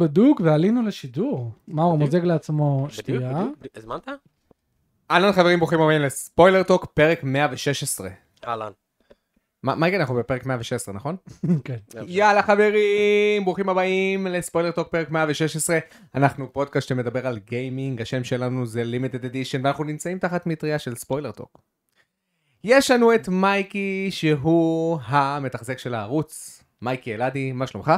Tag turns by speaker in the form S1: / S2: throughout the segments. S1: בדוק ועלינו לשידור. מאור מוזג לעצמו
S2: בדיוק,
S1: שתייה.
S2: בדיוק, בדיוק. הזמנת?
S3: אהלן חברים, ברוכים הבאים לספוילר טוק, פרק 116.
S2: אהלן.
S3: מה מה רגע, אנחנו בפרק 116, נכון?
S1: כן.
S3: יאללה חברים, ברוכים הבאים לספוילר טוק, פרק 116. אנחנו פודקאסט שמדבר על גיימינג, השם שלנו זה לימטד אדישן, ואנחנו נמצאים תחת מטריה של ספוילר טוק. יש לנו את מייקי, שהוא המתחזק של הערוץ. מייקי אלעדי, מה שלומך?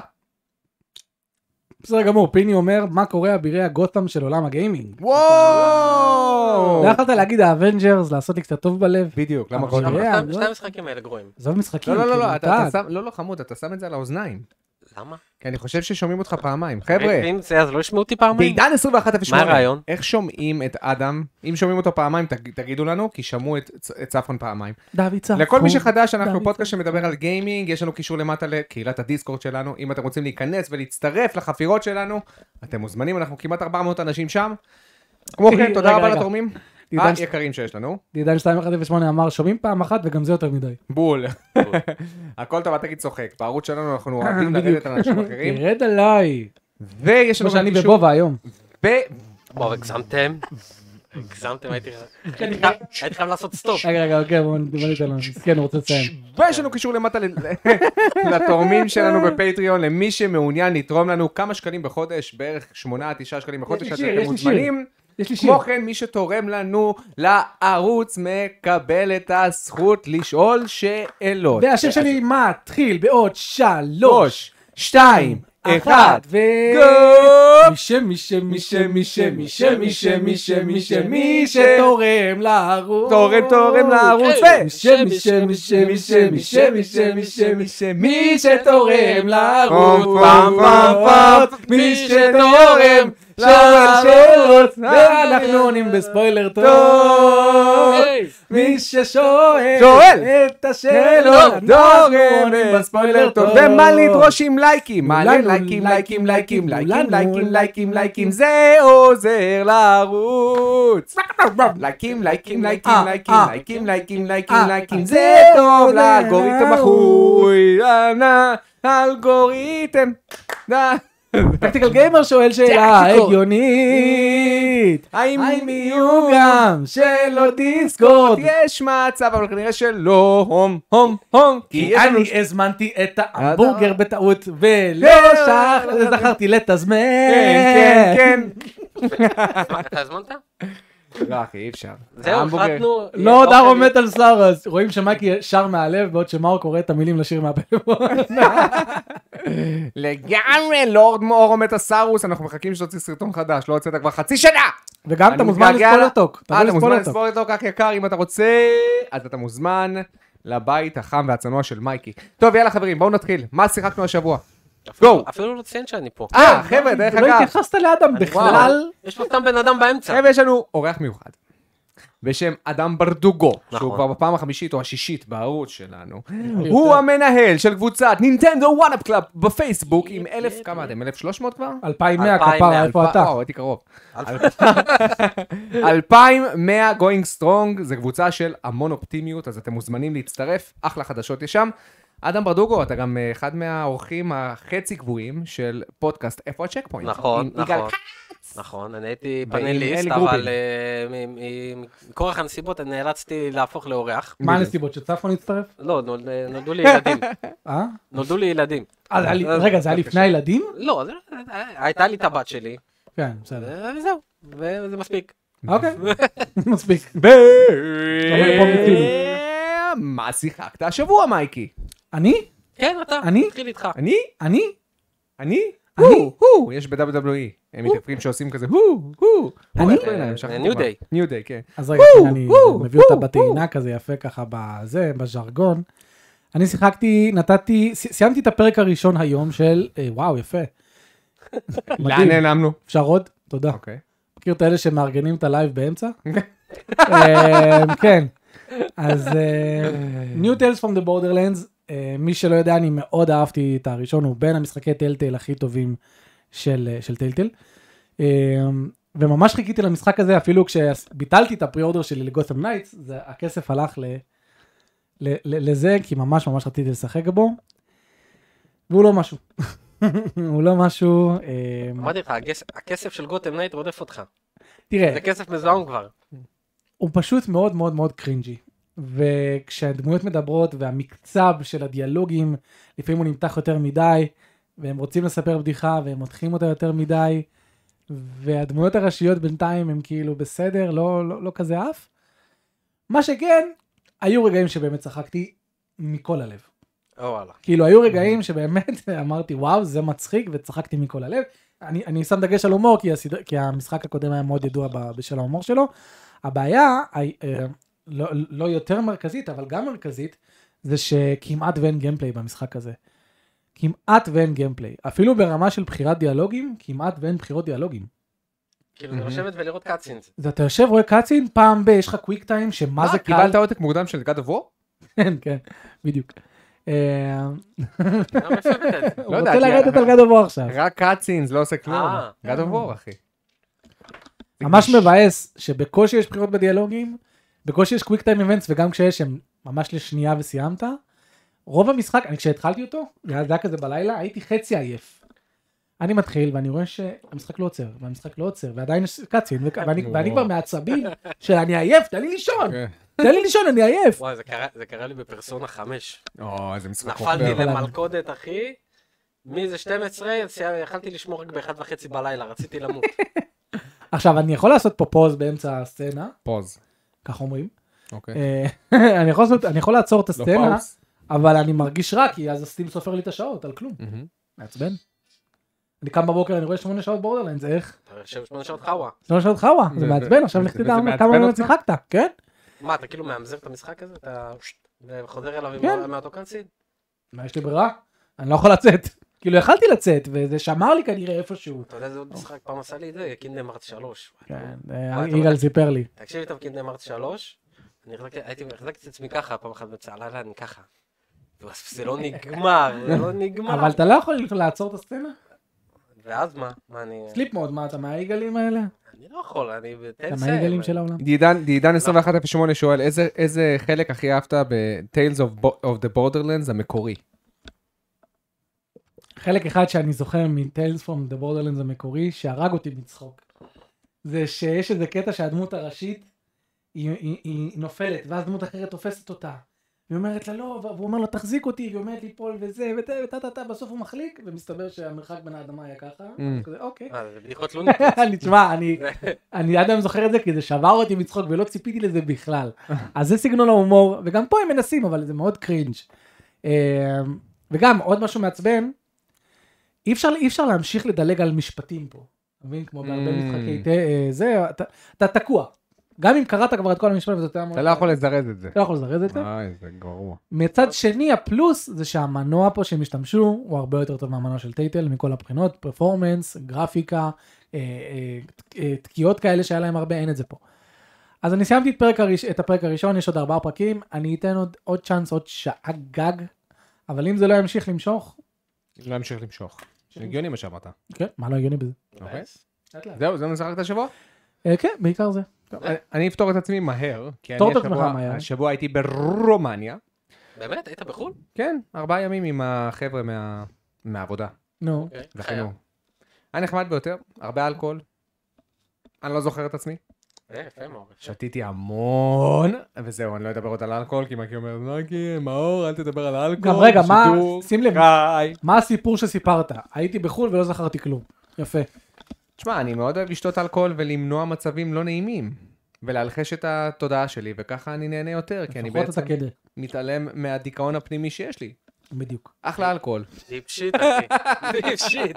S1: בסדר גמור, פיני אומר, מה קורה אבירי הגותם של עולם הגיימינג?
S3: וואו!
S1: לא יכולת להגיד האבנג'רס, לעשות לי קצת טוב בלב?
S3: נכון. בדיוק, למה
S1: אבל
S3: כל
S1: זה
S3: כך?
S1: היה-
S2: שני-
S1: לא-
S2: שני המשחקים האלה גרועים.
S1: עזוב משחקים,
S3: לא, לא, לא,
S1: כאילו,
S3: לא, אתה- אתה
S1: מותג.
S3: שם, לא, לא, חמוד, אתה שם את זה על האוזניים.
S2: למה?
S3: כי אני חושב ששומעים אותך פעמיים. חבר'ה,
S2: ואם זה אז לא ישמעו אותי פעמיים?
S3: בעידן 2108,
S2: מה הרעיון?
S3: איך שומעים את אדם? אם שומעים אותו פעמיים, תג- תגידו לנו, כי שמעו את צ- את צפרן פעמיים.
S1: דוד צחון.
S3: לכל מי שחדש, אנחנו
S1: דוד
S3: פודקאסט שמדבר על גיימינג, יש לנו קישור למטה לקהילת הדיסקורד שלנו. אם אתם רוצים להיכנס ולהצטרף לחפירות שלנו, אתם מוזמנים, אנחנו כמעט 400 אנשים שם. כמו כן,
S1: רגע,
S3: תודה רבה
S1: רגע.
S3: לתורמים
S1: עידן ש-
S3: היקרים שיש לנו.
S1: עידן 2108 אמר, שומעים פעם אחת וגם זה יותר מדי.
S3: בול. הכל טוב, אל תגיד צוחק. בערוץ שלנו אנחנו אוהבים לרדת על אנשים אחרים.
S1: תרד עליי.
S3: ויש
S1: כמו
S3: לנו
S1: שאני
S3: גם קישור...
S1: ובובה היום.
S3: ו-
S2: וואו, הגזמתם? הגזמתם, הייתי
S3: כן.
S2: הייתי חייב- הייתי חייב לעשות סטופ.
S1: רגע, רגע, אוקיי, בוא נ- בוא ניתן לו. כן, הוא רוצה לסיים.
S3: ויש לנו קישור למטה ל- לתורמים שלנו
S1: אה.
S3: בפטריון, למי שמעוניין לתרום לנו כמה שקלים בחודש, בערך 8-9 שקלים
S1: יש
S3: בחודש,
S1: לי
S3: שאתם
S1: שיר, יש לי
S3: מוזמנים.
S1: יש לי שיר.
S3: כמו כן, מי שתורם לנו לערוץ מקבל את הזכות לשאול שאלות.
S1: והשם שלי מתחיל בעוד שלוש,
S3: אה, שלוש, שתיים, אחד,
S1: אחת, ו...
S3: גו!
S1: מי שמי שמי שמי שמי שמי שמי שמי שמי שתורם לערוץ
S3: תורם תורם לערוץ,
S2: כן.
S3: ו-
S1: שמי שמי שמי שמי שמי שמי שמי מי שתורם לערוץ
S3: פום, פם, פם, פם.
S1: מי שתורם לערוץ ואנחנו עונים בספוילר טוב
S2: היי.
S1: מי ששואל
S3: שואל.
S1: את השאלות אנחנו כן, לא, עונים בספוילר טוב
S3: לא, ומה לדרוש עם לייקים? מעלה
S1: לנו
S3: לייקים, לייקים, לייקים,
S1: לנו,
S3: לייקים, לייקים,
S1: לנו,
S3: לייקים,
S1: לייקים.
S3: לייקים, זה עוזר לערוץ. לייקים, לייקים, לייקים,
S1: אה,
S3: לייקים,
S1: אה.
S3: לייקים, לייקים, לייקים,
S1: אה, אה.
S3: לייקים, זה טוב
S1: זה
S3: לאלגוריתם
S1: לערוץ.
S3: החוי. אה, נה, אלגוריתם. נה.
S1: טקטיקל גיימר שואל שאלה
S3: טקטיקות.
S1: הגיונית. האם
S3: האם
S1: יהיו גם שלא דיסקורד?
S3: יש מצב, אבל כנראה שלא. הום, הום, הום.
S1: כי אני הזמנתי את ההמבורגר בטעות ולא
S3: לא,
S1: שכ-
S3: לא, לא.
S1: זכרתי לתזמן.
S3: כן, כן,
S2: אתה הזמנת?
S3: כן. לא, אחי, אי אפשר.
S2: זהו,
S3: ההמבורגר.
S2: החלטנו.
S1: לא
S2: אוקיי.
S1: דארו מת על סלארס. רואים שמייקי שר מהלב בעוד שמאור קורא את המילים לשיר מהפלאפון.
S3: לגמרי לורד מורו מטסרוס, אנחנו מחכים שתוציא סרטון חדש, לא הוצאת כבר חצי שנה!
S1: וגם אתה
S3: אני
S1: מוזמן
S3: מתגעגע לה-
S1: לספולרטוק.
S3: אה, אתה מוזמן לספולרטוק, אח יקר, אם אתה רוצה, אז אתה מוזמן לבית החם והצנוע של מייקי. טוב, יאללה חברים, בואו נתחיל, מה שיחקנו השבוע? גו!
S2: אפילו לא ציין שאני פה.
S3: אה, חבר'ה, דרך
S1: לא
S3: אגב,
S1: התייחסת לאדם בכלל.
S2: יש פה סתם בן אדם באמצע.
S3: חבר'ה, יש לנו אורח מיוחד. בשם אדם ברדוגו, שהוא
S2: נכון.
S3: כבר בפעם החמישית או השישית בערוץ שלנו, הוא המנהל של קבוצת נינטנדו וואנאפ קלאב בפייסבוק עם אלף, כמה אתם? אלף שלוש מאות כבר?
S1: 2100
S2: אלפיים,
S1: כפרה, איפה
S3: אלפיים-
S1: אתה?
S3: או, הייתי קרוב. אלפיים- 2100 going strong, זו קבוצה של המון אופטימיות, אז אתם מוזמנים להצטרף, אחלה חדשות יש שם. אדם ברדוגו, אתה גם אה, אחד מהאורחים החצי קבועים של פודקאסט איפה הצ'ק פוינט.
S2: נכון,
S3: עם יגאל
S2: נכון. נכון, אני הייתי
S3: ועם
S2: פאנליסט,
S3: אלי גרובין.
S2: אבל אה, מ- מ- מכורח הנסיבות אני נאלצתי להפוך לאורח.
S1: מה הנסיבות שצפון הצטרף?
S2: לא, נול- נולדו לי ילדים.
S1: אה?
S2: נולדו לי ילדים.
S1: אז היה לי- רגע, זה היה לפני הילדים?
S2: לא, זה- הייתה לי את הבת שלי,
S1: כן, בסדר.
S2: וזהו, וזה מספיק.
S1: אוקיי, מספיק. פה מיצינו.
S3: ב- אה, מה שיחקת השבוע, מייקי?
S1: אני?
S2: כן, אתה,
S1: אני?
S2: נתחיל איתך.
S3: אני?
S1: אני?
S3: אני?
S1: אני?
S3: הו, הו, יש ב-WWE, הם מתאפקים שעושים כזה הו, הו.
S1: אני?
S2: ניו דיי.
S3: ניו דיי, כן.
S1: אז רגע,
S3: וואו,
S1: שנייה, אני
S3: וואו,
S1: מביא אותה
S3: וואו,
S1: בטעינה כזה יפה ככה בזה, בז'רגון. אני שיחקתי, נתתי, ס- סיימתי את הפרק הראשון היום של, אה, וואו, יפה.
S3: לאן
S1: מדהים. לא.
S3: נעלמנו?
S1: אפשר עוד? תודה.
S3: אוקיי.
S1: מכיר את אלה שמארגנים את הלייב באמצע? אה, כן. אז אה, New Tales from the Borderlands, אה, מי שלא יודע, אני מאוד אהבתי את הראשון, הוא בין המשחקי טלטל הכי טובים של אה, של טלטל. אה, וממש חיכיתי למשחק הזה, אפילו כשביטלתי את הפרי אורדר שלי לגותם נייטס, זה- הכסף הלך ל, ל, ל, לזה, כי ממש ממש רציתי לשחק בו, והוא לא משהו. הוא לא משהו... אה,
S2: אמרתי לך, הכס- הכסף של גותם נייט רודף אותך.
S1: תראה,
S2: זה כסף מזוהם כבר.
S1: הוא פשוט מאוד מאוד מאוד קרינג'י. וכשהדמויות מדברות והמקצב של הדיאלוגים, לפעמים הוא נמתח יותר מדי, והם רוצים לספר בדיחה והם מותחים אותה יותר מדי, והדמויות הראשיות בינתיים הם כאילו בסדר, לא, לא, לא כזה עף. מה שכן, היו רגעים שבאמת צחקתי מכל הלב.
S2: או וואלה.
S1: כאילו היו רגעים שבאמת אמרתי וואו זה מצחיק וצחקתי מכל הלב. אני, אני שם דגש על הומור כי, הסד... כי המשחק הקודם היה מאוד ידוע ב- בשל ההומור שלו. הבעיה, ה- אה, לא, לא יותר מרכזית אבל גם מרכזית, זה שכמעט ואין גיימפליי במשחק הזה. כמעט ואין גיימפליי. אפילו ברמה של בחירת דיאלוגים, כמעט ואין בחירות דיאלוגים.
S2: כאילו זה לשבת ולראות קאצינס.
S1: אז אתה יושב רואה קאצין, פעם ב... יש לך קוויק טיים שמה זה קל.
S3: קיבלת עותק מוקדם של God of War?
S1: כן, כן, בדיוק. אה,
S2: למה איפה הבאת את זה?
S1: הוא
S3: לא יודע,
S1: רוצה
S3: כי-
S1: לרדת על גד אבו עכשיו.
S3: רק קאצינס לא עושה כלום.
S2: אה.
S3: God of War אחי.
S1: ממש מבאס שבקושי יש בחירות בדיאלוגים, בקושי יש קוויק טיים איבנטס וגם כשיש הם ממש לשנייה וסיימת. רוב המשחק, אני כשהתחלתי אותו, זה היה- זה היה כזה בלילה, הייתי חצי עייף. אני מתחיל ואני רואה שהמשחק לא עוצר, והמשחק לא עוצר, ועדיין יש קאצין, וכ- ואני, ואני כבר מעצבים של אני עייף, תן לי לישון,
S3: כן.
S1: תן לי לישון, אני עייף.
S2: וואי, זה קרה- זה קרה לי בפרסונה 5.
S3: או, אה, איזה משחק.
S2: נפלתי
S3: עובר.
S1: אוקיי.
S2: למלכודת, אחי. מי זה 12? סי- יכלתי לשמור רק באחד וחצי בלילה, רציתי למות.
S1: עכשיו, אני יכול לעשות פה פוז באמצע הסצנה,
S3: פוז.
S1: כך אומרים.
S3: אוקיי.
S1: אה, אני יכול לעשות- אני יכול לעצור את
S3: לא
S1: הסצנה,
S3: פאוס.
S1: אבל אני מרגיש רע, כי אז הסטים סופר לי את השעות על כלום.
S3: מהמם.
S1: מעצבן. אני קם בבוקר אני רואה שמונה שעות בורדרליינס איך?
S2: אתה יושב שמונה שעות חאווה.
S1: שמונה שעות חאווה זה
S3: זה-
S1: מעצבן עכשיו לך
S3: זה-
S1: תדע
S3: זה מעצבן
S1: כמה באמת
S3: אותך?
S1: שיחקת כן?
S2: מה, אתה כאילו מאמזר את המשחק הזה? אתה חוזר אליו עם
S1: כן.
S2: ה- מאותו קאצין?
S1: מה יש לי ברירה? אני לא יכול לצאת כאילו יכלתי לצאת וזה שמר לי כנראה איפשהו.
S2: אתה יודע איזה עוד משחק פעם עשה לי את זה? קינדם ארץ 3.
S1: כן,
S2: אתה
S1: אה,
S2: אומר-
S1: יגאל סיפר לי.
S2: תקשיב טוב, קינדם ארץ 3. אני החזקתי- הייתי החזקתי את עצמי ככה, פעם אחת בצהלה, לא אני ככה. זה לא נגמר, זה לא נגמר.
S1: אבל אתה לא יכול לעצור את הסצנה?
S2: ואז מה? מה אני...
S1: סליפ מוד מה אתה מהיגאלים האלה?
S2: אני לא יכול, אני
S1: אתה
S2: בטנסה.
S1: מהיגאלים של העולם?
S3: עידן- עידן 2108 שואל, "איזה- איזה חלק הכי אהבת ב-Tales of Bo- of the Borderlands המקורי?
S1: חלק אחד שאני זוכר מ-Tales from the Borderlands המקורי, שהרג אותי מצחוק. זה שיש איזה קטע שהדמות הראשית, היא, היא, היא נופלת, ואז דמות אחרת תופסת אותה. היא אומרת לה לא, והוא אומר לה תחזיק אותי, היא אומרת ליפול וזה, ותה ותה תה תה, בסוף הוא מחליק, ומסתבר שהמרחק בין האדמה היה ככה, אז כזה, אוקיי.
S2: מה, אה, זה בדיחות לא לוניקות.
S1: אני, תשמע, אני, אני עד היום זוכר את זה כי זה שבר אותי מצחוק ולא ציפיתי לזה בכלל. אז זה סגנון ההומור, וגם פה הם מנסים, אבל זה מאוד קרינג'. אמ, וגם עוד משהו מעצבן, אי אפשר, אי אפשר להמשיך לדלג על משפטים פה. אתה מבין? כמו בהרבה
S3: Mm.
S1: משחקי תה, אה, זה, אתה, אתה תקוע. גם אם קראת כבר את כל המשפט ואתה יודע מה-
S3: אתה לא יכול לזרז את זה.
S1: אתה לא יכול לזרז את זה.
S3: אוי, זה גרוע.
S1: מצד שני הפלוס זה שהמנוע פה שהם השתמשו הוא הרבה יותר טוב מהמנוע של טייטל מכל הבחינות פרפורמנס גרפיקה אה, אה, אה, תקיעות כאלה שהיה להם הרבה אין את זה פה. אז אני סיימתי את, פרק הראש, את הפרק הראשון יש עוד ארבעה פרקים אני אתן עוד עוד צ'אנס עוד שעה גג אבל אם זה לא ימשיך למשוך
S3: להמשיך לא למשוך. הגיוני מה שאמרת.
S1: כן מה לא הגיוני בזה.
S3: אוקיי.
S1: זה-
S3: זהו, זה מה ששחקת השבוע?
S1: אה, כן בעיקר זה.
S3: טוב, אני- אני אפתור את עצמי מהר. כי אני
S1: פתור את עצמך
S3: השבוע-
S1: מהר.
S3: השבוע הייתי ברומניה.
S2: באמת? היית בחו"ל?
S3: כן, ארבעה ימים עם החבר'ה מה- מהעבודה.
S1: נו
S3: אה,
S2: אוקיי.
S3: וחינוך. היה נחמד ביותר, הרבה אלכוהול. אני לא זוכר את עצמי.
S2: אה, יפה מאוד.
S3: שתיתי המון, וזהו, אני לא אדבר עוד על אלכוהול, כי מקי אומר, נקי, מאור, אל תדבר על אלכוהול.
S1: גם רגע, מה-
S3: שידור,
S1: שים לב.
S3: חי."
S1: מה הסיפור שסיפרת הייתי בחול ולא זכרתי כלום. יפה.
S3: תשמע, אני מאוד אוהב לשתות אלכוהול ולמנוע מצבים לא נעימים. ולהלחש את התודעה שלי, וככה אני נהנה יותר, כי אני
S1: לפחות
S3: בעצם
S1: אתה כדי.
S3: מתעלם מהדיכאון הפנימי שיש לי.
S1: בדיוק.
S3: אחלה אלכוהול.
S2: דיפ שיט, אחי. דיפ שיט.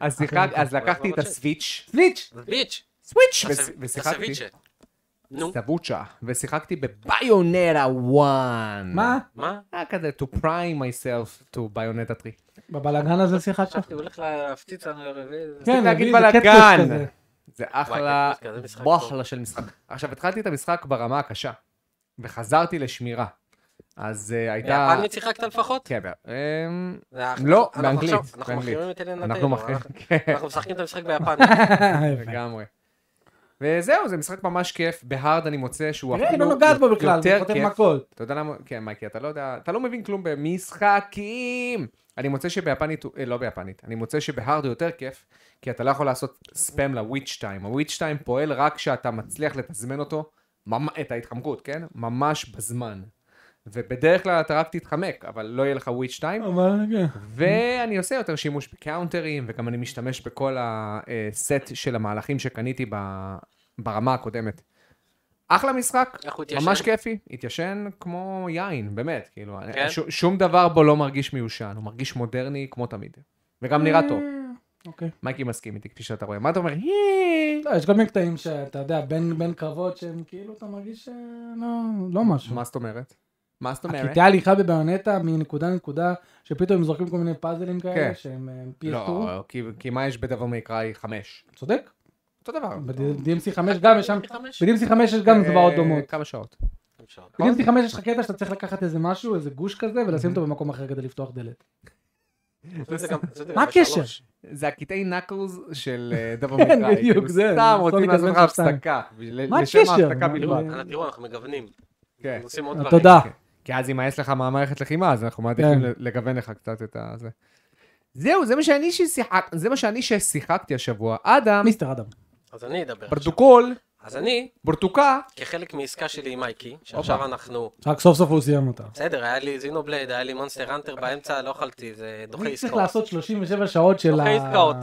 S3: אז שיחק- אז לקחתי את
S2: ממש.
S3: הסוויץ',
S1: סליץ'.
S2: זה ביץ'.
S3: סוויץ',
S2: תעשה-
S3: וש- ושיחקתי,
S2: תעשה ביץ'. נו,
S3: סבוצ'ה, ושיחקתי בביונרה 1.
S1: מה?
S2: מה?
S3: היה כזה to prime myself to ביונטה 3.
S1: בבלאגן הזה שיחקת שם?
S2: חשבתי, הוא הולך להפציץ לנו לרביעי.
S1: כן,
S3: להגיד
S1: רביעי זה קטקוט
S3: בלאגן.
S1: כזה.
S3: זה אחלה,
S2: קטקוט כזה, משחק טוב.
S3: אחלה של משחק. עכשיו, התחלתי את המשחק ברמה הקשה, וחזרתי לשמירה. אז אה, הייתה...
S2: ביפנית שיחקת לפחות?
S3: כן, אבל, אמ,
S2: זה היה אחלה.
S3: לא,
S2: אנחנו
S3: באנגלית.
S2: עכשיו- אנחנו
S3: באנגלית.
S2: מחרימים את אלנה
S3: אנחנו
S2: טיילור.
S3: מכריעים,
S2: אנחנו-
S3: כן,
S2: אנחנו משחקים את המשחק ביפנית.
S1: יפה.
S3: לגמרי. וזהו, זה משחק ממש כיף. בהארד אני מוצא שהוא
S1: תראה, היא
S3: אפילו
S1: לא נוגעת בו בכלל,
S3: יותר
S1: הוא חוטף
S3: כיף.
S1: מכות.
S3: אתה יודע למה, כן מייקי, אתה לא יודע, אתה לא מבין כלום במשחקים. אני מוצא שביפנית, הוא- אה, לא ביפנית, אני מוצא שבהארד הוא יותר כיף, כי אתה לא יכול לעשות ספאם לוויץ' טיים. הוויץ' טיים פועל רק כשאתה מצליח לתזמן אותו, ממ- את ההתחמקות, כן? ממש בזמן. ובדרך כלל אתה רק תתחמק, אבל לא יהיה לך וויץ' טיים.
S1: אבל כן.
S3: ואני עושה יותר שימוש בקאונטרים, וגם אני משתמש בכל הסט של המהלכים שקניתי ב- ברמה הקודמת. אחלה משחק,
S2: איך הוא התיישן?
S1: כן,
S3: ממש כיפי, התיישן כמו יין, באמת, כאילו,
S2: כן?
S3: ש- שום דבר בו לא מרגיש מיושן, הוא מרגיש מודרני כמו תמיד. וגם נראה
S2: אה.
S3: טוב. אה,
S1: אוקיי.
S3: מייקי מסכים איתי, כפי שאתה רואה. מה אתה אומר? "היי".
S1: לא, יש כל מיני קטעים שאתה יודע, בין בין קרבות שהם כאילו, אתה מרגיש ש- לא- לא משהו.
S3: מה זאת אומרת? מה זאת אומרת?
S1: הקטעי הליכה בביונטה מנקודה לנקודה, שפתאום הם זורקים כל מיני פאזלים
S3: כן.
S1: כאלה, שהם אה, PS2.
S3: לא, כי- כי מה יש בדבר מקראי 5?
S1: צודק.
S3: אותו דבר.
S1: ב-DMC 5 גם יש שם,
S2: חמש?
S1: ב-DMC 5 יש גם זוועות
S3: לא, אה, לא?
S1: דומות.
S3: כמה שעות.
S2: אפשר.
S1: ב-DMC 5 יש לך קטע שאתה צריך לקחת איזה משהו, איזה גוש כזה, ולשים אותו במקום אחר כדי לפתוח דלת.
S3: אה,
S2: זה גם- זה גם
S1: מה הקשר?
S2: בשלוש.
S3: זה הקטעי נקלס של אה, דבר
S1: כן,
S3: מקראי.
S1: בדיוק,
S3: כאילו,
S1: זה,
S3: סתם רוצים
S1: סוליד
S3: לעשות לך
S1: אדוונצ'ר שתיים.
S3: הפסקה. בשביל-
S1: מה
S3: לשם
S1: הקשר?
S3: ההפסקה
S1: מה-
S3: בלבד.
S1: אה,
S2: אה, תראו, אנחנו מגוונים.
S3: כן.
S2: אנחנו עושים עוד דברים.
S1: תודה.
S3: כן. כי אז אם יש לך מערכת לחימה, אז אנחנו מעדיפים
S1: כן.
S3: לגוון לך קצת את ה... זה. זהו, זה מה שאני ששיחק- זה מה שאני ששיחקתי השבוע. אדם,
S1: מיסטר אדם.
S2: אז אני אדבר. עכשיו.
S3: ברדוקול,
S2: אז אני,
S3: ברתוקה,
S2: כחלק מעסקה שלי עם מייקי, שעכשיו אנחנו...
S1: רק סוף סוף הוא סיים אותה.
S2: בסדר, היה לי זינובלייד, היה לי מונסטר האנטר באמצע, לא אכלתי, זה דוחה
S1: אני צריך
S2: עסקאות.
S1: לעשות 37 שעות של
S2: אוקיי,
S1: ה-
S2: עסקאות.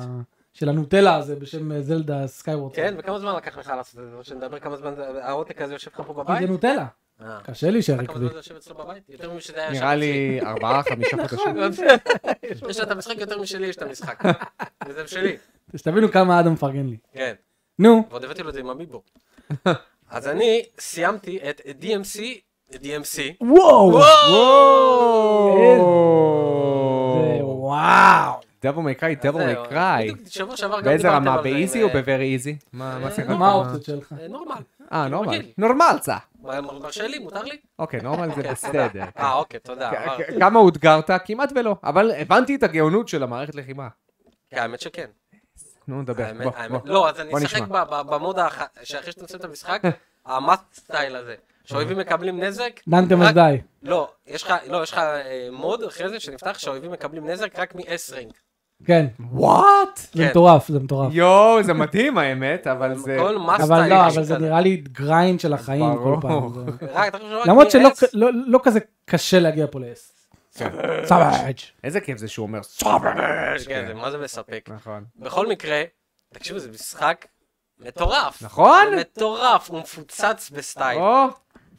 S1: של הנוטלה הזה בשם אה, זלדה סקייוורד.
S2: כן, וכמה זמן לקח לך לעשות את זה? שנדבר כמה זמן זה- העותק הזה יושב לך פה
S1: כי
S2: בבית?
S1: אוקיי, זה נוטלה.
S2: אה.
S1: קשה להישאר
S2: כמה זמן
S1: עקבי.
S2: זה יושב אצלו בבית? יותר משזה היה
S3: נראה
S2: שם אצלי.
S3: לי ארבעה, חמישה
S2: נכון,
S3: חודשים.
S2: יש לו את המשחק יותר משלי, יש את המשחק. וזה בשלי,
S1: שתבינו כמה אדם מפרגן לי.
S2: כן.
S1: נו,
S2: ועוד הבאתי לו את זה עם המיבו. אז אני סיימתי את DMC, DMC.
S1: וואו! זה-
S3: וואו!
S1: וואו!
S3: דבר מקראי, דבר
S2: זהו,
S3: מקראי.
S2: בדיוק, שבוע שעבר גם
S3: באיזה
S2: דיברתם
S3: רמה?
S2: על זה עם,
S3: באיזי
S2: אה,
S3: או בוורי איזי? מה מה
S2: אה,
S3: שיחקת?
S1: מה האופציות שלך?
S2: אה, נורמל.
S3: אה, נורמל.
S2: רגיל.
S3: נורמל צה.
S2: מה, מ- מרשה לי? מותר לי?
S3: אוקיי, נורמל זה
S2: אוקיי,
S3: בסדר.
S2: תודה. אה, אוקיי, תודה. אמרתי.
S3: כ- כמה אותגרת? כמעט ולא. אבל הבנתי את הגאונות של המערכת לחימה.
S2: כן, האמת שכן.
S3: נו, נדבר.
S2: האמת-
S3: בוא,
S2: האמת-
S3: בוא.
S2: לא, אז אני
S3: בוא
S2: אשחק
S3: נשמע.
S2: ב- ב- במוד האח- שאחרי שאתה מסיים את המשחק, המאסט סטייל הזה. שהאויבים מקבלים נזק,
S1: דנתם
S2: רק-
S1: אז די.
S2: לא, יש לך, לא, יש לך אה, מוד אחרי זה שנפתח שהאויבים מקבלים נזק רק מ-S רינג.
S1: כן,
S3: וואט?
S1: זה
S2: כן.
S1: מטורף, זה מטורף.
S3: יואו, זה מדהים האמת, אה, אבל זה...
S2: כל מאסט
S1: אבל
S2: סטייל.
S1: לא,
S2: יש
S1: אבל זה
S2: כזה.
S1: נראה לי גריינד של החיים כל
S3: ברור.
S1: פעם. זה-
S2: רק, אתה חושב שרק
S1: למרות
S2: מ-S?
S1: שלא ק- לא- לא כזה קשה להגיע פה ל-S. סבאג'.
S3: איזה כיף זה שהוא אומר סאברג'.
S2: כן, זה מה זה מספק.
S3: נכון.
S2: בכל מקרה, תקשיבו, זה משחק מטורף.
S3: נכון?
S2: זה מטורף, הוא מפוצץ בסטייל.
S3: או,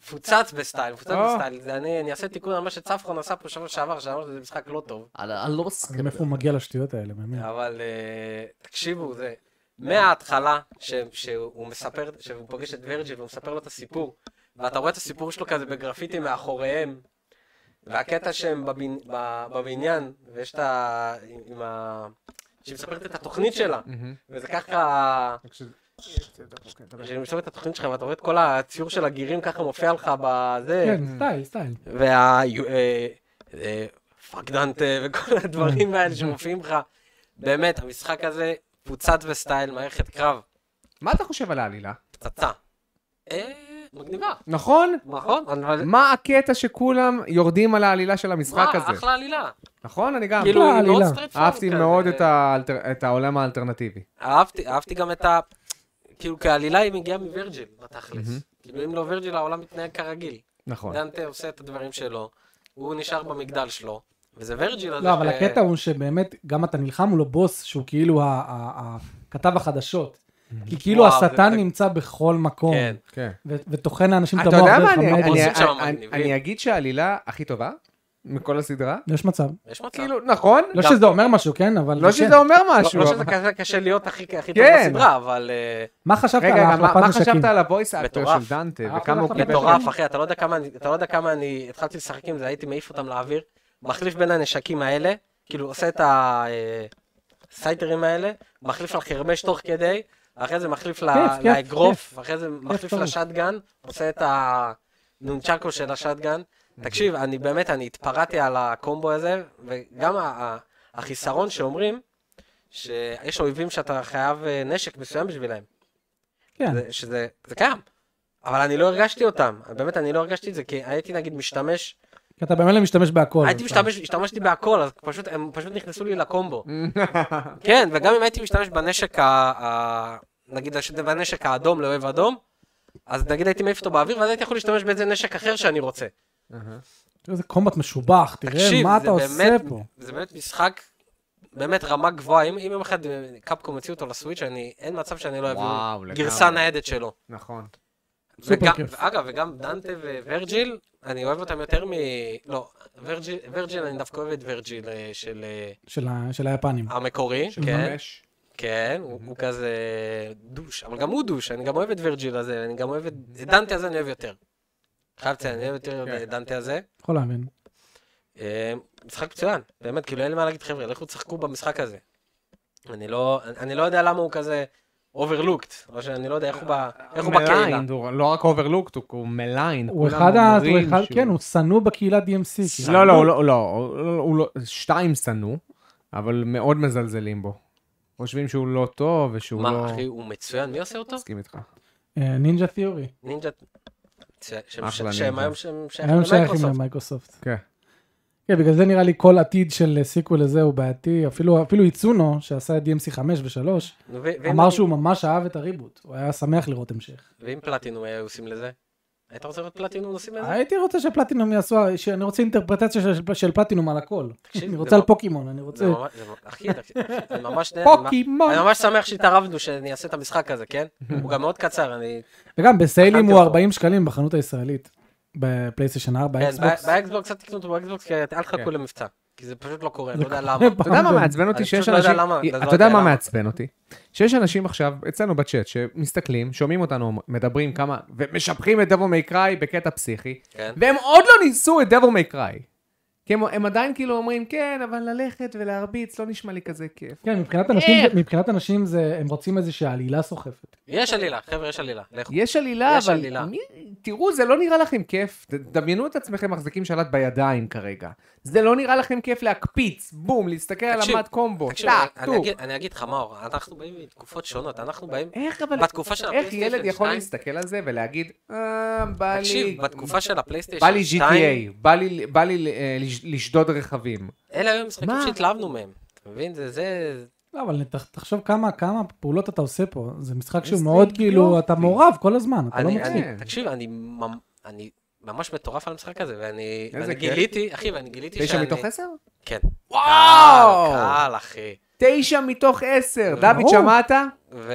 S2: מפוצץ בסטייל, מפוצץ
S3: או.
S2: בסטייל. זה אני אני אעשה תיקון על מה שצפחון עשה פה שבוע שעבר, שאמרנו שזה משחק לא טוב.
S1: אז מאיפה הוא מגיע לשטויות האלה,
S3: כן.
S1: באמת?
S2: אבל אה, תקשיבו, זה מההתחלה ש- שהוא מספר, שהוא פוגש את ורג'יל והוא מספר לו את הסיפור, ואתה רואה את הסיפור שלו כזה בגרפיטי מאחוריהם, והקטע שהם בבנ- ב- בבניין, ויש את ה... עם- עם ה... שהיא מספרת את התוכנית שלה, וזה ככה... כשאני מסתובב את התוכנית שלך ואתה רואה את כל הציור של הגירים ככה מופיע לך בזה,
S1: כן, סטייל, סטייל.
S2: וה... אה, אה, פאק דנטה וכל הדברים האלה שמופיעים לך. באמת, המשחק הזה פוצץ בסטייל מערכת קרב,
S3: מה אתה חושב על העלילה?
S2: פצצה. אה, מגניבה.
S3: נכון?
S2: נכון? אבל...
S3: מה הקטע שכולם יורדים על העלילה של המשחק
S2: מה,
S3: הזה?
S2: אחלה עלילה.
S3: נכון? אני גם.
S2: כאילו,
S1: אחלה
S2: היא מאוד
S1: עלילה.
S2: straight forward
S3: אהבתי
S2: כזה.
S3: מאוד את האלטר- את העולם האלטרנטיבי.
S2: אהבתי, אהבתי גם את ה... כאילו, כעלילה היא מגיעה מוורג'יל, בתכלס. כאילו, אם לא וורג'יל, העולם מתנהג כרגיל.
S3: נכון.
S2: דנטה עושה את הדברים שלו, הוא נשאר במגדל שלו, וזה ורג'יל אה, הזה.
S1: לא, אבל
S2: ש-
S1: הקטע הוא שבאמת, גם אתה נלחם מולו בוס שהוא כאילו ה- ה- ה- הכתב החדשות. כי כאילו
S2: וואו, זה-
S1: השטן
S2: זה-
S1: נמצא בכל מקום,
S2: כן.
S3: Mhm. כן.
S1: ו- וטוחן לאנשים את
S3: אתה
S1: המוח
S3: יודע מה,
S1: דרך
S3: אני-
S1: המטרו.
S3: אני-
S2: עושים שם
S3: אני-
S2: מגניבים. לא.
S3: אני אגיד שהעלילה הכי טובה מכל הסדרה.
S1: יש מצב.
S2: יש מצב.
S3: כאילו, נכון?
S1: לא
S2: גם-
S1: שזה אומר משהו, כן? אבל...
S3: לא
S1: כן.
S3: שזה אומר
S2: לא
S3: משהו.
S2: לא
S3: אבל-
S2: שזה כזה קשה להיות הכי הכי טוב
S3: כן.
S2: בסדרה, אבל אה,
S1: מה חשבת על
S3: רגע, רגע, מה-
S1: ההחלפת
S3: מה
S1: נשקים?
S3: חשבת על הוויס אקטור
S2: מטורף.
S3: של דנטה?
S1: אה,
S3: וכמה הוא
S1: החלפת
S3: קיבל?
S2: מטורף, אחי, אתה לא יודע כמה אני- אתה לא יודע כמה אני התחלתי לשחק עם זה, הייתי מעיף אותם לאוויר, מחליף בין הנשקים האלה, כאילו עושה את הסייטרים האלה, מחליף לחרמש תוך כדי, אחרי זה מחליף ל-
S1: כיף, כיף,
S2: לאגרוף, אחרי זה מחליף
S1: טוב.
S2: לשטגן, עושה את הנונצ'קו של השטגן. תקשיב, אני באמת, אני התפרעתי על הקומבו הזה, וגם ה- ה- החיסרון שאומרים, שיש אויבים שאתה חייב אה, נשק מסוים בשבילהם.
S1: כן.
S2: זה- שזה זה קיים. אבל אני לא הרגשתי אותם, באמת אני לא הרגשתי את זה, כי הייתי נגיד משתמש,
S1: כי אתה במילא משתמש בהכל.
S2: הייתי
S1: אז-
S2: משתמש, השתמשתי בהכל, אז פשוט, הם פשוט נכנסו לי לקומבו.
S1: אה.
S2: כן, וגם אם הייתי משתמש בנשק ה... ה... נגיד הש- בנשק האדום לאוהב אדום, אז נגיד הייתי מעיף אותו באוויר, ואז הייתי יכול להשתמש באיזה נשק אחר שאני רוצה.
S1: איזה קומבט משובח, תראה
S2: תקשיב,
S1: מה
S2: זה
S1: אתה עושה
S2: באמת-
S1: פה.
S2: זה באמת משחק, באמת רמה גבוהה. אם אם יום אחד אה, קפקום הוציאו אותו לסוויץ', אני, אין מצב שאני לא
S3: וואו,
S2: אביא
S3: לגמרי.
S2: גרסה ניידת שלו.
S3: נכון.
S2: כן.
S1: סופר
S2: וגם-
S1: כיף.
S2: אגב, וגם דנטה וורג'יל, אני אוהב אותם יותר מ... לא, ורג'יל, ורג'יל, אני דווקא אוהב את ורג'יל אה, של אה,
S1: של ה- של היפנים.
S2: המקורי,
S3: של
S2: כן,
S3: חמש.
S2: כן, הוא הוא כזה דוש, אבל גם הוא דוש, אני גם אוהב את ורג'יל הזה, אני גם אוהב את... את דנטה הזה אני אוהב יותר. חייב לציין, אני אוהב יותר
S3: כן.
S2: את דנטה הזה.
S1: יכול להבין.
S2: אה, משחק מצוין, באמת, כאילו אין לי מה להגיד, חבר'ה, לכו תשחקו במשחק הזה. אני לא, אני לא יודע למה הוא כזה overlooked, או שאני לא יודע איך הוא, ב, איך הוא בקהילה.
S3: מליינד, הוא לא רק אוברלוקט, הוא מליינד.
S1: הוא
S3: כולם
S1: אחד ה...
S3: אומרים
S1: הוא אחד-
S3: שהוא-
S1: כן, הוא שנוא בקהילת DMC.
S3: לא, לא, הוא לא, לא, הוא- הוא לא, שתיים שנוא, אבל מאוד מזלזלים בו. חושבים שהוא לא טוב ושהוא לא...
S2: מה, אחי, הוא מצוין, מי עושה אותו?
S3: מסכים איתך.
S1: אה, נינג'ה תיאורי.
S2: נינג'ה... ש- שהם-
S3: אחלה
S2: שהם
S3: נינג'ה.
S2: היום שהם שייכים
S1: היום שייכים
S2: למייקרוסופט.
S1: למייקרוסופט.
S3: כן.
S1: כן, בגלל זה נראה לי כל עתיד של סיקוול לזה הוא בעייתי. אפילו אפילו איצונו, שעשה את DMC 5 ו-3,
S2: נו, ו- ואם- לא,
S1: אמר שהוא ממש אהב את הריבוט. הוא היה שמח לראות המשך.
S2: ואם פלטינום היו עושים לזה? היית רוצה לראות פלטינום עושים לזה?
S1: הייתי רוצה שפלטינום יעשו, שאני רוצה אינטרפרטציה של- של פלטינום על הכל.
S2: תקשיב,
S1: אני
S2: זה
S1: רוצה על
S2: לא-
S1: פוקימון, אני רוצה...
S2: זה ממש- זה ממש- אחי, תקשיב, זה ממש...
S1: פוקימון.
S2: אני ממש שמח שהתערבנו שאני אעשה את המשחק הזה, כן? הוא גם מאוד קצר, אני... כן,
S1: וגם בסיילים
S2: אכלתי
S1: הוא
S2: אותו.
S1: 40 שקלים בחנות הישראלית. בפלייסטיישן 4,
S2: כן,
S1: אקסבוקס.
S2: ב- באקסבוקס, אל תקנו אותו באקסבוקס, כי אל תחכו למבצע. כי זה פשוט לא קורה, אני לא יודע למה.
S3: אתה יודע מה
S1: פעם ב-
S3: מעצבן אותי?
S2: אני
S3: שיש
S2: פשוט לא יודע
S3: אנשים...
S2: למה, אז לא
S3: אתה יודע
S2: יודע
S3: מה
S2: למה.
S3: מעצבן אותי? שיש אנשים עכשיו, אצלנו בצ'אט, שמסתכלים, שומעים אותנו, מדברים כמה, ומשבחים את דבו מייקראי בקטע פסיכי,
S2: כן.
S3: והם עוד לא ניסו את דבו מייקראי. כי הם, הם עדיין כאילו אומרים, כן, אבל ללכת ולהרביץ לא נשמע לי כזה כיף.
S1: כן, מבחינת אנשים, זה- מבחינת אנשים זה, הם רוצים איזושהי עלילה סוחפת.
S2: יש עלילה, חבר'ה, יש עלילה. לכו.
S3: יש עלילה,
S2: יש
S3: אבל
S2: עלילה.
S3: מי... תראו, זה לא נראה לכם כיף. ד- דמיינו את עצמכם מחזיקים שלט בידיים כרגע. זה לא נראה לכם כיף להקפיץ, בום, להסתכל על
S2: תקשיב,
S3: המד קומבו.
S2: תקשיב,
S3: טאק,
S2: אני- אני
S3: טוק.
S2: אגיד- אני אגיד לך, מאור, אנחנו באים מתקופות שונות, אנחנו באים...
S3: איך אבל...
S2: בתקופה של
S3: איך
S2: הפלייסטיישן
S3: ילד יכול
S2: 2?
S3: להסתכל על זה ולהגיד, אה, בא לי...
S2: תקשיב, בתקופה של הפלייסטיישן
S3: בא לי
S2: 2,
S3: GTA, בא לי- בא לי אה, לש- לשדוד רכבים.
S2: אלה היו המשחקים
S3: מה?
S2: שהתלהבנו מהם. אתה מבין? זה, זה...
S1: לא, אבל ת- תחשוב כמה, כמה פעולות אתה עושה פה. זה משחק שהוא
S3: איזה
S1: מאוד
S3: יופי.
S1: כאילו, אתה מעורב כל הזמן, אתה לא
S2: אני,
S1: מצליח.
S2: אני, תקשיב, אני, ממ- אני ממש מטורף על המשחק הזה, ואני
S3: איזה
S2: ואני
S3: כיף.
S2: גיליתי, אחי, ואני גיליתי שאני...
S3: תשע מתוך עשר?
S2: כן.
S3: וואו!
S2: קל, קל, אחי.
S3: תשע מתוך עשר.
S1: ברור.
S3: דוד, שמעת?
S2: ו...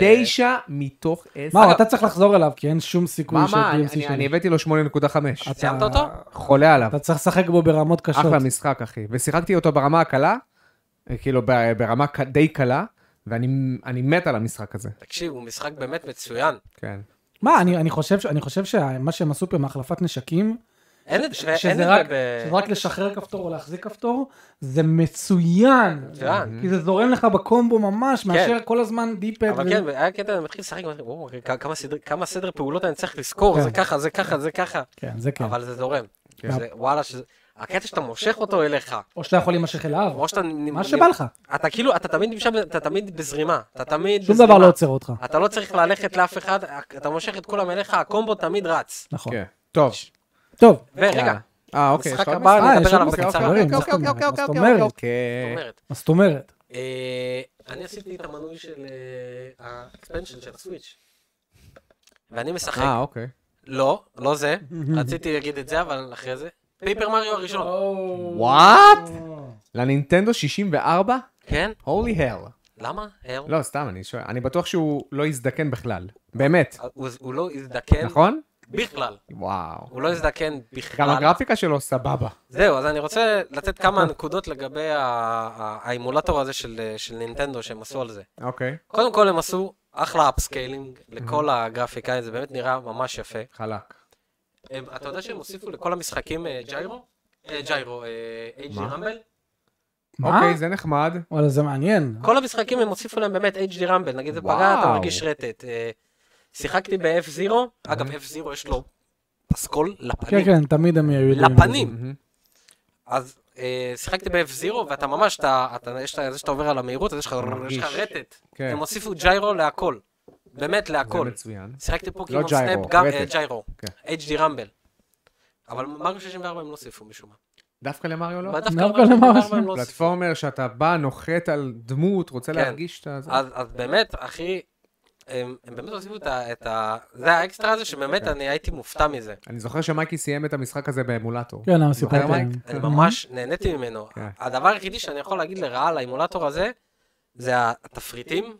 S3: תשע מתוך עשר.
S1: מאור, אתה צריך לחזור אליו, כי אין שום סיכוי
S3: מה, מה, אני-
S1: ש-DMC
S3: אני-
S1: שלו.
S3: אני הבאתי לו 8.5.
S1: אתה-
S2: סיימת אותו?
S3: חולה עליו.
S1: אתה צריך לשחק בו ברמות קשות.
S3: אחלה משחק, אחי. ושיחקתי אותו ברמה הקלה, אה, כאילו ב- ברמה ק- די קלה, ואני אני מת על המשחק הזה.
S2: תקשיב, הוא משחק באמת מצוין.
S3: כן.
S1: מה, אני אני חושב ש- אני חושב שמה שהם עשו פה עם החלפת נשקים,
S2: אין את זה, אין את
S1: שזה
S2: זה
S1: רק-
S2: ב...
S1: שזה רק לשחרר כפתור או להחזיק כפתור, זה מצוין.
S2: מצוין.
S1: כי זה זורם לך בקומבו ממש,
S3: כן.
S1: מאשר כל הזמן דיפד.
S2: אבל
S1: ו-
S2: כן, היה קטע, אני מתחיל לשחק, ואומר, וואו, כ- כמה סדר- כמה סדר פעולות אני צריך לזכור,
S1: כן.
S2: זה ככה, זה ככה, זה ככה,
S1: כן, זה כן.
S2: אבל זה זורם.
S3: כן.
S2: זה- וואלה, שזה- הקטע שאתה מושך אותו אליך,
S1: או שאתה יכול להימשך אליו,
S2: או שאתה... נ-
S1: מה
S2: נ-
S1: שבא לך.
S2: אתה כאילו, אתה תמיד נמשל, אתה תמיד בזרימה, אתה תמיד
S1: שום
S2: בזרימה.
S1: דבר לא עוצר אותך.
S2: אתה לא צריך ללכת לאף אחד, אתה מושך את כולם אליך, הקומבו תמיד רץ.
S1: נכון.
S3: כן. טוב.
S1: טוב,
S2: ורגע,
S3: יאללה. אה, אוקיי.
S2: משחק
S3: יש לך עוד
S2: הבא,
S3: משחק?
S2: אני
S1: אה,
S2: אדבר
S1: יש עוד
S2: עליו
S1: משחק,
S2: בקצרה.
S1: חברים,
S3: אוקיי,
S1: מה זאת
S3: אוקיי,
S1: אומרת?
S3: אוקיי,
S1: מה זאת
S3: אוקיי,
S1: אומרת?
S2: זאת
S3: אוקיי.
S2: אומרת,
S1: מה זאת אומרת?
S2: אה, אני עשיתי את המנוי של אה, האקספנשן של הסוויץ', ואני משחק.
S3: אה, אוקיי.
S2: לא, לא זה. רציתי להגיד את זה, אבל אחרי זה. פייפר מריו
S3: לא.
S2: הראשון.
S3: וואט? לנינטנדו 64?
S2: כן?
S3: הולי הל.
S2: למה? אה, הוא-
S3: לא, סתם, אני שואל. אני בטוח שהוא לא יזדקן בכלל. באמת.
S2: הוא- הוא לא הזדקן
S3: נכון?
S2: בכלל.
S3: וואו.
S2: הוא לא הזדקן
S3: גם
S2: בכלל.
S3: הגרפיקה שלו סבבה.
S2: זהו, אז אני רוצה לתת כמה נקודות לגבי ה- ה- האימולטור הזה של אה, של נינטנדו שהם עשו על זה.
S3: אוקיי.
S2: קודם כל, הם עשו אחלה אפסקיילינג לכל הגרפיקה, זה באמת נראה ממש יפה.
S3: חלק.
S2: הם- אתה יודע שהם הוסיפו לכל המשחקים אה, ג'יירו? אה, ג'יירו, אה, HD
S3: מה?
S2: רמבל?
S1: מה?
S3: אוקיי, זה נחמד.
S1: וואלה, זה מעניין.
S2: כל המשחקים הם הוסיפו להם באמת HD רמבל, נגיד זה פגע,
S3: וואו.
S2: אתה מרגיש רטט. אה, שיחקתי ב-F0, אגב, F0 יש לו פסקול
S1: כן,
S2: לפנים.
S1: כן, תמיד הם יהיו ידועים.
S2: לפנים.
S3: מהמם.
S2: אז אה, שיחקתי ב-F0, ואתה ממש, אתה, אתה, יש את זה שאתה עובר על המהירות, אז יש לך יש לך
S3: מרגיש.
S2: רטט.
S3: כן.
S2: הם הוסיפו ג'יירו להכל. באמת
S3: זה
S2: להכל.
S3: מצוין.
S2: שיחקתי פוקימון
S3: לא ג'יירו,
S2: סנאפ, גם
S3: רטט.
S2: אה, ג'יירו,
S3: כן.
S2: HD רמבל. אבל מריו 64 הם לא הוסיפו משום מה.
S3: דווקא למריו לא?
S2: אבל דווקא
S1: דווקא
S2: מריו
S1: למריו
S2: 64 הם לא הוסיפו.
S3: פלטפורמר שאתה בא, נוחת על דמות, רוצה
S2: כן.
S3: להרגיש את זה.
S2: אז, אז באמת, אחי, הם, הם באמת הוסיפו את ה... את ה... זה האקסטרה הזה, שבאמת
S3: כן.
S2: אני הייתי מופתע מזה.
S3: אני זוכר שמייקי סיים את המשחק הזה באמולטור.
S1: כן, למה
S3: זוכר,
S1: סיפרתם?
S3: מייק?
S2: אני ממש נהניתי ממנו.
S3: כן.
S2: הדבר היחידי שאני יכול להגיד לרעה על האימולטור הזה, זה התפריטים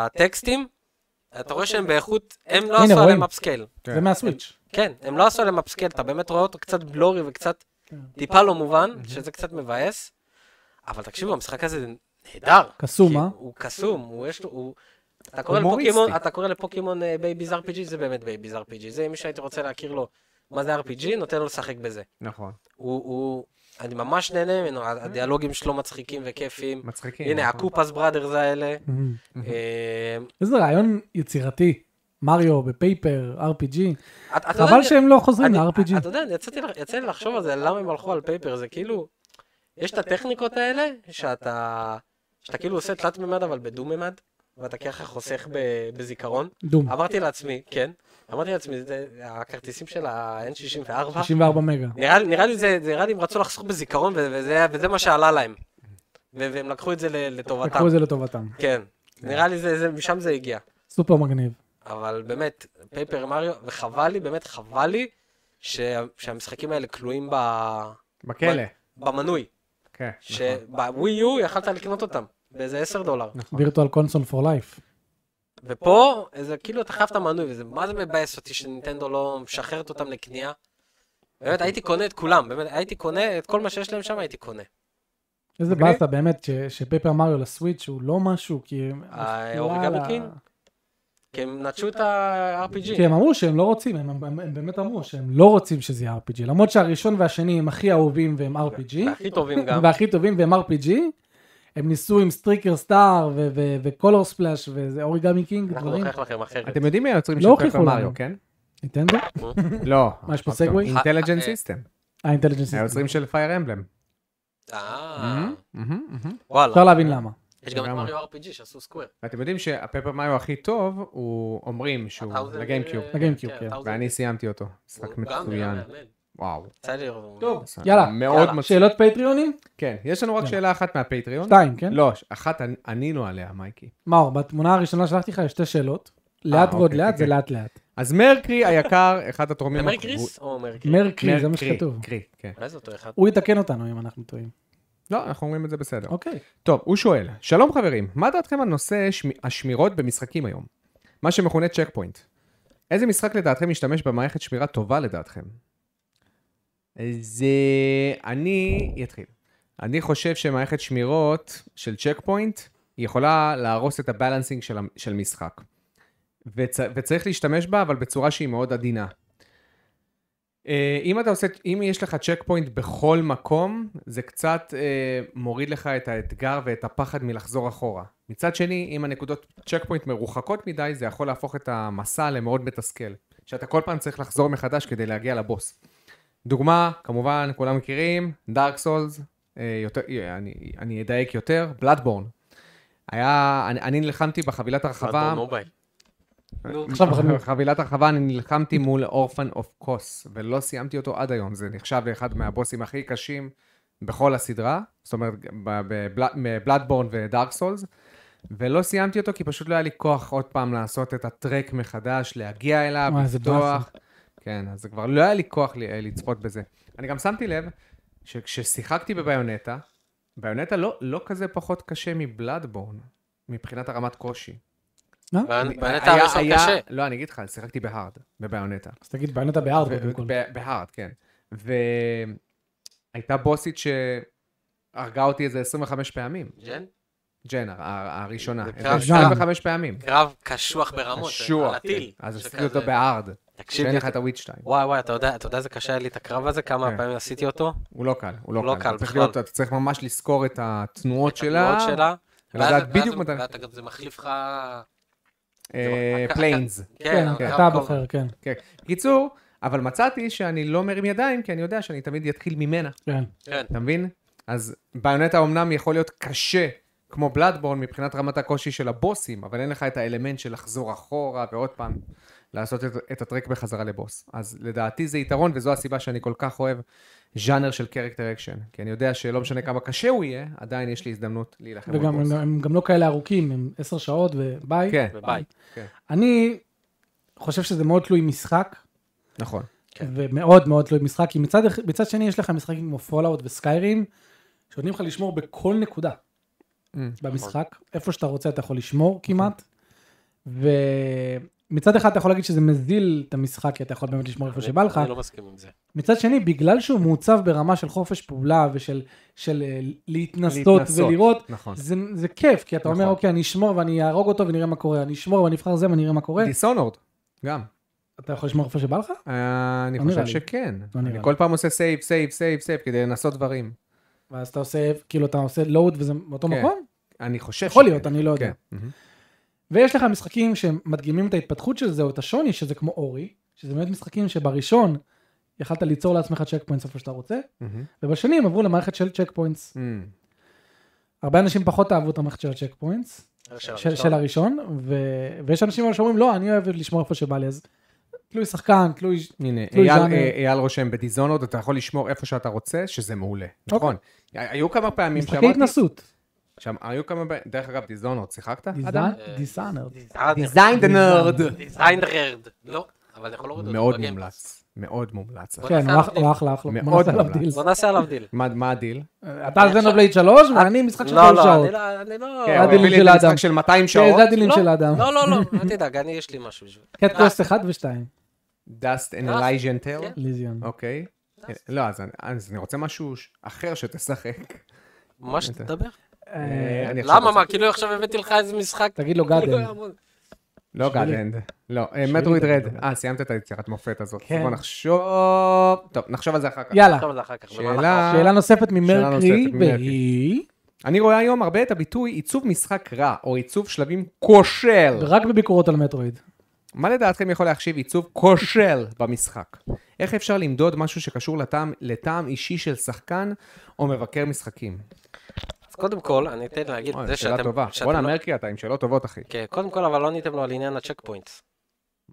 S2: והטקסטים. אתה רואה שהם באיכות, הם
S1: הנה,
S2: לא עשו עליהם
S1: רואים.
S2: אפסקייל.
S1: זה מהסוויץ'.
S2: כן, הם לא עשו עליהם אפסקייל, אתה באמת רואה אותו קצת בלורי וקצת
S1: כן.
S2: טיפה לא מובן, שזה קצת מבאס. אבל תקשיבו, המשחק הזה נהדר.
S1: קסום,
S2: כי
S1: אה?
S2: הוא קסום, הוא יש לו, הוא... אתה קורא
S3: הומוריסטי.
S2: לפוקימון, אתה קורא לפוקימון אה, בייביז RPG, זה באמת בייביז RPG. זה מי שהייתי רוצה להכיר לו מה זה RPG, נותן לו לשחק בזה.
S3: נכון.
S2: הוא, הוא, אני ממש נהנה ממנו, ה- הדיאלוגים שלו מצחיקים וכיפים.
S3: מצחיקים.
S2: הנה,
S3: נכון.
S2: הקופס בראדרס האלה.
S1: מהמם.
S2: אה,
S1: איזה רעיון יצירתי. מריו בפייפר, RPG.
S2: את- אתה יודע,
S1: חבל
S2: אני-
S1: שהם לא חוזרים
S2: אני-
S1: ל-RPG.
S2: אתה יודע, אני יצאתי לח- יצא לי לחשוב על זה, למה הם הלכו על פייפר, זה כאילו, יש את הטכניקות האלה, שאתה, שאתה כאילו עושה תלת מימד אבל בדו-מימד, ואתה ככה חוסך ב- בזיכרון.
S1: דום.
S2: אמרתי לעצמי, כן, אמרתי לעצמי, זה- הכרטיסים של ה-N64,
S1: 64 מגה.
S2: נראה, לי- נראה לי זה, זה נראה לי הם רצו לחסוך בזיכרון, ו- וזה, וזה מה שעלה להם. ו- והם לקחו את זה ל- לטובתם.
S1: לקחו את זה לטובתם.
S2: כן, נראה לי זה, זה, משם זה הגיע.
S1: סופר מגניב.
S2: אבל באמת, פייפר מריו, וחבל לי, באמת חבל לי, שה, שהמשחקים האלה כלואים ב,
S3: בכלא.
S2: במנוי.
S3: כן. נכון.
S2: שבווי יו יכלת לקנות אותם, באיזה 10 דולר.
S3: נכון.
S1: וירטואל קונסול פור לייף.
S2: ופה, זה כאילו אתה חייב את המנוי, וזה מה זה מבאס אותי שנינטנדו לא משחררת אותם לקנייה. באמת, הייתי קונה את כולם, באמת, הייתי קונה את כל מה שיש להם שם, הייתי קונה.
S1: איזה
S2: אוקיי.
S3: מגניב.
S1: באסה באמת ש- שפייפר מריו לסוויץ' הוא לא משהו, כי... הם-
S2: אה,
S1: בכלל
S2: אוריגמי
S1: ה-
S2: קינג? כי הם נטשו את ה-RPG.
S1: כי הם אמרו שהם לא רוצים, הם- הם הם באמת אמרו שהם לא רוצים שזה יהיה RPG. למרות שהראשון והשני הם הכי אהובים והם RPG,
S2: והכי טובים גם.
S1: והכי טובים והם RPG, הם ניסו עם סטריקר סטאר וקולור ספלאש וזה אוריגמי קינג,
S2: אנחנו
S1: דברים.
S2: נוכיח לכם אחרת.
S3: אתם יודעים מי היוצרים
S1: לא
S3: של
S1: הוכיחו
S3: פפר מריו,
S1: לנו.
S3: כן?
S1: ניטנדו?
S3: לא.
S1: מה, יש פה סגווי?
S3: אינטליג'נט
S2: אה, אה.
S3: סיסטם.
S1: האינטליג'נס.
S3: היוצרים של פייר אמבלם.
S2: אה,
S1: אפשר
S2: וואלה.
S1: להבין למה.
S2: יש גם את
S3: לגמרי.
S2: מריו RPG שעשו סקוויר.
S3: ואתם יודעים שהפפר מריו הכי טוב, הוא אומרים שהוא
S2: הטאוזנד,
S3: לגיימקיוב.
S2: אה,
S1: לגיימקיוב, כן.
S2: הטאוזנד.
S3: ואני סיימתי אותו. משחק
S2: הוא גם
S3: מצוין.
S2: נראה מהמם.
S3: וואו.
S2: יצא לי לראות.
S1: טוב,
S3: עשה-
S1: יאללה.
S3: מאוד
S2: יאללה.
S3: מצחיק.
S1: שאלות פטריונים?
S3: כן, יש לנו רק
S1: יאללה.
S3: שאלה אחת מהפטריון.
S1: שתיים, כן?
S3: לא, ש- אחת ענ- ענינו עליה, מייקי.
S1: מאור, בתמונה הראשונה שלחתי לך יש שתי שאלות. לאט
S3: אוקיי,
S1: ועוד
S3: כן,
S1: לאט זה
S3: כן.
S1: לאט לאט.
S3: אז מרקרי היקר, אחד
S2: זה
S3: התורמים...
S2: מרקריס או מרקריס?
S1: מרקרי, זה מה
S3: מרקרי,
S1: שכתוב.
S3: כן, קרי, כן.
S2: אולי זה אותו אחד.
S1: הוא יתקן אותנו אם אנחנו טועים.
S3: לא, אנחנו אומרים את זה בסדר.
S1: אוקיי.
S3: טוב, הוא שואל, שלום חברים, מה דעתכם על נושא שמ- השמירות במשחקים היום? מה שמכונה צ'ק פוינט. איזה משחק לדעתכם משתמש במערכת שמירה טובה לדעתכם? זה... אני אתחיל. אני חושב שמערכת שמירות של צ'ק פוינט היא יכולה להרוס את הבלנסינג של, המ- של משחק. וצ... וצריך להשתמש בה, אבל בצורה שהיא מאוד עדינה. אה, אם אתה עושה, אם יש לך צ'ק פוינט בכל מקום, זה קצת אה, מוריד לך את האתגר ואת הפחד מלחזור אחורה. מצד שני, אם הנקודות צ'ק פוינט מרוחקות מדי, זה יכול להפוך את המסע למאוד מתסכל. שאתה כל פעם צריך לחזור מחדש כדי להגיע לבוס. דוגמה, כמובן, כולם מכירים, דארק סולס, אה, יותר, אה, אני, אני אדייק יותר, בלאדבורן. היה, אני, אני נלחמתי בחבילת הרחבה,
S2: אדמון מובייל. נו,
S1: עכשיו בחנות.
S3: חבילת הרחבה, אני נלחמתי מול אורפן אוף קוס, ולא סיימתי אותו עד היום. זה נחשב לאחד מהבוסים הכי קשים בכל הסדרה, זאת אומרת, בבלאדבורן ודארק סולס, ולא סיימתי אותו כי פשוט לא היה לי כוח עוד פעם לעשות את הטרק מחדש, להגיע אליו,
S1: וואי, זה
S3: לפתוח. כן, אז זה כבר לא היה לי כוח ל- לצפות בזה. אני גם שמתי לב שכששיחקתי בביונטה, ביונטה לא, לא כזה פחות קשה מבלאדבורן, מבחינת הרמת קושי.
S2: בעיון- בעיונת
S3: היה-
S2: הראשון
S3: היה-
S2: קשה.
S3: לא, אני אגיד לך, שיחקתי בהארד, בביונטה.
S1: אז תגיד, בעיון אתה בארד
S2: אוקיי,
S3: ו-
S1: קודם כל.
S3: ב- בהארד, כן. והייתה בוסית שהרגה אותי איזה 25 פעמים,
S2: ג'ן?
S3: ג'ן, הר- הר- הראשונה.
S2: זה
S3: איזה
S2: קרב.
S3: 25 פעמים.
S2: קרב קשוח ברמות.
S3: קשוח,
S2: על הטיל.
S3: כן. אז עשיתי
S2: שכזה-
S3: אותו בהארד,
S2: תקשיב,
S3: שאין
S2: לי,
S3: לך את הוויץ' 2.
S2: וואי וואי, אתה יודע, אתה יודע איזה קשה היה לי את הקרב הזה? כמה
S3: כן.
S2: פעמים עשיתי אותו?
S3: הוא לא קל, הוא
S2: הוא לא
S3: לא
S2: קל
S3: קל. אתה צריך
S2: בכלל.
S3: להיות- אתה צריך ממש לזכור את התנועות שלה.
S2: התנועות שלה.
S3: ולדעת
S2: ואז-
S3: לא בדיוק
S2: ואז-
S3: מתי-
S2: ואתה גם זה מחליף לך...
S3: אה,
S2: זה-
S3: פליינס.
S1: כן,
S2: הקרב
S1: אתה
S2: כל-
S1: בוחר, כן.
S3: כן. בקיצור, אבל מצאתי שאני לא מרים ידיים, כי אני יודע שאני תמיד אתחיל ממנה.
S1: כן.
S2: כן.
S3: אתה מבין? אז ביונטה אומנם יכול להיות קשה כמו בלאדבורן מבחינת רמת הקושי של הבוסים, אבל אין לך את האלמנט של לחזור אחורה ועוד פעם לעשות את, את הטרק בחזרה לבוס. אז לדעתי זה יתרון וזו הסיבה שאני כל כך אוהב ז'אנר של קרקטר אקשן, כי אני יודע שלא משנה כמה קשה הוא יהיה, עדיין יש לי הזדמנות להילחם
S1: וגם
S3: בבוס.
S1: הם- הם גם לא כאלה ארוכים, הם עשר שעות וביי.
S3: כן,
S2: וביי.
S1: אני חושב שזה מאוד תלוי משחק,
S3: נכון.
S2: כן.
S1: ומאוד מאוד תלוי משחק, כי מצד, אח- מצד שני יש לך משחקים כמו פולאאוט וסקיירים, שנותנים לך לשמור בכל נקודה אה,
S3: Mm.
S1: במשחק, איפה שאתה רוצה אתה יכול לשמור
S3: נכון.
S1: כמעט, ומצד אחד אתה יכול להגיד שזה מזיל את המשחק, כי אתה יכול באמת לשמור איפה שבא לך,
S2: אני לא מסכים עם זה.
S1: מצד שני, בגלל שהוא מעוצב ברמה של חופש פעולה ושל של, אה, להתנסות
S3: להתנסות,
S1: ולראות,
S3: נכון.
S1: זה, זה כיף, כי אתה אומר,
S3: נכון.
S1: אוקיי, אני אשמור ואני אהרוג אותו ונראה מה קורה, אני אשמור ואני אבחר זה ואני אראה מה קורה,
S3: דיסונורד, גם.
S1: אתה יכול לשמור איפה שבא לך?
S3: אה, אני
S1: לא נראה
S3: חושב
S1: לי.
S3: שכן.
S1: לא נראה
S3: אני
S1: לי.
S3: כל פעם עושה סייב, סייב, סייב, סייב, כדי לנסות דברים.
S1: ואז אתה עושה, כאילו אתה עושה לואוד וזה באותו
S3: כן.
S1: מקום?
S3: אני חושב
S1: יכול
S3: שכן.
S1: להיות, אני לא יודע.
S3: כן. מהמם.
S1: ויש לך משחקים שמדגימים את ההתפתחות של זה או את השוני, שזה כמו אורי, שזה באמת משחקים שבראשון יכלת ליצור לעצמך צ'ק פוינטס איפה שאתה רוצה,
S3: מהמם.
S1: ובשני הם עברו למערכת של צ'ק פוינטס.
S3: מהמם.
S1: הרבה אנשים פחות אהבו את המערכת של הצ'ק פוינטס, של, של הראשון, ו... ויש אנשים אבל שאומרים לא, אני אוהב לשמור איפה שבא לי, אז תלוי שחקן, תלוי...
S3: הנה,
S1: תלוי
S3: אייל-
S1: ז'אנר.
S3: אה, אייל רושם, בדיזונורד אתה יכול לשמור איפה שאתה רוצה, שזה מעולה. נכון. היו כמה פעמים
S1: אוקיי. משחקי
S3: שאמרתי...
S1: התנסות.
S3: שם- היו כמה... פעמים- דרך אגב, דיזונורד, שיחקת?
S2: אה,
S1: דיסאנרד.
S3: דיזיינדנרד.
S2: דיזיינדרד. לא, אבל אני יכול להוריד אותו.
S3: מאוד
S2: בגיימפאס.
S3: מומלץ. מאוד מומלץ.
S2: בוא
S1: כן,
S2: נעשה
S1: הוא אח-
S2: עליו דיל.
S1: הוא אחלה, אחלה.
S3: מאוד
S1: בוא נעשה עליו
S3: מומלץ.
S1: דיל.
S2: בוא נעשה עליו דיל.
S3: מה- מה
S2: אה,
S3: הדיל? כן,
S1: אתה על זנובלייד 3 ואני משחק של
S2: לא,
S1: שלוש
S2: לא,
S1: שעות.
S2: אני לא- אני לא...
S3: כן, הוא
S1: הדילים
S3: הביא לי
S1: של
S3: את המשחק
S1: האדם.
S3: של 200
S1: כן,
S3: שעות.
S1: זה הדילים
S2: לא,
S1: של האדם.
S2: לא, לא, לא, אל תדאג, אני יש לי משהו בשביל...
S1: קט קווסט 1 ו-2,
S3: Dust and
S2: אה,
S3: Elysian Tale?
S2: כן.
S1: ליזיון.
S3: אוקיי. לא, אז אני- אז אני רוצה משהו ש- אחר שתשחק.
S2: מה שתדבר.
S1: אה,
S3: אני עכשיו
S2: למה?
S3: רוצה-
S2: מה, כאילו עכשיו הבאתי לך איזה משחק?
S1: תגיד לו גאדן.
S3: לא
S1: שבילי.
S3: גלנד. לא, אה, מטרואיד
S1: שבילי
S3: רד. אה, סיימת את היצירת מופת הזאת.
S1: כן.
S3: בוא נחשוב... טוב, נחשוב על זה אחר כך.
S1: יאללה,
S2: טוב, זה אחר כך.
S3: שאלה.
S2: במהלך האופן.
S1: שאלה נוספת ממרקרי,
S3: נוספת ממרקרי.
S1: והיא...
S3: אני רואה היום הרבה את הביטוי עיצוב משחק רע, או עיצוב שלבים כושל.
S1: רק בביקורות על מטרואיד.
S3: מה לדעתכם יכול להחשיב עיצוב כושל במשחק? איך אפשר למדוד משהו שקשור לטעם, לטעם אישי של שחקן או מבקר משחקים?
S2: אז קודם כל, אני אתן להגיד
S3: אוי,
S2: זה שאתם...
S3: שאלה טובה.
S2: שאתם
S3: בואנה,
S2: לא-
S3: מרקי אתה עם שאלות טובות, אחי.
S2: כן, קודם כל, אבל לא עניתם לו על עניין הצ'ק פוינטס.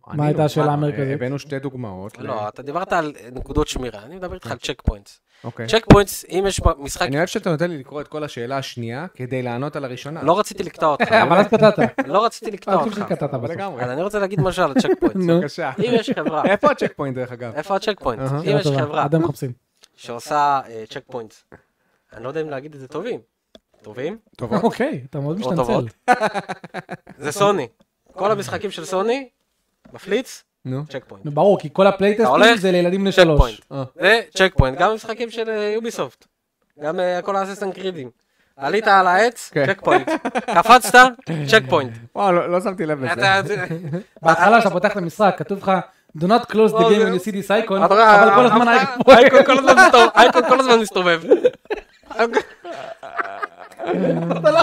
S3: ענינו,
S1: הייתה השאלה
S3: מה,
S1: המרכזית?
S3: אה, הבאנו שתי דוגמאות. ל-
S2: לא, אתה דיברת על נקודות שמירה, אני מדבר איתך על צ'ק פוינטס.
S3: אוקיי.
S2: צ'ק פוינטס, אם יש פה משחק...
S3: אני אוהב שאתה נותן לי לקרוא את כל השאלה השנייה כדי לענות על הראשונה.
S2: לא רציתי לקטוע אותך,
S3: כן.
S1: אבל אז קטעת.
S2: לא רציתי לקטוע
S1: אה,
S2: אותך.
S1: כאילו שקטעת
S3: אבל
S1: בסוף.
S3: לגמרי.
S2: אז אני רוצה להגיד משהו על הצ'ק פוינטס.
S1: נו,
S3: בבקשה.
S2: אם יש חברה,
S3: איפה הצ'ק פוינט דרך אגב?
S2: איפה הצ'ק פוינט?
S3: כן. אהה.
S2: אם
S1: שאלה
S2: יש
S1: טובה.
S2: חברה
S1: אדם מחפשים.
S2: שעושה צ'ק פוינט, אני לא יודע אם להגיד את זה טובים. טובים?
S3: טובות.
S1: אוקיי, אתה מאוד
S2: טובות.
S1: משתנצל.
S2: זה סוני. כל המשחקים של סוני, מפליץ,
S3: נו.
S2: צ'ק פוינט.
S1: נו, ברור, כי כל הפלייטסטים
S2: הולך?
S1: זה לילדים בני
S2: צ'ק
S1: שלוש.
S2: פוינט.
S3: אה.
S2: זה צ'ק פוינט, גם המשחקים של אה, יוביסופט. גם אה, כל האססטנט קרידים. עלית על העץ,
S3: כן.
S2: צ'ק פוינט. קפצת, צ'ק פוינט.
S3: וואו, לא- לא שמתי לב לזה.
S2: אתה...
S1: בהתחלה שאתה פותח את המשחק, כתוב לך, do not close the
S2: לא,
S1: game
S2: זה-
S1: when you see this icon,
S2: אתה רואה,
S1: אבל כל הזמן
S2: אה,
S1: האייקון.
S2: האייקון כל הזמן מסתובב. האייקון כל הזמן מסתובב.
S3: לא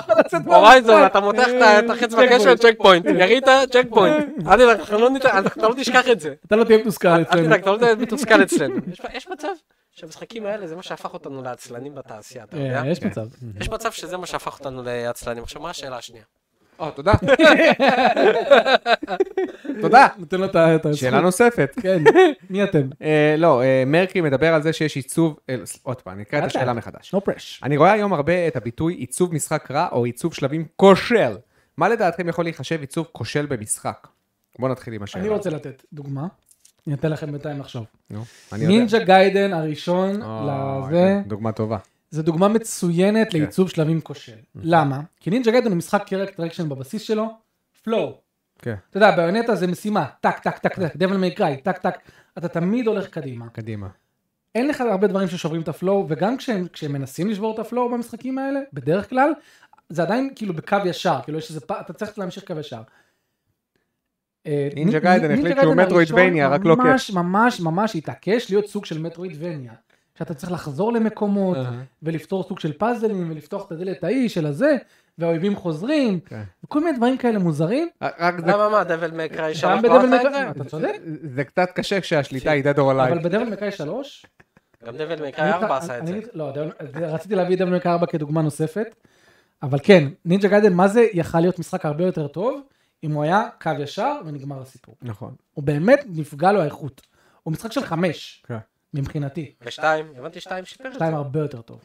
S2: הורייזון, אתה מותח את- את החץ בקשר, צ'ק פוינט. ירית, צ'ק פוינט. אל תדאג, אנחנו לא ניתן- אתה לא תשכח את זה.
S1: אתה לא תהיה מתוסכל
S2: אל
S1: אצלנו.
S2: תדאג, אתה לא תהיה מתוסכל אצלנו. יש- יש מצב שהמשחקים האלה זה מה שהפך אותנו לעצלנים בתעשייה, אתה יודע?
S1: אה, יש מצב.
S2: יש מצב שזה מה שהפך אותנו לעצלנים. עכשיו, מה השאלה השנייה?
S3: או, תודה. תודה.
S1: נותן לו את ה... את הזכות.
S3: שאלה נוספת.
S1: כן, מי אתם?
S3: אה, לא, אה, מרקי מדבר על זה שיש עיצוב, אה, ס- עוד פעם, אני אקרא את
S1: לאט
S3: השאלה
S1: לאט.
S3: מחדש.
S1: No pressure.
S3: אני רואה היום הרבה את הביטוי עיצוב משחק רע או עיצוב שלבים כושל. מה לדעתכם יכול להיחשב עיצוב כושל במשחק? בואו נתחיל עם השאלה.
S1: אני רוצה לתת דוגמה, אני אתן לכם בינתיים לחשוב.
S3: נו, אני יודע.
S1: נינג'ה גיידן הראשון
S3: אה,
S1: לזה,
S3: כן, דוגמה טובה.
S1: זה דוגמה מצוינת לעיצוב שלבים כושל. למה? כי נינג'ה גיידן הוא משחק קרקט אקשן בבסיס שלו, פלואו.
S3: כן.
S1: אתה יודע, ביונטה זה משימה, טק, טק, טק, טק, דבל מי קריי, טק, טק, אתה תמיד הולך קדימה.
S3: קדימה.
S1: אין לך הרבה דברים ששוברים את הפלואו, וגם כשהם, כשהם מנסים לשבור את הפלואו במשחקים האלה, בדרך כלל, זה עדיין כאילו בקו ישר, כאילו יש איזה פעם, אתה צריך להמשיך קו ישר. אה,
S3: נינג'ה
S1: נינ-
S3: גיידן
S1: נינג'ה
S3: החליט שהוא
S1: גיידן
S3: מטרואידבניה,
S1: הראשון
S3: רק לא כיף.
S1: ממש ממש ממש התעקש להיות סוג של מטרואידבניה. שאתה צריך לחזור למקומות,
S3: אהה.
S1: ולפתור סוג של פאזלים, ולפתוח את הדלת ההיא של הזה, והאויבים חוזרים,
S3: כן.
S1: וכל מיני דברים כאלה מוזרים.
S3: רק זה-
S2: למה מה, דבל מקראי
S1: גם
S2: שלוש? לא
S1: בדבל
S2: עשה את
S1: מקראי,
S2: זה?
S1: לא, אתה צודק,
S3: זה קצת קשה כשהשליטה היא dead or
S1: אבל
S3: alive.
S1: בדבל מקראי שלוש,
S2: גם דבל מקראי ארבע עשה את
S1: אני
S2: זה.
S1: אה, אגיד- לא, דבל- רציתי להביא דבל מקראי 4 כדוגמה נוספת, אבל כן, נינג'ה גיידן, מה זה יכל להיות משחק הרבה יותר טוב, אם הוא היה קו ישר ונגמר הסיפור.
S3: נכון.
S1: הוא באמת נפגע לו האיכות. הוא משחק של חמש,
S3: כן.
S1: מבחינתי.
S2: ושתיים, הבנתי שתיים שיפר את זה.
S1: שתיים הרבה יותר טוב.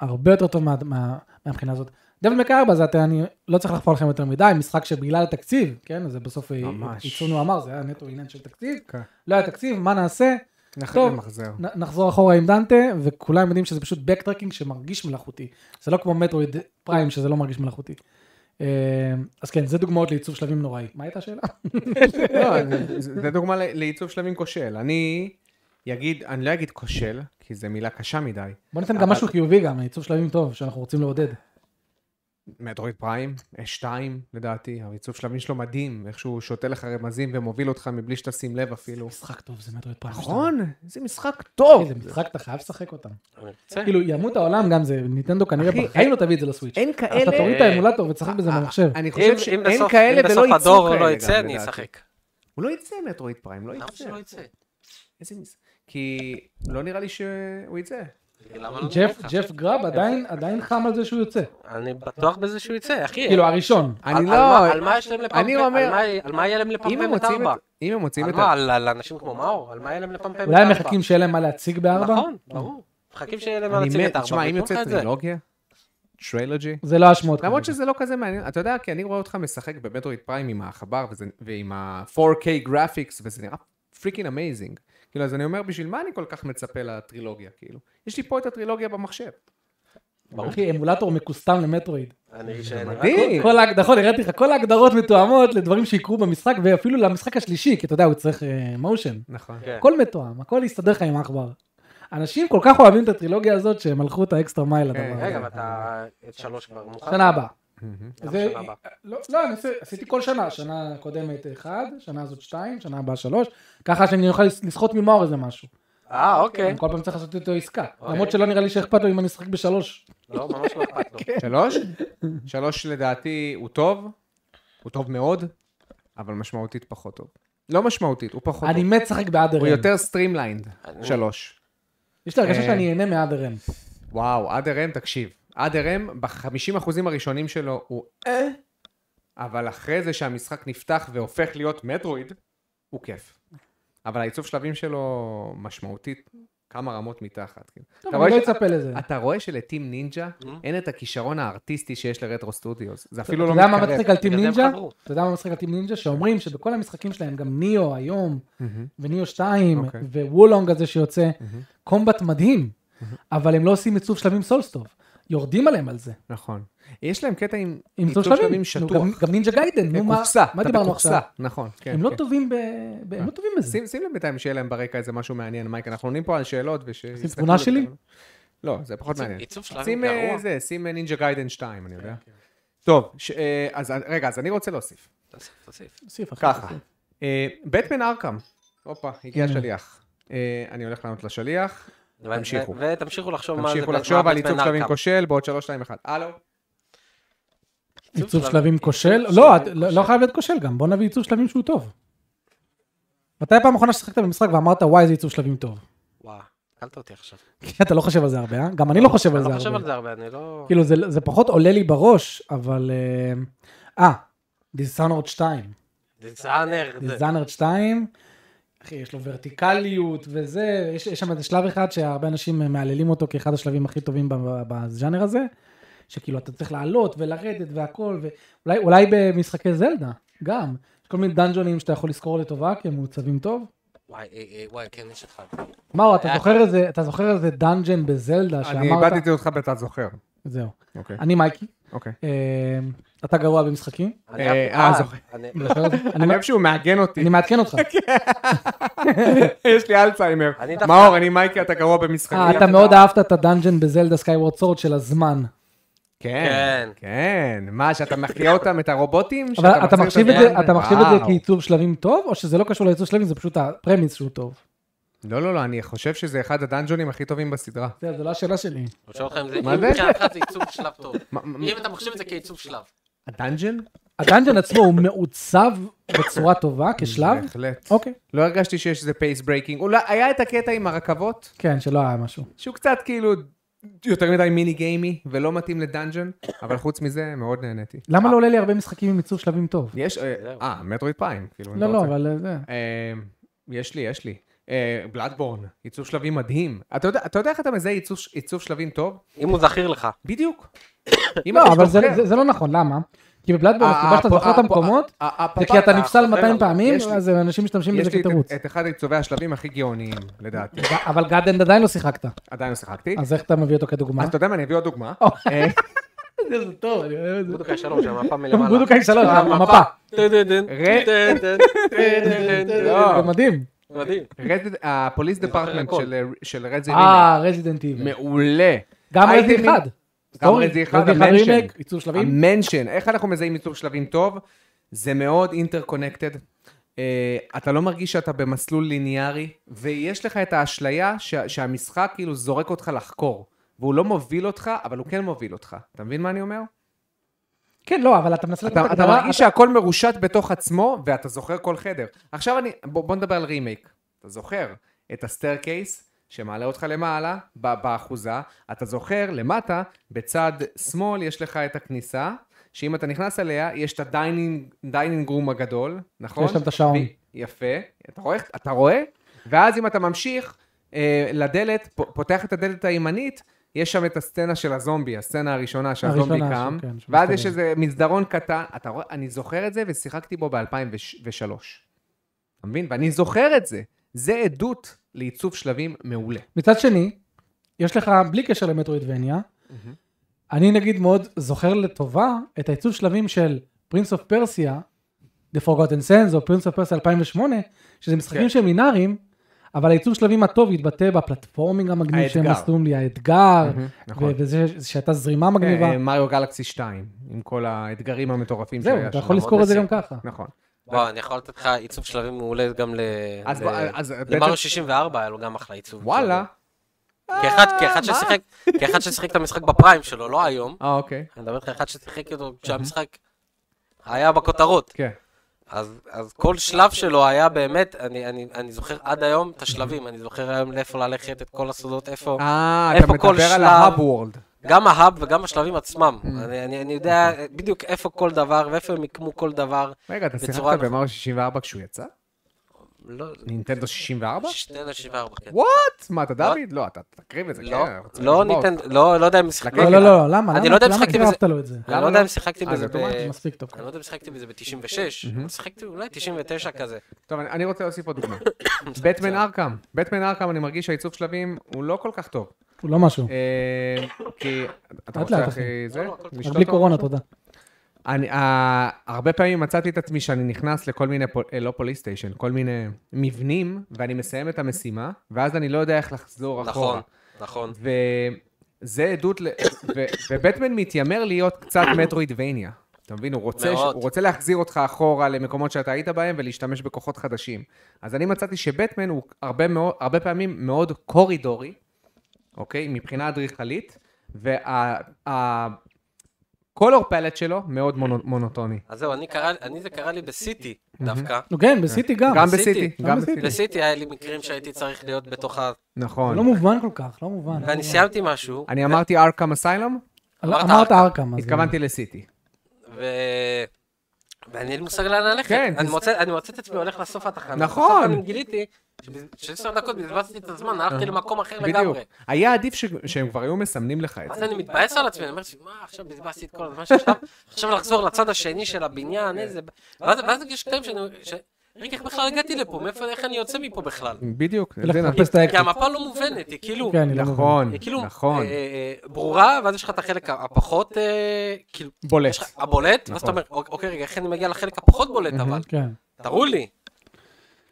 S1: הרבה יותר טוב מה- מה- מהבחינה הזאת. דבל מקארבה זה, אתה- אני לא צריך לחפור לכם יותר מדי, משחק שבגלל התקציב, כן, זה בסוף
S3: ממש.
S1: עיצונו אמר, זה היה נטו עניין של תקציב.
S3: כן.
S1: לא היה תקציב, מה נעשה?
S3: נכון.
S1: טוב.
S3: למחזר.
S1: נ- נחזור אחורה עם דנטה, וכולם יודעים שזה פשוט בקטרקינג שמרגיש מלאכותי. זה לא כמו מטרואיד פריים שזה לא מרגיש מלאכותי. אה, אז כן, זה דוגמאות לעיצוב שלבים נוראי. מה הייתה השאלה?
S3: לא, אני- זה זה דוגמה ל- לעיצוב שלבים כושל. אני אגיד, אני לא אגיד כושל, כי זו מילה קשה מדי.
S1: בוא ניתן גם
S3: אבל-
S1: משהו חיובי גם, עיצוב שלבים טוב, שאנחנו רוצים לעודד.
S3: מטרויד פריים, 2 לדעתי, העיצוב שלבים שלו מדהים, איך שהוא שותה לך רמזים ומוביל אותך מבלי שתשים לב אפילו.
S1: משחק טוב זה מטרואיד פריים.
S3: נכון, איזה משחק
S1: שתיים.
S3: טוב.
S1: אחי, זה משחק, אתה חייב לשחק אותם.
S2: אני רוצה.
S1: כאילו, ימות העולם גם זה, ניטנדו כנראה
S3: אחי,
S1: בחיים
S3: אין-
S1: לא תביא את זה לסוויץ'.
S3: אין
S1: אתה
S3: כאלה, אה,
S1: תוריד את האמולטור ותשחק בזה במחשב.
S3: אני חושב
S2: אם- אם
S3: שאין
S2: בסוף-
S3: כאלה
S2: אם
S3: ולא
S2: בסוף
S3: יצאו
S2: הדור
S3: כאלה
S2: לא
S3: גם,
S2: יצא, אני
S3: לדעתי.
S2: אשחק.
S3: הוא לא יצא מטרויד פריים, לא
S2: למה
S3: יצא.
S2: שלא יצא?
S3: איזה מס... כי לא נראה לי שהוא יצא.
S2: למה לא
S1: ג'ף-
S2: נראה לך?
S1: ג'ף גראב עדיין- עדיין חם על זה שהוא יוצא.
S2: אני בטוח בזה שהוא יצא, אחי.
S1: כאילו, הראשון.
S2: על-
S3: אני
S2: על מה- על
S3: לא...
S2: מה יש להם לפמפם?
S3: אני אומר-
S2: על מה- על מה יהיה להם
S3: אם הם
S2: לפמפם את
S3: מוצאים
S2: ארבע?
S3: את... אם הם מוצאים
S2: על
S3: את...
S2: מה? על על אנשים כמו מאור? על מה יהיה להם לפמפם את ארבע?
S1: אולי הם מחכים שיהיה להם מה להציג בארבע?
S2: נכון, ברור. מחכים שיהיה להם מה
S3: אני
S2: להציג
S3: מת...
S2: את ארבע.
S3: תשמע, אם
S2: וייתנו לך
S3: יוצא
S2: את זה. לא-
S3: טרילוגיה, טרילוגי,
S1: זה לא השמות.
S3: למרות
S1: כרגע.
S3: שזה לא כזה מעניין, אתה יודע, כי אני רואה אותך משחק במטרואיד פריים עם העכבר וזה- ועם ה-4K גרפיקס, וזה נראה פריקינג אמייזינג. כאילו, אז אני אומר, בשביל מה אני כל כך מצפה לטרילוגיה, כאילו? יש לי פה את הטרילוגיה במחשב.
S2: ברור.
S1: אחי, אמולטור מקוסטם למטרואיד.
S2: אני שאני-
S3: מדהים!
S1: כל ההג- נכון, הראיתי לך, כל ההגדרות מתואמות לדברים שיקרו במשחק, ואפילו למשחק השלישי, כי אתה יודע, הוא צריך מושן.
S3: נכון.
S2: כן.
S1: הכל מתואם, הכל יסתדר לך עם העכבר. אנשים כל כך אוהבים את הטרילוגיה הזאת, שהם הלכו את האקסטרה מייל לדבר
S3: כן,
S1: הזה.
S2: אה, רגע, ואתה את שלוש כבר מוכן?
S1: שנה הבאה.
S2: למה
S1: זה-
S2: שנה הבאה?
S1: לא, לא, אני עושה- עשיתי כל שנה, שנה קודמת אחד, שנה הזאת שתיים, שנה הבאה שלוש, ככה שאני אוכל לס- לסחוט ממאור איזה משהו.
S2: אה, אוקיי.
S1: אני כל פעם צריך לעשות איתו עסקה.
S2: אוקיי.
S1: למרות שלא נראה לי שאכפת לו אם אני אשחק בשלוש.
S2: לא, ממש לא אכפת לו.
S3: שלוש? שלוש לדעתי הוא טוב, הוא טוב מאוד, אבל משמעותית פחות טוב. לא משמעותית, הוא פחות
S2: אוקיי.
S1: אני
S3: טוב.
S1: מת לשחק בעד
S3: הוא
S1: הרם.
S3: יותר סטרימליינד, שלוש.
S1: יש לי הרגשה
S3: אה.
S1: שאני אהנה מעד הרם.
S3: וואו, עד הרם, תקשיב. עד הרם, ב-50% הראשונים שלו הוא אה, אבל אחרי זה שהמשחק נפתח והופך להיות מטרואיד, הוא כיף. אבל העיצוב שלבים שלו משמעותית כמה רמות מתחת. כאילו.
S1: טוב,
S3: אתה
S1: אני
S3: רואה
S1: לא
S3: ש-
S1: אצפה לזה.
S3: אתה רואה שלטים נינג'ה אין את הכישרון הארטיסטי שיש לרטרו סטודיוס. זה אפילו לא
S1: אתה יודע מה
S3: מתקרב.
S1: מצחיק על טים
S2: בגלל זה הם
S1: נינג'ה?
S2: חברו.
S1: אתה יודע מה מצחיק על טים נינג'ה? שאומרים שבכל המשחקים שלהם, גם ניאו היום, וניאו 2,
S3: אוקיי.
S1: ווולונג הזה שיוצא, קומבט מדהים, אבל הם לא עושים עיצוב שלבים סולסטוב. יורדים עליהם על זה.
S3: נכון. יש להם קטע עם
S1: עם עיצוב שלבים. כן. נו,
S3: שטוח.
S1: גם- גם נינג'ה גיידן, נו מה,
S3: בקופסה,
S1: מה
S3: אתה
S1: דיברנו
S3: בקופסה,
S1: עכשיו?
S3: נכון. כן,
S1: הם לא
S3: כן.
S1: טובים ב... ב- הם לא טובים בזה.
S3: שים, שים לב בינתיים שיהיה להם ברקע איזה משהו מעניין, מייק, אנחנו עונים פה על שאלות וש...
S1: שים תמונה שלי?
S3: לא, זה פחות מעניין.
S2: עיצוב שלבים
S3: שים אה,
S2: גרוע.
S3: זה, שים אה, נינג'ה גיידן 2,
S1: כן,
S3: אני יודע. טוב, ש- אה, אז רגע, אז אני רוצה להוסיף.
S2: תוסיף, תוסיף.
S1: תוסיף, אחי,
S3: ככה,
S1: תוסיף.
S3: אה, בטמן ארקאם, הופה, הגיע
S1: הנה.
S3: שליח. אה, אני הולך לענות לשליח,
S2: ו-
S3: תמשיכו.
S2: ו- ותמשיכו לחשוב מה זה.
S3: תמשיכו
S2: מה
S3: לחשוב
S2: בטמן
S3: על עיצוב שלבים
S2: ארקאם.
S3: כושל בעוד 3, 2, 1. הלו?
S1: עיצוב שלבים כושל? לא, את- לא לא חייב להיות כושל גם, בוא נביא עיצוב שלבים שהוא טוב. מתי הפעם האחרונה ששחקת במשחק ואמרת וואי איזה עיצוב שלבים טוב?
S2: וואו, אכלת אותי עכשיו.
S1: כי אתה לא חושב על זה הרבה, אה? גם אני לא חושב על
S2: אני
S1: זה
S2: לא חושב
S1: הרבה.
S2: על זה הרבה, אני לא...
S1: כאילו זה, זה פחות עולה לי בראש, אבל... אה, אה, דיסאונרד 2.
S2: דיזיינר. זה-
S1: דיסאונרד 2, אחי, יש לו ורטיקליות וזה, יש, יש שם איזה שלב אחד שהרבה אנשים מהללים אותו כאחד השלבים הכי טובים ב- ב- בז'אנר הזה, שכאילו אתה צריך לעלות ולרדת והכל, ואולי אולי במשחקי זלדה, גם. יש כל מיני דאנג'ונים שאתה יכול לזכור לטובה, כי הם מעוצבים טוב.
S2: וואי, אה, אה, וואי, כן, יש אחד.
S1: מאור,
S2: אה,
S1: אתה זוכר איזה, אתה זוכר איזה דאנג'ן בזלדה
S3: אני
S1: שאמרת...
S3: איבדתי אותך ואתה זוכר.
S1: זהו.
S3: אוקיי.
S1: אני מייקי,
S3: אוקיי.
S1: אה, אתה גרוע במשחקים.
S2: אני-
S3: אה, אה, זוכר.
S2: אני-
S3: אני
S1: אני
S3: אוהב שהוא מעגן אותי.
S1: אני מעדכן אותך.
S3: יש לי אלצהיימר.
S2: אני דווקא-
S3: מאור, אני מייקי, אתה גרוע במשחקים.
S1: אה, אתה מאוד אהבת את הדאנג'ן בזלדה סקייוורד סורד של הזמן.
S3: כן.
S2: כן.
S3: כן. מה, שאתה מחיה אותם, את הרובוטים?
S1: אבל אתה
S3: שאתה מחזיר
S1: מחשיב את זה,
S3: הדאנג'ן?
S1: אתה מחשיב את זה
S3: וואו.
S1: כעיצוב שלבים טוב, או שזה לא קשור לעיצוב שלבים, זה פשוט הפרמיס שהוא טוב.
S3: לא, לא, לא, אני חושב שזה אחד הדאנג'ונים הכי טובים בסדרה.
S1: זה זה לא השאלה שלי.
S2: אני שואל אותך אם זה...
S3: מה
S2: אם
S3: זה?
S2: מבחינתך זה עיצוב שלב טוב.
S3: מה- מה-
S2: אם אתה מחשיב את זה כעיצוב שלב.
S3: הדאנג'ן?
S1: הדאנג'ן עצמו הוא מעוצב בצורה טובה כשלב?
S3: בהחלט.
S1: אוקיי.
S3: לא הרגשתי שיש איזה פייס ברייקינג. אולי היה את הקטע עם הרכבות,
S1: כן, שלא היה משהו.
S3: שהוא קצת כאילו יותר מדי מיני גיימי ולא מתאים לדאנג'ן, אבל חוץ מזה מאוד נהניתי.
S1: למה לא עולה לי הרבה משחקים עם עיצוב שלבים טוב?
S3: יש, אה,
S2: זהו.
S3: אה, מטרויד פריים, כאילו, אם אתה
S1: לא, לא,
S3: רוצה.
S1: אבל אה, זה...
S3: אה, יש לי, יש לי. אה, בלאדבורן, עיצוב שלבים מדהים. אתה יודע- אתה יודע איך אתה מזהה עיצוב- עיצוב שלבים טוב?
S2: אם הוא זכיר לך.
S3: בדיוק. אם
S1: לא,
S3: אתה
S1: אבל זה-
S3: זוכר. אה,
S1: זה- זה לא נכון, למה? כי בבלאדבורן,
S3: ה-
S1: הסיבה שאתה
S3: ה-
S1: זוכר את
S3: ה-
S1: המקומות,
S3: ה- ה-
S1: זה כי אתה
S2: הפאפאיה,
S1: נפסל 200
S2: החבר,
S1: פעמים,
S3: אה, יש לי-
S1: אז אנשים משתמשים בזה
S3: אה, יש לי את-
S1: כתירוץ.
S3: את אחד עיצובי השלבים הכי גאוניים, לדעתי.
S1: אבל גאדן עדיין לא שיחקת,
S3: עדיין לא שיחקתי.
S1: אז אוקיי. איך אתה מביא אותו כדוגמה?
S3: אז אתה יודע מה, אני אביא עוד דוגמה.
S1: או.
S3: אה,
S1: זה טוב, אני אוהב את זה.
S2: בודוקאי שלוש, המפה מלמעלה.
S1: בודוקאי שלוש,
S3: אה,
S1: המפה.
S2: טה-טה-טן,
S3: ר- לא,
S2: טה-טן, טה-טן,
S1: זה לא,
S3: אה,
S1: מדהים.
S2: מדהים.
S3: Red- הפוליס
S2: אני זוכר
S3: דפרטמנט
S2: הכל.
S3: אה, של- של רד זה
S1: אה, רזידנט איבל.
S3: מעולה.
S1: גם
S3: הייתי
S1: רזידנט
S3: מין-
S1: 1.
S3: גם רזי אחד, המנשן.
S1: רימק, עיצוב שלבים.
S3: המנשן. איך אנחנו מזהים ייצור שלבים טוב? זה מאוד אינטרקונקטד. Uh, אתה לא מרגיש שאתה במסלול ליניארי, ויש לך את האשליה ש- שהמשחק כאילו זורק אותך לחקור. והוא לא מוביל אותך, אבל הוא כן מוביל אותך. אתה מבין מה אני אומר?
S1: כן, לא, אבל אתה מנסה לתת
S3: אתה, אתה
S1: הגדרה-
S3: מרגיש שהכל מרושת בתוך עצמו, ואתה זוכר כל חדר. עכשיו אני, בוא, בוא נדבר על רימייק. אתה זוכר את הסטרקייס שמעלה אותך למעלה, ב- באחוזה, אתה זוכר למטה, בצד שמאל יש לך את הכניסה, שאם אתה נכנס אליה, יש את הדיינינג רום הגדול, נכון?
S1: יש שם את השעון.
S3: ו- יפה. אתה רואה? אתה רואה? ואז אם אתה ממשיך אה, לדלת, פ- פותח את הדלת הימנית, יש שם את הסצנה של הזומבי, הסצנה הראשונה שהזומבי
S1: הראשונה, אוקיי.
S3: קם,
S1: שכן, שמסתובב.
S3: ואז יש איזה מסדרון קטן, אתה רואה, אני זוכר את זה ושיחקתי בו ב-2003. אתה מבין? ואני זוכר את זה. זה עדות לעיצוב שלבים מעולה.
S1: מצד שני, יש לך, בלי קשר למטרואידבניה, אני נגיד מאוד זוכר לטובה את העיצוב שלבים של פרינס אוף פרסיה, The Forgotten Sands, או פרינס אוף פרסיה 2008, שזה
S3: כן.
S1: משחקים שהם בינאריים, אבל העיצוב שלבים הטוב התבטא בפלטפורמינג המגניב שהם
S3: האתגר.
S1: עשו לי, האתגר,
S3: מהמם, נכון.
S1: אה, ו- וזה ש- שהייתה זרימה מגניבה.
S3: אה, מריו גלקסי 2, עם כל האתגרים המטורפים
S1: זהו,
S3: שהיה
S1: אתה
S3: שם.
S1: יכול לזכור את זה גם ככה.
S3: נכון.
S2: וואו, אני יכול לתת לך עיצוב שלבים מעולה גם ל...
S3: אז
S2: ל-
S3: בוא- אז בעצם-
S2: למריו 64 היה לו גם אחלה עיצוב.
S3: וואלה. אה,
S2: שלבים. כאחד,
S3: מה?
S2: כאחד ששיחק, כאחד ששיחק את המשחק בפריים שלו, לא היום.
S3: אה, אוקיי.
S2: אני מדבר איתך אחד ששיחק אותו כשהמשחק היה בכותרות.
S3: כן.
S2: אז, אז כל שלב שלו היה באמת, אני, אני, אני זוכר עד היום את השלבים, אני זוכר היום לאיפה ללכת, את כל הסודות, איפה.
S3: אה, אתה
S2: איפה כל
S3: מדבר על
S2: שלב?
S3: ההאב וורד.
S2: גם ההאב וגם השלבים עצמם.
S3: אה.
S2: אני, אני, אני יודע בדיוק איפה כל דבר ואיפה הם מיקמו כל דבר.
S3: רגע, אתה
S2: בצורה
S3: שיחקת
S2: נכונה.
S3: במריו 64 כשהוא יצא?
S2: לא,
S3: נינטנדו 64?
S2: שתי נשיבה ארבע, כן.
S3: וואט? מה, אתה דוד? לא, אתה תקריב את זה.
S2: לא,
S3: כן, רוצה
S2: לא
S3: לשמוע
S2: ניתן, לא, לא יודע אם שיחקתי
S1: לא,
S3: כן,
S1: לא,
S2: בזה.
S1: לא, למה?
S2: אני
S1: למה-
S2: לא יודע אם
S1: למה
S2: שיחקתי בזה.
S1: קירבת לו את זה?
S2: אני
S3: למה
S2: לא יודע
S3: לא?
S2: אם שיחקתי
S3: אה, זה אה,
S2: בזה ב...
S3: אוטומטי,
S1: זה מספיק טוב.
S2: אני לא יודע אם שיחקתי בזה ב-96, אבל שיחקתי אולי 99 כזה.
S3: טוב, אני- אני רוצה להוסיף עוד דוגמה. בטמן ארקאם. בטמן ארקאם, אני מרגיש שהעיצוב שלבים הוא לא כל כך טוב.
S1: הוא לא משהו.
S3: אה, כי... אתה
S1: לאט,
S3: רוצה
S1: אחי.
S3: אחי זה?
S2: לא, לא, הכל טוב.
S1: רק
S3: לשתות
S1: בלי
S3: או
S1: קורונה,
S3: משהו?
S1: תודה.
S3: אני, אה, הרבה פעמים מצאתי את עצמי שאני נכנס לכל מיני, פול, אה, לא פוליסטיישן, כל מיני מבנים, ואני מסיים את המשימה, ואז אני לא יודע איך לחזור אחורה.
S2: נכון, נכון.
S3: וזה עדות, ל... ו... ובטמן מתיימר להיות קצת מטרואידבניה. אתה מבין? הוא רוצה, ש...
S2: מאוד.
S3: הוא רוצה להחזיר אותך אחורה למקומות שאתה היית בהם ולהשתמש בכוחות חדשים. אז אני מצאתי שבטמן הוא הרבה, מאוד, הרבה פעמים מאוד קורידורי, אוקיי? מבחינה אדריכלית, וה... ה... color palette שלו מאוד מונו, מונוטוני.
S2: אז זהו, אני קרא, אני זה קרה לי בסיטי דווקא.
S1: נו, כן, בסיטי גם.
S3: אה. גם
S2: בסיטי.
S3: בסיטי,
S1: גם
S3: גם
S1: בסיטי.
S3: בסיטי.
S2: בסיטי היה לי מקרים שהייתי צריך להיות בתוך ה...
S3: נכון.
S1: זה לא מובן כל כך, לא מובן. לא
S2: ואני
S1: מובן.
S2: סיימתי משהו,
S3: אני אמרתי ארקאם אסיילום,
S2: אמרת
S1: אמרת
S2: ארקאם.
S1: ארקאם. אז-
S3: התכוונתי לסיטי.
S2: ו... ואני אין לי מושג לאן ללכת.
S3: כן,
S2: אני
S3: זה-
S2: מוצא- אני מוצא את עצמי הולך לסוף התחנה.
S3: נכון.
S2: בסוף אני גיליתי ש-16 דקות בזבזתי את הזמן, הלכתי למקום אחר
S3: בדיוק.
S2: לגמרי.
S3: היה עדיף ש... שהם כבר היו מסמנים לך את זה.
S2: אז אני מתבאס על עצמי, אני אומר, מה, עכשיו בזבזתי את כל הזמן שעכשיו, עכשיו לחזור לצד השני של הבניין, איזה... ואז ואז יש קטעים שאני... ש- רגע, איך בכלל הגעתי לפה? מאיפה, איך אני יוצא מפה בכלל?
S3: בדיוק,
S1: ולך
S3: זה נכון.
S1: תחפש את האקזיט.
S2: כי המפה לא מובנת, היא כאילו...
S1: כן, אני לא מבין.
S3: נכון,
S2: היא כאילו
S3: נכון.
S2: אה, אה, אה, ברורה, ואז יש לך את החלק הפחות, אה, כאילו,
S3: בולט. נכון.
S2: יש לך הבולט, ואז אתה אומר, "אוק- אוקיי, רגע, איך אני מגיע לחלק הפחות בולט, אבל?
S1: כן.
S2: תראו לי.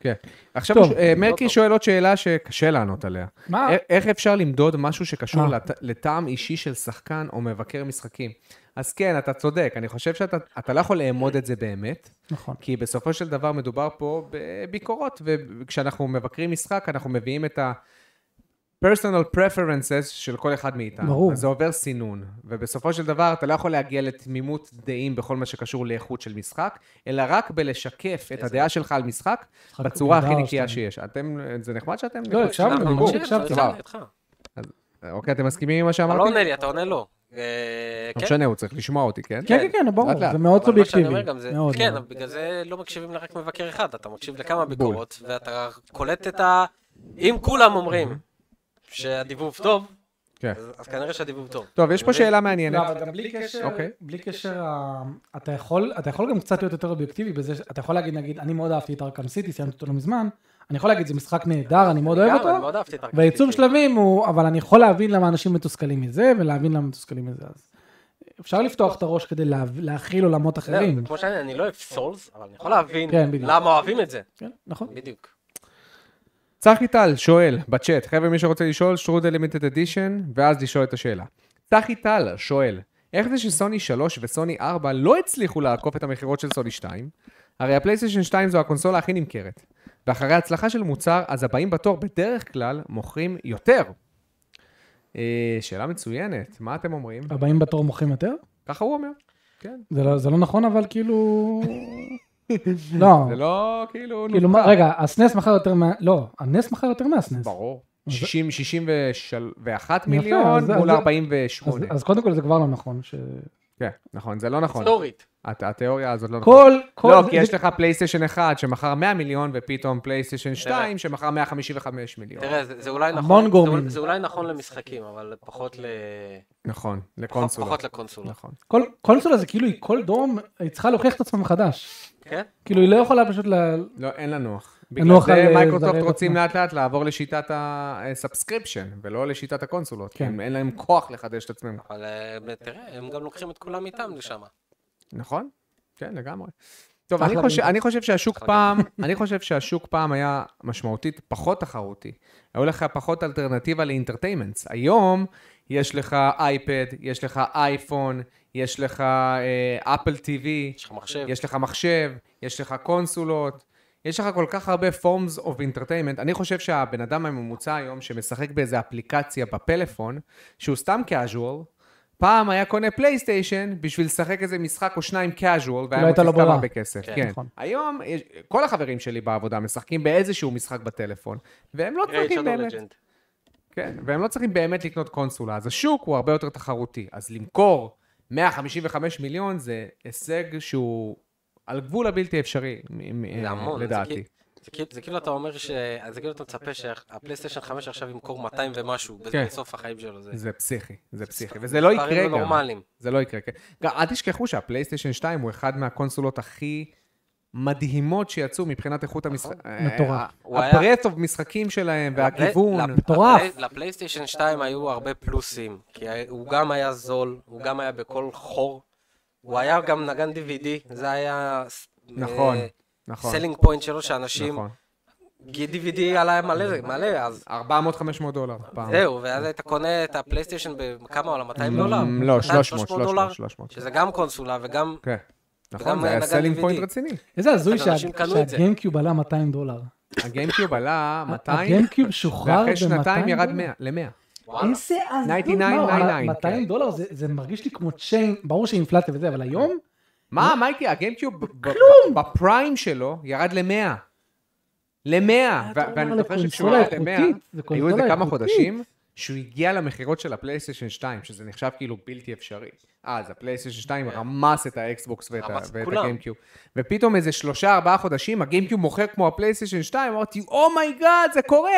S3: כן. עכשיו
S1: טוב.
S3: אה, מרקי
S2: טוב.
S3: שואל עוד שאלה שקשה לענות עליה.
S1: מה?
S2: אה.
S3: א- איך אפשר למדוד משהו שקשור
S1: אה.
S3: לט- לטעם אישי של שחקן או מבקר משחקים? אז כן, אתה צודק, אני חושב שאתה אתה לא יכול לאמוד את זה באמת,
S1: נכון.
S2: כן,
S3: כי בסופו של דבר מדובר פה בביקורות, וכשאנחנו מבקרים משחק, אנחנו מביאים את ה... personal preferences של כל אחד מאיתנו.
S1: ברור.
S3: אז זה עובר סינון, ובסופו של דבר אתה לא יכול להגיע לתמימות דעים בכל מה שקשור לאיכות של משחק, אלא רק בלשקף את הדעה שלך על משחק
S1: משחק
S3: בצורה הכי
S1: נהדר,
S3: נקייה
S1: שאתה-
S3: שיש. אתם, זה נחמד שאתם...
S1: לא, הקשבנו,
S2: אנחנו
S1: ממש
S2: נמשיך,
S1: הקשבתי.
S2: זה בסדר, איתך.
S3: אוקיי, אתם מסכימים עם מה
S2: אתה
S3: שאמרתי?
S2: לא עונה לי, אתה עונה לא. אה,
S3: לא
S2: כן,
S3: משנה, הוא צריך לשמוע אותי, כן?
S1: כן, כן, כן, ברור,
S3: לאט לאט.
S1: זה מאוד
S2: אבל מה שאני
S1: סובייקטיבי.
S2: אומר גם זה,
S1: מאוד,
S2: כן,
S1: מאוד.
S2: בגלל זה לא מקשיבים לרק מבקר אחד, אתה מקשיב לכמה
S3: בול.
S2: ביקורות, ואתה קולט את ה... אם כולם אומרים שהדיבוב טוב,
S3: כן.
S2: אז אז כנראה שהדיבוב טוב.
S3: טוב, יש פה שאלה
S1: לא,
S3: מעניינת.
S1: אבל גם בלי
S2: כן,
S1: קשר,
S3: אוקיי.
S1: בלי קשר, ה- אתה יכול, אתה יכול גם קצת להיות יותר אובייקטיבי בזה, ש- אתה יכול להגיד, נגיד, אני מאוד אהבתי את ארקם סיטי, סיימתי אותו לא מזמן, אני יכול להגיד, זה משחק נהדר, אני מאוד אוהב
S2: גם, אני
S1: אותו,
S2: מאוד אהבתי את הרכבת.
S1: והעיצוב שלבים הוא, אבל אני יכול להבין למה אנשים מתוסכלים מזה, ולהבין למה מתוסכלים מזה, אז אפשר לפתוח את הראש כדי לה- להכיל עולמות
S2: זהו,
S1: אחרים.
S2: כמו שאני, אני לא אוהב סולס, אבל אני יכול להבין
S1: כן, בדיוק.
S2: למה אוהבים את זה.
S1: כן, נכון.
S2: בדיוק.
S3: צחי טל שואל בצ'אט, חבר'ה, מי שרוצה לשאול, שטרודל לימיטד אדישן, ואז לשאול את השאלה. צחי טל שואל, איך זה שסוני 3 וסוני 4 לא הצליחו לעקוף את המכירות של סוני 2? הרי הפלייסטיישן 2 זו הקונסולה הכי נמכרת. ואחרי הצלחה של מוצר, אז הבאים בתור בדרך כלל מוכרים יותר. אה, שאלה מצוינת, מה אתם אומרים?
S1: הבאים בתור מוכרים יותר?
S3: ככה הוא אומר. כן.
S1: זה לא- זה לא נכון, אבל כאילו... לא,
S3: זה לא כאילו...
S1: כאילו, מה- רגע, הסנס מכר יותר מה... לא, הנס מכר יותר מהסנס.
S3: ברור.
S1: אז-
S3: 60, 61
S1: יפה,
S3: מיליון
S1: אז- אז-
S3: מול
S1: אז-
S3: 48.
S1: אז- אז קודם כל זה כבר לא נכון. ש-
S3: כן, נכון, זה לא נכון.
S2: סטורית.
S3: הת- התיאוריה הזאת לא נכון.
S1: כל, כל...
S3: לא,
S1: זה-
S3: כי יש
S1: זה-
S3: לך פלייסטיישן 1 שמכר 100 מיליון, ופתאום פלייסטיישן 2 שמכר 155 מיליון.
S2: תראה, זה זה אולי
S1: המון
S2: נכון, זה
S1: גורמים.
S2: אולי- זה אולי נכון למשחקים, אבל פחות ל-
S3: נכון, לקונסולה.
S2: פחות לקונסולה.
S3: נכון.
S1: כל קונסולה זה כאילו, היא כל דרום, היא צריכה להוכיח את עצמה מחדש.
S2: כן?
S1: כאילו, היא לא יכולה פשוט ל...
S3: לא, אין לנוח.
S1: לא
S3: בגלל
S1: אוכל
S3: זה
S1: לזרז
S3: מייקרוסופט
S1: עצמם.
S3: רוצים לאט לאט לעבור לשיטת הסאבסקריפשן, ולא לשיטת הקונסולות.
S1: כן.
S3: כן. אין להם כוח לחדש את עצמם.
S2: אבל אה, תראה, הם גם לוקחים את כולם איתם לשם.
S3: נכון? כן, לגמרי. טוב,
S1: אחלה
S3: אני חושב,
S1: בינגו.
S3: אני חושב שהשוק
S2: אחלה
S3: פעם, אני חושב שהשוק פעם היה משמעותית פחות תחרותי. היו לך פחות אלטרנטיבה לאינטרטיימנטס. היום יש לך אייפד, יש לך אייפון, יש לך אה, אפל טיווי,
S2: יש לך מחשב.
S3: יש לך מחשב, יש לך קונסולות, יש לך כל כך הרבה forms of entertainment. אני חושב שהבן אדם הממוצע היום שמשחק באיזה אפליקציה בפלאפון, שהוא סתם casual, פעם היה קונה פלייסטיישן בשביל לשחק איזה משחק או שניים casual, והיה
S1: הייתה
S3: מוציא
S1: לו
S3: סתם
S1: ברירה.
S3: הרבה כסף.
S2: כן,
S3: כן.
S1: נכון.
S3: היום יש- כל החברים שלי בעבודה משחקים באיזשהו משחק בטלפון, והם לא
S2: Great
S3: צריכים
S2: Shadow
S3: באמת...
S2: Legend.
S3: כן, והם לא צריכים באמת לקנות קונסולה, אז השוק הוא הרבה יותר תחרותי. אז למכור 155 מיליון זה הישג שהוא על גבול הבלתי אפשרי, מ- מ-
S2: זה המון. זה
S3: לדעתי.
S2: כאילו- זה כאילו- זה כאילו אתה אומר ש... זה כאילו אתה מצפה שהפלייסטיישן 5 עכשיו ימכור 200 ומשהו
S3: כן.
S2: בסוף החיים שלו. זה
S3: זה פסיכי, זה פסיכי, וזה לא יקרה
S2: מספרים
S3: גם.
S2: נורמליים.
S3: זה לא יקרה, כן. גם אל תשכחו שהפלייסטיישן 2 הוא אחד מהקונסולות הכי מדהימות שיצאו מבחינת איכות המשחק.
S1: אה, מטורף.
S2: נכון. הוא היה-
S3: הברט אוף משחקים שלהם, והכיוון.
S2: לפ-
S1: מטורף.
S2: לפלי- לפלייסטיישן 2 היו הרבה פלוסים, כי ה- הוא גם היה זול, הוא גם היה בכל חור, הוא היה גם נגן DVD, זה היה... ס-
S3: נכון,
S2: אה,
S3: נכון,
S2: סלינג פוינט שלו שאנשים,
S3: נכון.
S2: כי DVD עלה מלא, מלא, אז
S3: 400-500 דולר פעם.
S2: זהו, ואז היית קונה את הפלייסטיישן בכמה עולה? 200 דולר?
S3: Mm, לא, 300,
S2: 300 דולר,
S3: 300, 300.
S2: שזה גם קונסולה וגם...
S3: כן.
S2: וגם
S3: נכון, זה היה
S2: נגן
S3: סלינג
S2: DVD.
S3: פוינט רציני.
S1: איזה הזוי
S2: אז
S1: שה-
S2: אנשים קנו את זה.
S1: שהגיימקיוב עלה 200 דולר.
S3: הגיימקיוב עלה 200,
S1: הגיימקיוב שוחרר
S3: ואחרי
S1: ב-200
S3: שנתיים ירד
S1: דולר?
S3: 100, ל-100.
S2: וואלה.
S1: איזה הזוי,
S3: 99,
S1: מה,
S3: 99,
S1: 200 לא, דולר זה- זה מרגיש לי כמו צ'יין, ברור שאינפלציה וזה, אבל היום,
S3: מה, מייקי, הגיימקיוב, ב- ב- ב- בפריים שלו, ירד ל-100. ל-100.
S1: אה, אתה אומר
S3: ואני זוכר
S1: לקונסולה
S3: שכשהוא ירד ל-100,
S1: איכותית, זה
S3: היו איזה
S1: קונסולה
S3: כמה
S1: איכותית.
S3: חודשים, שהוא הגיע למכירות של הפלייסטיישן 2, שזה נחשב כאילו בלתי אפשרי. אה, אז הפלייסטיישן 2
S1: כן.
S3: רמס את האקסבוקס ואת ה-
S2: רמס את
S3: ואת
S2: כולם.
S3: הגיימקיוב. ופתאום איזה שלושה, ארבעה חודשים, הגיימקיוב מוכר כמו הפלייסטיישן 2, אמרתי, אומייגאד, זה קורה!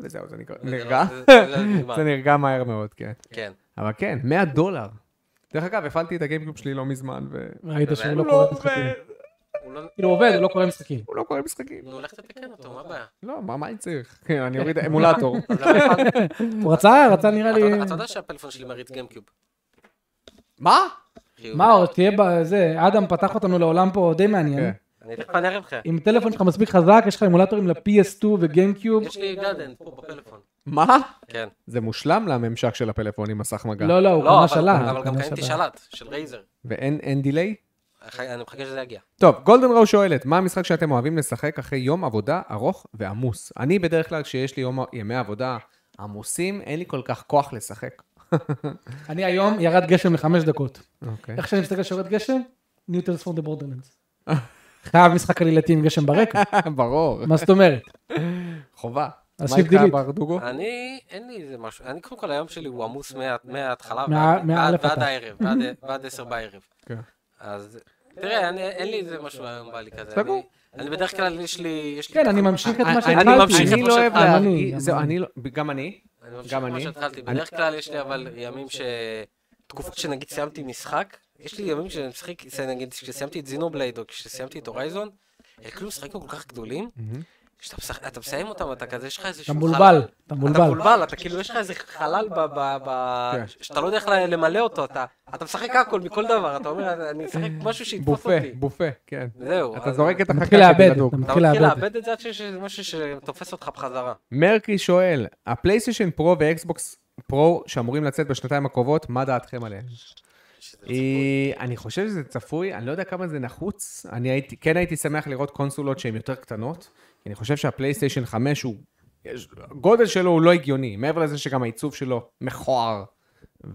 S3: וזהו, זה נקרא- נרגע.
S2: לא, זה- זה נגמר.
S3: זה נרגע מהר מאוד, כן.
S2: כן.
S3: אבל כן, 100 דולר. דרך אגב, הפעלתי את הגיימקיוב שלי לא מזמן, ו...
S1: ראית שהוא לא
S3: הוא
S1: קורא משחקים.
S3: עובד,
S2: הוא לא-
S1: כאילו הוא עובד, הוא לא קורא משחקים.
S3: הוא לא קורא משחקים.
S2: נו, לך תתקן אותו, מה הבעיה?
S3: לא, מה, מה אני צריך? כן, אני אוריד אמולטור.
S2: אז למה הפעלת-
S1: הוא רצה, רצה נראה לי...
S2: אתה- אתה יודע שהפלאפון שלי מריץ גיימקיוב.
S3: מה?
S2: כאילו,
S1: מה, עוד תהיה בזה, אדם פתח אותנו לעולם פה די מעניין.
S3: כן.
S2: אני תכף אענה לך.
S1: אם טלפון שלך מספיק חזק, יש לך אמולטורים ל-PS2 וגיימקיוב.
S2: יש לי גאדן פה בפלאפון.
S3: מה?
S2: כן.
S3: זה מושלם לממשק של הפלאפון עם מסך מגע.
S1: לא, לא, הוא
S2: לא,
S1: קנה
S2: אבל
S1: שלט.
S2: אבל
S1: הוא
S2: גם
S1: קנה
S2: קניתי
S1: שלט.
S2: שלט של רייזר.
S3: ואין אין דיליי?
S2: אחי, אני מחכה שזה יגיע.
S3: טוב, גולדן ראו שואלת, מה המשחק שאתם אוהבים לשחק אחרי יום עבודה ארוך ועמוס? אני בדרך כלל, כשיש לי יום- ימי עבודה עמוסים, אין לי כל כך כוח לשחק.
S1: אני היום, ירד גשם לחמש דקות.
S3: אוקיי.
S1: איך שאני מסתכל שיורד גשם, ניוטלס פור דה בורדלנדס. חייב משחק עלילתי עם גשם ברקע,
S3: ברור,
S1: מה זאת אומרת?
S3: חובה.
S1: אז
S3: מה
S1: שיפט
S3: איתך
S1: דיליט.
S3: ברדוגו?
S2: אני, אין לי איזה משהו, אני קודם כל היום שלי הוא עמוס מה- מההתחלה
S1: מה-
S2: ועד-
S1: מהא'
S2: ועד ועד
S1: אתה.
S2: הערב, ועד- ועד עשר בערב.
S3: כן.
S2: אז תראה, אני- אין לי איזה משהו היום בא לי כזה.
S3: סגור.
S2: אני- אני בדרך כלל יש לי... יש לי
S1: כן, אני
S2: תוכנית.
S1: ממשיך את
S3: אני-
S1: מה שהתחלתי.
S3: אני
S2: ממשיך
S3: אני
S2: איפה
S3: לא אוהב
S2: שהתחלתי.
S3: להרגיש,
S1: גם
S3: זהו,
S1: אני.
S3: אני לא, גם אני,
S2: אני ממשיך
S3: גם
S2: כמו
S3: אני.
S2: שהתחלתי.
S3: אני-
S2: בדרך כלל יש לי אבל ימים ש... תקופות שנגיד סיימתי משחק, יש לי ימים שאני משחק, נגיד כשסיימתי את זינובלייד או כשסיימתי את הורייזון, אלה כאילו משחקים כל כך גדולים, כשאתה משחק- אתה מסיים אותם, אתה כזה, יש לך איזה
S1: אתה מבולבל, אתה
S2: אתה
S1: מבולבל.
S2: מבולבל, אתה כאילו, יש לך איזה חלל ב... ב, ב
S3: כן.
S2: שאתה לא יודע איך ל- למלא אותו, אתה, אתה משחק הכל מכל דבר, אתה אומר, אני משחק משהו שיתפוס
S3: בופה,
S2: אותי.
S3: בופה, כן.
S2: זהו.
S3: אתה
S2: אז-
S3: זורק את
S1: אתה
S3: החכה
S1: מתחיל
S3: של
S1: לאבד,
S3: בדוק.
S1: אתה
S2: אתה
S1: מתחיל
S2: מתחיל
S1: לאבד.
S2: לאבד את זה עד שיש איזה משהו שתופס אותך בחזרה.
S3: מרקי שואל, הפלייסטיישן פרו ואקסבוקס פרו שאמורים לצאת בשנתיים הקרובות, מה דעתכם עליהם?
S2: שזה
S3: אה, אני חושב שזה צפוי, אני לא יודע כמה זה נחוץ. אני הייתי, כן הייתי שמח לראות קונסולות שהן יותר קטנות, כי אני חושב שהפלייסטיישן 5 הוא, יש- הגודל שלו הוא לא הגיוני, מעבר לזה שגם העיצוב שלו מכוער.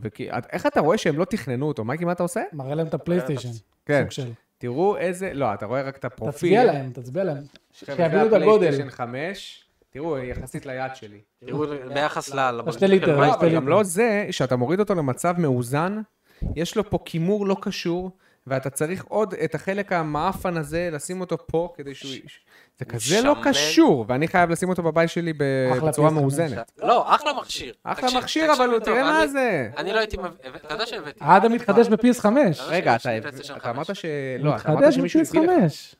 S3: וכי, את- איך אתה רואה שהם לא תכננו אותו? מייקי, מה אתה עושה?
S1: מראה להם את הפלייסטיישן.
S3: כן.
S1: סוג של.
S3: תראו איזה, לא, אתה רואה רק את הפרופיל.
S1: תצביע להם, תצביע להם.
S3: חבר'ה,
S1: שיבינו את
S3: זה
S1: הגודל.
S3: הפלייסטיישן 5, תראו, יחסית ליד שלי.
S2: תראו, ביחס ל... לבקבוק
S1: שתי ליטר,
S2: של
S1: אה,
S2: מים,
S3: לא,
S1: שתי
S3: אבל
S1: ליטר.
S3: גם לא זה, שאתה מוריד אותו למצב מאוזן, יש לו פה כימור לא קשור, ואתה צריך עוד את החלק המאפן הזה, לשים אותו פה כדי שהוא... זה כזה לא
S2: שמן.
S3: קשור, ואני חייב לשים אותו בבית שלי ב-
S1: אחלה
S3: בצורה
S1: PS5.
S3: מאוזנת.
S2: לא, אחלה מכשיר.
S3: אחלה
S2: תקשיב-
S3: מכשיר,
S2: תקשיב
S3: אבל
S2: לי
S3: הוא-
S2: טוב,
S3: תראה מה
S2: אני-
S3: זה.
S2: אני לא הייתי מביא... אתה יודע שהבאתי.
S1: האדם מתחדש ב-PS5.
S3: רגע, אתה-
S2: יש לי פלייסטיישן
S3: אתה אמרת
S2: חמש.
S3: ש... לא, אתה אמרת
S1: מתחדש
S3: שמישהו הביא לך.
S1: ב-PS5.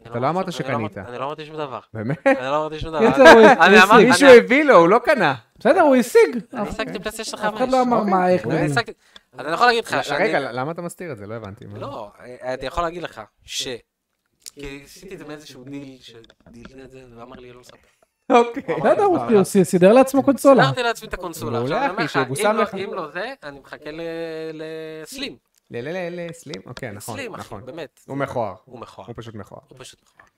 S2: אני
S3: אתה לא
S2: אני
S3: אמרת
S2: לא אמרתי-
S3: שקנית.
S2: אני לא אמרתי שום דבר.
S3: באמת?
S2: אני לא אמרתי שום דבר.
S1: יצא, הוא-
S2: אני
S1: הוא
S2: אמרתי...
S1: השיג.
S3: מישהו הביא לו, הוא לא קנה.
S1: בסדר, הוא השיג.
S2: אני השגתי פלייסטיישן
S1: אף
S2: חמש.
S1: אחד לא אמר
S3: אוקיי.
S1: מה, איך.
S2: אני
S1: ואיך.
S2: השגתי- אז אני יכול להגיד לך... שאני-
S3: רגע, למה אתה מסתיר את זה? לא הבנתי. מה-
S2: לא, אני יכול להגיד לך ש... כי עשיתי את זה מאיזשהו דיל, שדיל את זה, ואמר לי לא לספר.
S3: אוקיי.
S1: בסדר,
S2: לא,
S1: הוא הוא סידר לעצמו קונסולה.
S2: סגרתי לעצמי את הקונסולה.
S3: מעולה,
S2: עכשיו אני אומר
S3: אחי,
S2: לך,
S3: שיבושם
S2: אם לא-
S3: לך.
S2: אם לא זה, אני מחכה ל- לסלים.
S3: לא, לא, לא, לא, סלים? אוקיי, נכון,
S2: סלים, אחי,
S3: נכון. אוקיי.
S2: באמת.
S3: הוא מכוער.
S2: הוא מכוער.
S3: הוא פשוט מכוער.
S2: הוא פשוט מכוער.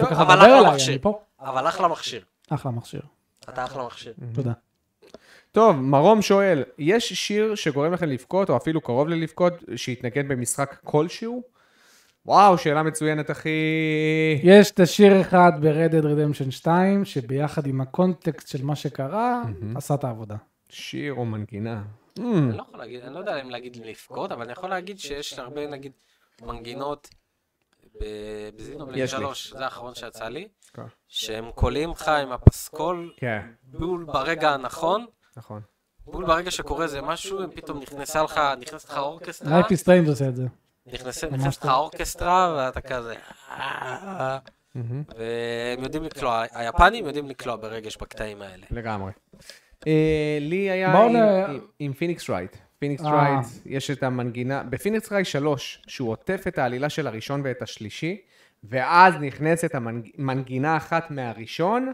S1: ואף אחד
S2: אבל
S1: מדבר
S2: אחלה
S1: עליי,
S2: מכשיר.
S1: אני פה.
S2: אבל אחלה מכשיר.
S1: אחלה מכשיר.
S2: אתה אחלה מכשיר.
S1: תודה.
S3: טוב, מרום שואל, יש שיר שגורם לכם לבכות, או אפילו קרוב ללבכות, שהתנגן במשחק כלשהו? וואו, שאלה מצוינת, אחי.
S2: אוקיי.
S1: יש את השיר אחד ב-Red Dead Redemption 2, שביחד עם הקונטקסט של מה שקרה, עשה את העבודה.
S3: שיר או מנגינה. Mm.
S2: אני לא יכול להגיד, אני לא יודע אם להגיד לבכות, אבל אני יכול להגיד שיש הרבה, נגיד, מנגינות ב- בזינובלד
S3: יש לי.
S2: 3, זה האחרון שיצא לי,
S3: כן.
S2: שהם קולים לך עם הפסקול
S3: כן,
S2: בול ברגע הנכון,
S3: נכון.
S2: בול ברגע שקורה איזה משהו, הם פתאום נכנסה לך, נכנסת לך אורקסטרה,
S1: רייפי סטריינד עושה את זה.
S2: נכנס- נכנסת לך
S3: לא.
S2: אורקסטרה, ואתה כזה... "אה". והם יודעים לקלוע, היפנים יודעים לקלוע ברגש בקטעים האלה.
S3: לגמרי. אה, לי היה
S1: בואו
S3: עם-
S1: ל-
S3: עם- עם פיניקס רייט. פיניקס
S1: אה.
S3: רייט, יש את המנגינה, בפיניקס רייט 3, שהוא עוטף את העלילה של הראשון ואת השלישי, ואז נכנסת המנגינה אחת מהראשון.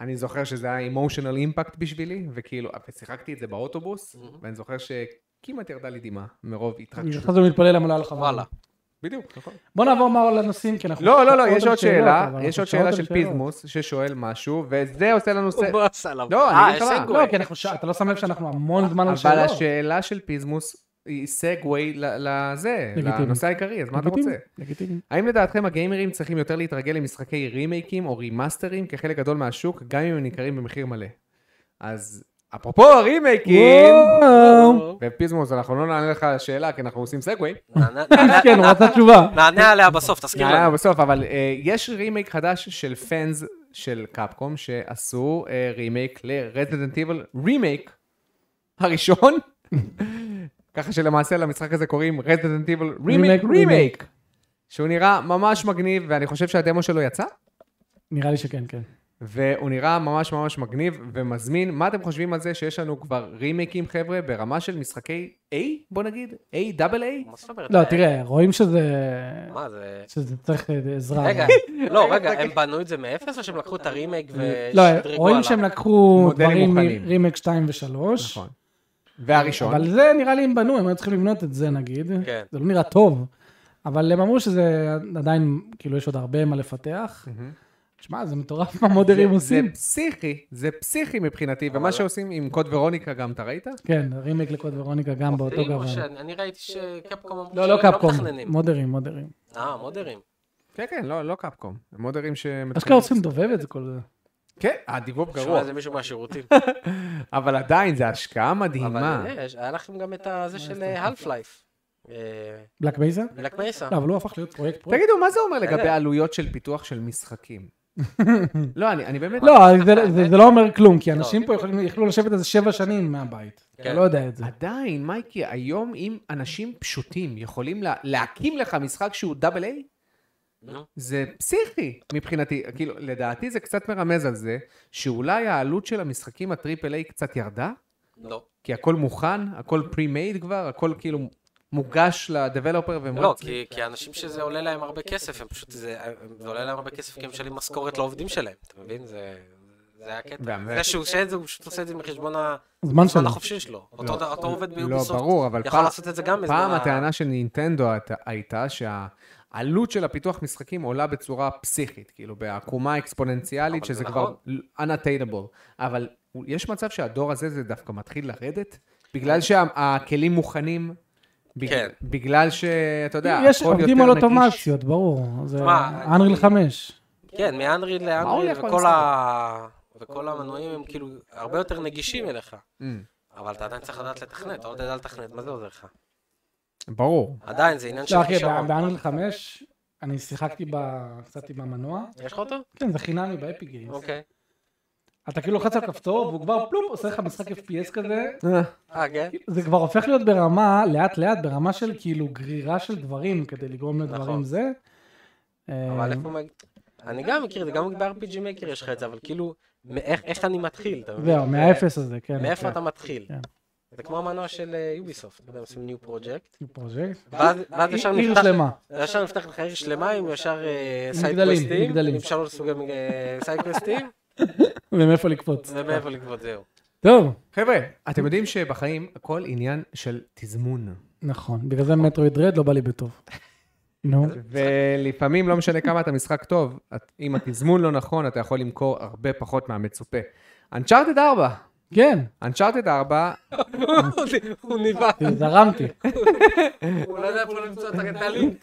S3: אני זוכר שזה היה אימושיונל אימפקט בשבילי, וכאילו, ושיחקתי את זה באוטובוס, ואני זוכר שכמעט ירדה לי דמעה מרוב התרגשות.
S1: אחרי זה הוא מתפלל למה לא היה לך
S2: וואלה.
S3: בדיוק, נכון.
S1: בוא נעבור מהר לנושאים, כי אנחנו...
S3: לא, לא, לא,
S1: עוד
S3: יש
S1: שאלות,
S3: עוד שאלה,
S1: אבל
S3: יש
S1: אנחנו
S3: עוד
S1: שעות
S3: שאלה
S1: על
S3: של
S1: שאלות.
S3: פיזמוס, ששואל משהו, וזה עושה לנו... ס-
S2: בוא עשה לו.
S3: לא, אני
S2: אה,
S3: אגיד לך
S2: יש
S3: מה.
S2: סגווי.
S1: לא, כי אנחנו ש... אתה לא שם לב שאנחנו המון זמן על
S3: אבל
S1: שאלות.
S3: השאלה של פיזמוס היא סגווי ל- לזה,
S1: לגיטימי.
S3: לנושא העיקרי, אז מה אתה רוצה?
S1: לגיטימי, לגיטימי.
S3: האם לדעתכם הגיימרים צריכים יותר להתרגל למשחקי רימייקים או רימאסטרים כחלק גדול מהשוק, גם אם הם נמכרים במחיר מלא? אז אפרופו הרימייקים,
S1: וואו.
S3: ופיזמוס, אנחנו לא נענה לך על השאלה, כי אנחנו עושים סגווי.
S2: נענה- נענה-
S1: כן, הוא רצה תשובה.
S2: נענה עליה בסוף, תזכיר
S3: נענה
S2: לנו.
S3: בסוף, אבל אה, יש רימייק חדש של פאנס של קפקום, שעשו אה, רימייק ל-Resident Evil, רימייק הראשון, ככה שלמעשה למשחק הזה קוראים Resident Evil רימייק
S1: Remake,
S3: רימייק, שהוא נראה ממש מגניב, ואני חושב שהדמו שלו יצא,
S1: נראה לי שכן, כן.
S3: והוא נראה ממש ממש מגניב ומזמין. מה אתם חושבים על זה שיש לנו כבר רימייקים, חבר'ה, ברמה של משחקי A, בוא נגיד? A, דאבל A?
S2: מה זאת אומרת?
S1: לא, תראה, רואים שזה...
S2: מה זה?
S1: שזה צריך אה, עזרה.
S2: רגע, לא, רגע, הם בנו את זה מאפס או שהם לקחו את הרימייק
S1: לא,
S2: ושדרגו
S1: רואים שהם
S2: עליו?
S1: לקחו
S3: מודלים
S1: דברים
S3: מוכנים.
S1: מרימק 2 ו-3.
S3: נכון. והראשון.
S1: אבל זה נראה לי הם בנו, הם היו צריכים לבנות את זה נגיד.
S2: כן.
S1: זה לא נראה טוב, אבל הם אמרו שזה עדיין, כאילו יש עוד הרבה מה לפתח. תשמע, זה מטורף מה מודרים
S3: זה
S1: עושים.
S3: פסיכי, זה פסיכי מבחינתי, ומה
S2: אבל-
S3: שעושים עם קוד ורוניקה גם, אתה ראית?
S1: כן, רימייק לקוד ורוניקה גם באותו
S2: מודרים או
S1: גוון.
S2: שאני- אני ראיתי שקפקום אמרו
S1: לא, לא
S2: שהם
S1: קפקום,
S2: מתכננים.
S1: מודרים, מודרים.
S3: אוקיי.
S2: אה, מודרים.
S3: כן, כן, לא, לא קפקום. הם מודרים ש...
S1: אשכרה צריכים לדובב את זה כל זה.
S3: כן, הדיבוב
S2: שומע
S3: גרוע.
S2: איזה מישהו מהשירותים.
S3: אבל עדיין, זו השקעה
S2: אבל
S3: מדהימה.
S2: אה, יש- היה לכם גם את הזה של אה, הלף לייף.
S1: בלק מייסה?
S2: בלק מייסה.
S1: לא, אבל הוא הפך להיות פרויקט פרויקט.
S3: תגידו, מה זה אומר לגבי
S2: אה.
S3: עלויות של פיתוח של משחקים? לא, אני אני באמת...
S1: לא, זה- זה- זה לא אומר כלום, כי אנשים
S2: לא.
S1: פה יכולים- יכלו לשבת איזה שבע שנים מהבית. אתה
S2: כן.
S1: לא יודע את זה.
S3: עדיין, מייקי, היום אם אנשים פשוטים יכולים לה, להקים לך משחק שהוא דאבל איי,
S1: לא.
S2: נו.
S3: זה פסיכי מבחינתי. כאילו, לדעתי זה קצת מרמז על זה, שאולי העלות של המשחקים הטריפל איי קצת ירדה,
S2: לא.
S3: כי הכל מוכן, הכל פרי-מייד כבר, הכל כאילו מוגש לדבלופר והם...
S2: לא, כי- כי האנשים שזה עולה להם הרבה כסף, הם פשוט, זה הם- זה עולה להם הרבה כסף כי הם משלמים משכורת לעובדים שלהם, אתה מבין? זה... זה הקטע.
S3: גם זה.
S2: זה שהוא עושה את זה, הוא פשוט עושה את זה מחשבון ה-
S1: זמן
S2: הזמן
S1: שלו.
S2: החופשי שלו. אותו
S3: לא.
S2: אותו עובד
S3: לא,
S2: ביוביסופט.
S3: ברור, אבל
S2: יכול
S3: פעם,
S2: לעשות את זה גם בזמן
S3: פעם
S2: ה-
S3: הטענה של נינטנדו הייתה- הייתה שהעלות של הפיתוח משחקים עולה בצורה פסיכית, כאילו בעקומה אקספוננציאלית,
S2: אבל
S3: שזה
S2: זה נכון.
S3: כבר unattainable. אבל הוא- יש מצב שהדור הזה זה דווקא מתחיל לרדת, בגלל שהכלים מוכנים, בג-
S2: כן.
S3: בגלל שאתה יודע, הכל יותר נגיש.
S1: יש, עובדים על אוטומציות, ברור. זה
S2: תשמע,
S1: אנריל
S2: אני-
S1: 5.
S2: כן, מאנריל
S3: הולך
S2: לאנריל, וכל
S3: במשחק?
S2: ה... וכל המנועים הם כאילו הרבה יותר נגישים אליך.
S3: Mm,
S2: אבל אתה עדיין צריך לדעת לתכנת, אתה לא יודע לתכנת, מה זה עוזר לך?
S3: ברור.
S2: עדיין, זה עניין של
S1: לא, אחי,
S2: כישרון.
S1: באנריל 5, אני שיחקתי ב- קצת עם המנוע.
S2: יש לך אותו?
S1: כן, זה חינמי באפי גיימס.
S2: אוקיי.
S1: אתה כאילו לוחץ על כפתור, והוא כבר פלופ, עושה לך משחק FPS כזה.
S2: אה, כן?
S1: זה כבר הופך להיות ברמה, לאט לאט, ברמה של כאילו גרירה של דברים, כדי לגרום לדברים
S2: נכון.
S1: זה. אה,
S2: אבל איפה... מג- אני גם מכיר את זה, גם ב-RPG Maker יש לך את זה, אבל כאילו, מאיך איך אני מתחיל, אתה מבין?
S1: זהו, מהאפס הזה, כן.
S2: מאיפה
S1: כן.
S2: אתה מתחיל?
S1: כן.
S2: זה כמו המנוע של אה, יוביסופט, אתה יודע, עושים ניו פרוג'קט,
S1: פרוג'קט.
S2: ואז ואז ישר
S1: עיר
S2: נפתח
S1: שלמה.
S2: ישר נפתח לך עיר שלמה עם ישר
S1: מגדלים,
S2: סיידקווסטים,
S1: מגדלים.
S2: עם שלוש סוגי אה, סיידקווסטים,
S1: ומאיפה לקפוץ.
S2: ומאיפה לגבות זהו.
S1: טוב,
S3: חבר'ה, אתם יודעים שבחיים הכל עניין של תזמון.
S1: נכון, בגלל זה מטרואיד רד לא בא לי בטוב. נו,
S3: ולפעמים לא משנה כמה אתה משחק טוב, את- אם התזמון לא נכון, אתה יכול למכור הרבה פחות מהמצופה. אנצ'ארטד 4,
S1: כן,
S3: אנצ'ארטד 4,
S2: הוא ניבא,
S1: זרמתי.
S2: הוא לא יודע איפה למצוא את הגדלים.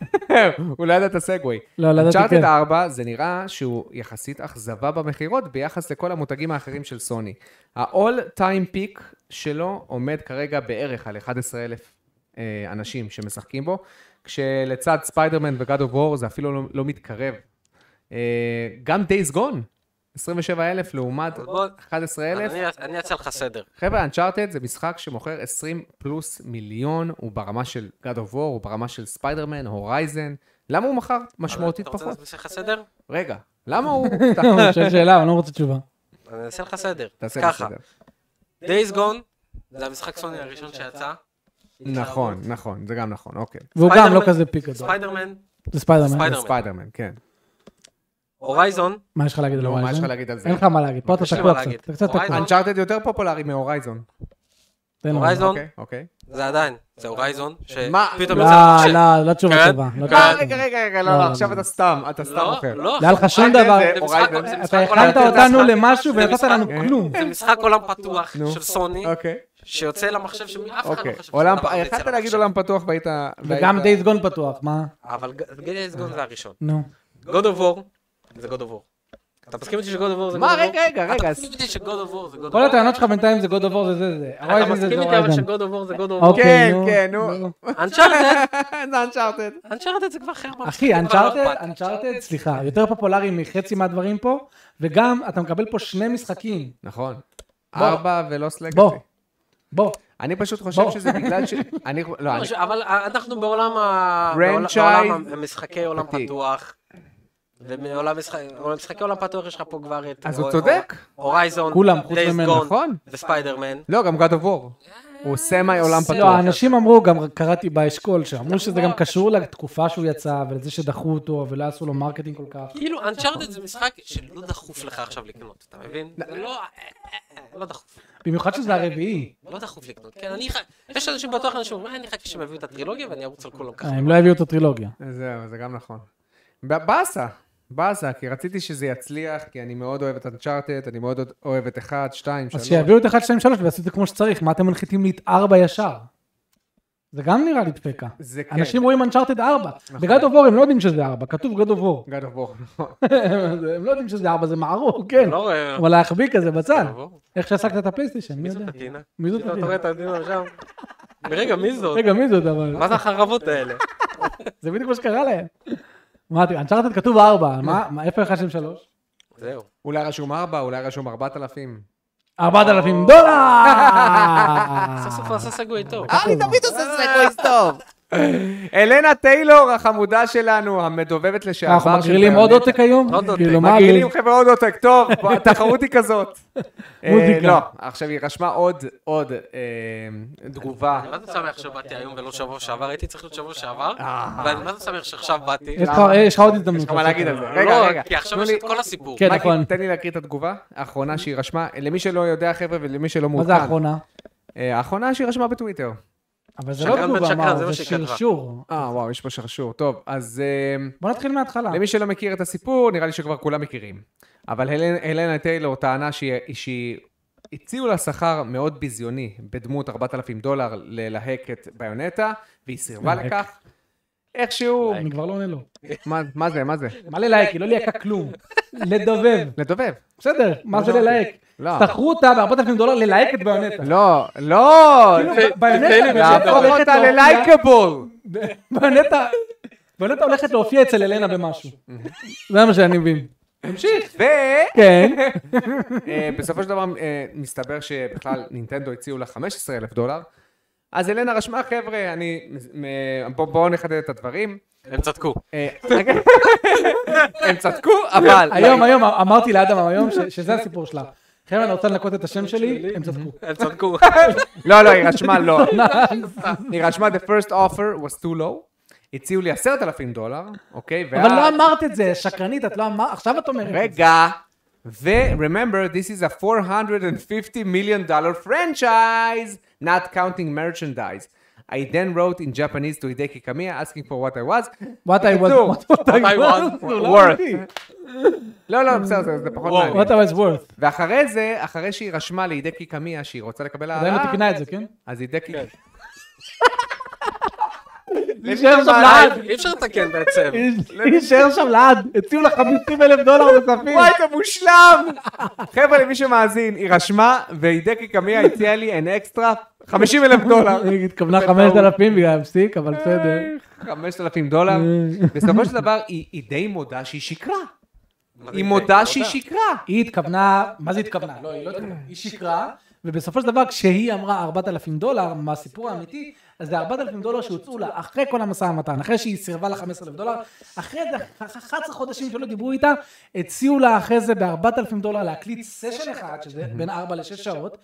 S3: הוא לא ידע את הסגווי.
S1: לא, לא ידעתי
S3: אנצ'ארטד
S1: כן.
S3: 4 זה נראה שהוא יחסית אכזבה במכירות ביחס לכל המותגים האחרים של סוני. ה-all time peak שלו עומד כרגע בערך על 11,000 אה, אנשים שמשחקים בו, כשלצד ספיידרמן וגאד אוף וור זה אפילו לא, לא מתקרב. אה, גם Days Gone, 27,000 לעומת
S2: בוא-
S3: 11,000.
S2: אני אעשה לך סדר.
S3: חבר'ה, אנצ'ארטד זה משחק שמוכר 20 פלוס מיליון, הוא ברמה של God of War, הוא ברמה של ספיידרמן, הורייזן. למה הוא מכר משמעותית
S2: אתה רוצה
S3: פחות?
S2: שאני אעשה לך סדר?
S3: רגע, למה הוא...
S1: הוא שואל שאלה, אבל אני לא רוצה תשובה.
S2: אני אעשה לך סדר.
S3: תעשה לי
S2: ככה,
S3: סדר.
S2: Days Gone, זה המשחק סוני הראשון שיצא.
S3: נכון, נכון, זה גם נכון, אוקיי.
S1: והוא גם לא
S2: ספיידרמן-
S1: כזה פיק גדול.
S2: ספיידרמן,
S1: זה ספיידרמן.
S2: ספיידרמן.
S3: ספיידרמן, כן.
S2: הורייזון,
S1: מה יש לך להגיד על
S3: נו, לא, מה יש לך
S1: הורייזן?
S3: להגיד על זה?
S1: לא אין לך מה להגיד, פה אתה
S2: יש לי
S1: תקוע
S2: מה
S1: קצת.
S2: להגיד.
S1: אתה קצת תקוע.
S2: הורייזון-
S3: אנצ'ארטד יותר פופולרי מהורייזון.
S1: תן לו.
S2: הורייזון,
S3: אוקיי, אוקיי.
S2: זה עדיין, זה הורייזון,
S3: מה?
S2: שפתאום
S1: לא,
S2: יוצא לך ש...
S1: לא, לא תשובה
S2: כן,
S1: טובה. לא
S2: כן.
S1: תשובה
S3: אה,
S1: טובה.
S3: רגע, רגע, רגע, לא,
S1: לא,
S3: לא,
S1: לא,
S3: עכשיו
S1: לא.
S3: אתה סתם, אתה סתם אוקיי.
S2: לא,
S3: מוכר.
S2: לא,
S1: לא היה לך שום דבר.
S3: זה
S2: זה משחק-
S3: הורייזן.
S2: זה משחק
S1: אתה
S2: עולם-
S1: הכנת
S2: זה
S1: אותנו
S2: משחק-
S1: למשהו
S2: זה
S1: ונתת
S2: משחק-
S1: לנו
S3: כן.
S1: כלום.
S2: זה משחק עולם פתוח
S3: נו.
S2: של סוני,
S3: אוקיי,
S2: שיוצא למחשב שאף אחד
S3: אוקיי.
S2: לא חשב
S3: עולם,
S2: שדבר כזה יצא
S3: יכלת להגיד עולם פתוח והיית...
S1: וגם
S3: והיית-
S1: דייז גון פתוח, מה?
S2: אבל דייז גון זה הראשון.
S1: נו.
S2: God of War, זה God of War. אתה מסכים איתי שגוד אוף וור זה
S3: מה,
S2: God of War?
S3: רגע, רגע, רגע,
S2: אתה
S3: אז-
S2: מסכים איתי שגוד אוף וור זה God of
S1: כל
S2: War?
S1: הטענות שלך בינתיים זה God of War זה זה זה.
S2: אתה
S1: הורייזן זה
S2: מסכים
S1: זה
S2: איתי אבל
S1: הורייזן.
S2: שגוד אוף וור זה God of War?
S1: אוקיי,
S3: כן,
S1: נו.
S3: כן, נו.
S2: אנצ'ארטד,
S3: זה אנצ'ארטד.
S2: אנצ'ארטד זה כבר חרבן.
S1: אחי,
S2: זה כבר לא
S1: אנצ'ארטד,
S2: אכפת.
S1: אנצ'ארטד, סליחה, יותר פופולרי מחצי מהדברים פה, וגם אתה מקבל פה שני משחקים.
S3: נכון.
S1: בוא.
S3: ארבע ולא
S1: בוא,
S3: סלגסי.
S1: בוא.
S3: אני פשוט חושב
S1: בוא.
S3: שזה בגלל ש... אני... לא, אני...
S2: אבל אנחנו בעולם ה...
S3: Franchise-
S2: בעולם המשחקי עולם
S3: פתיק.
S2: פתוח. ובעולם משחק- בעולם משחקי עולם פתוח יש לך פה כבר את...
S3: אז הוא
S2: הור-
S3: צודק.
S2: הורייזון,
S1: כולם, חוץ
S2: Days
S1: ממנו.
S2: Gone,
S3: נכון.
S2: וספיידרמן.
S3: לא, גם God of War. הוא סמי עולם
S1: לא,
S3: פתוח.
S1: האנשים אמרו, גם קראתי באשכול, שאמרו שזה גם קשור לתקופה שהוא יצא, ולזה שדחו אותו, ולא עשו לו מרקטינג כל כך.
S2: כאילו, אנצ'ארטד זה משחק שלא דחוף לך עכשיו לקנות, אתה מבין? זה לא... לא דחוף.
S1: במיוחד שזה הרביעי.
S2: לא דחוף לקנות. כן, אני... ח- יש אנשים בטוח, אנשים אומרים, "אה, אני אחכה שהם יביאו את הטרילוגיה ואני ארוץ על כולם ככה.
S1: אה, הם לא הביאו את הטרילוגיה.
S3: זהו, זה גם נכון. ב- באסה, באסה, כי רציתי שזה יצליח, כי אני מאוד אוהב את אנצ'ארטד, אני מאוד אוהב את 1, 2,
S1: אז
S3: 3.
S1: שיביאו את 1, 2, 3 ויעשו את זה כמו שצריך, מה אתם מנחיתים לי את 4 ישר? זה גם נראה לי דפקה.
S3: זה כן.
S1: אנשים רואים אנצ'ארטד 4. בגד אוף וור הם לא יודעים שזה 4, כתוב גד אוף וור.
S3: God of War, נכון.
S1: הם לא יודעים שזה 4, זה מערוב, כן.
S2: לא רואה...
S1: אבל להחביא כזה בצד.
S2: God of War.
S1: איך שעסקת את הפלייסטיישן, מי
S2: מי
S1: יודע.
S2: זאת הדינה?
S1: מי זאת
S2: אתה
S1: הדינה?
S2: רואה את הדינה שם? רגע, מי זאת?
S1: רגע, מי זאת אבל?
S2: מה זה החרבות האלה?
S1: זה בדיוק מה שקרה להם. אמרתי, אנצ'ארטד כתוב 4, מה, מה, איפה 1 של 3?
S2: זהו.
S3: אולי רשום 4, אולי רשום 4,000.
S1: 4,000 דולר!
S2: סוף
S1: אה.
S2: סוף נעשה סגווי טוב.
S1: אני תמיד
S4: עושה סגוויז טוב.
S3: אלנה טיילור החמודה שלנו, המדובבת לשעבר.
S1: אנחנו
S3: של
S1: מגרילים
S3: פיוניר.
S1: עוד עותק היום?
S2: עוד עותק.
S1: כאילו, מה
S3: מגרילים
S1: הגריל?
S3: חבר'ה עוד עותק, טוב, בוא, התחרות היא כזאת. אה,
S1: מוזיקה.
S3: לא, עכשיו היא רשמה עוד, עוד אה, תגובה.
S2: אני לא מה זה שמח שבאתי היום ולא שבוע שעבר? הייתי צריך להיות שבוע שעבר,
S3: אה.
S2: אבל מה זה שמח שעכשיו באתי?
S1: יש לך- יש לך עוד הזדמנות.
S3: יש לך מה להגיד על זה. רגע,
S2: לא,
S3: רגע.
S2: כי עכשיו
S3: תנו
S2: יש
S3: לי-
S2: את כל הסיפור.
S1: כן,
S3: מייקי,
S1: נכון.
S3: תן לי להקריא את התגובה האחרונה שהיא רשמה, למי שלא יודע חבר'ה ולמי שלא
S1: מה
S3: מעודכן.
S1: זה האחרונה?
S3: אה, האחרונה שהיא רשמה בטוויטר.
S1: אבל זה לא
S2: שקרן בן
S1: תגובה,
S2: שקרן,
S1: מה,
S2: זה מה
S1: זה
S2: שהיא כתבה.
S1: שרשור.
S3: אה, וואו, יש פה שרשור. טוב, אז אה,
S1: בוא נתחיל מההתחלה.
S3: למי שלא מכיר את הסיפור, נראה לי שכבר כולם מכירים. אבל הלנה, הלנה טיילור טענה שהיא- שהיא... הציעו לה שכר מאוד ביזיוני בדמות 4,000 דולר ללהק את ביונטה, והיא סירבה
S1: ללהק.
S3: לכך. איכשהו...
S1: אני כבר לא עונה לו.
S3: מה- מה זה, מה זה?
S1: מה ללהק? היא לא ליהקה כלום. לדובב.
S3: לדובב.
S1: בסדר, מה זה ללהק?
S3: לא.
S1: שכרו אותה ב-4,000 דולר ללהק את ביונטה.
S3: לא, לא!
S1: כן. כאילו,
S3: זה-
S1: ב- ביונטה
S2: להפוך
S1: ביונטה
S3: להפוך
S1: הולכת
S3: אותה
S1: להופיע-
S3: ללייקבול!
S1: ביונטה- ביונטה הולכת להופיע אצל אלנה במשהו. זה מה שאני מבין. תמשיך.
S3: ו...
S1: כן.
S3: אה, בסופו של דבר אה, מסתבר שבכלל נינטנדו הציעו לה 15 אלף דולר. אז אלנה רשמה, חבר'ה, אני... מ- בוא- בואו נחדד את הדברים.
S2: הם צדקו.
S3: אה, הם צדקו, אבל...
S1: היום, היום, אמרתי לאדם היום ש- שזה הסיפור שלה. חבר'ה, אני רוצה לנקות את השם שלי, הם צדקו.
S2: הם צדקו.
S1: אה,
S3: לא, לא, היא רשמה לא. היא רשמה, the first offer was too low. הציעו לי 10,000 דולר, אוקיי?
S1: אבל לא אמרת את זה, שקרנית, את לא אמרת, עכשיו את אומרת. את זה.
S3: רגע. ו-remember, this is a 450 million dollar franchise, not counting merchandise. I then wrote in Japanese to Hideki Kamiya asking for what I was.
S1: What I was,
S3: בקיצור,
S1: what I was, לא
S3: worth. לא, לא, בסדר, זה- זה פחות מעניין.
S1: what I was worth.
S3: ואחרי זה, אחרי שהיא רשמה להידקי קמיה שהיא רוצה לקבל
S1: עדיין לא תיקנה את זה, כן?
S3: אז הידקי...
S1: להישאר שם לעד.
S2: אה, אי אפשר לתקן בעצם.
S1: אה. להישאר שם לעד. הציעו לך 50 אלף דולר נוספים.
S3: וואי, זה מושלם! חבר'ה, למי שמאזין, היא רשמה, והידקי קמיה הציעה לי an extra 50 אלף דולר.
S1: היא התכוונה
S3: בטעות.
S1: 5,000 בגלל הפסיק, אבל בסדר.
S3: 5,000 דולר. בסופו של דבר, היא היא די מודה שהיא שיקרה.
S2: מה זה
S3: היא
S2: די?
S3: מודה שהיא שיקרה.
S1: היא התכוונה, מה זה התכוונה? לא, היא לא התכוונה, היא שיקרה, ובסופו של דבר כשהיא אמרה 4,000 דולר, מהסיפור האמיתי, אז זה 4,000 דולר שהוצאו לה אחרי כל המשא ומתן, אחרי שהיא סירבה ל-15,000 דולר, אחרי זה, אחרי 11 חודשים שלא דיברו איתה, הציעו לה אחרי זה ב-4,000 דולר להקליט סשן אחד, שזה בין 4 ל-6 שעות.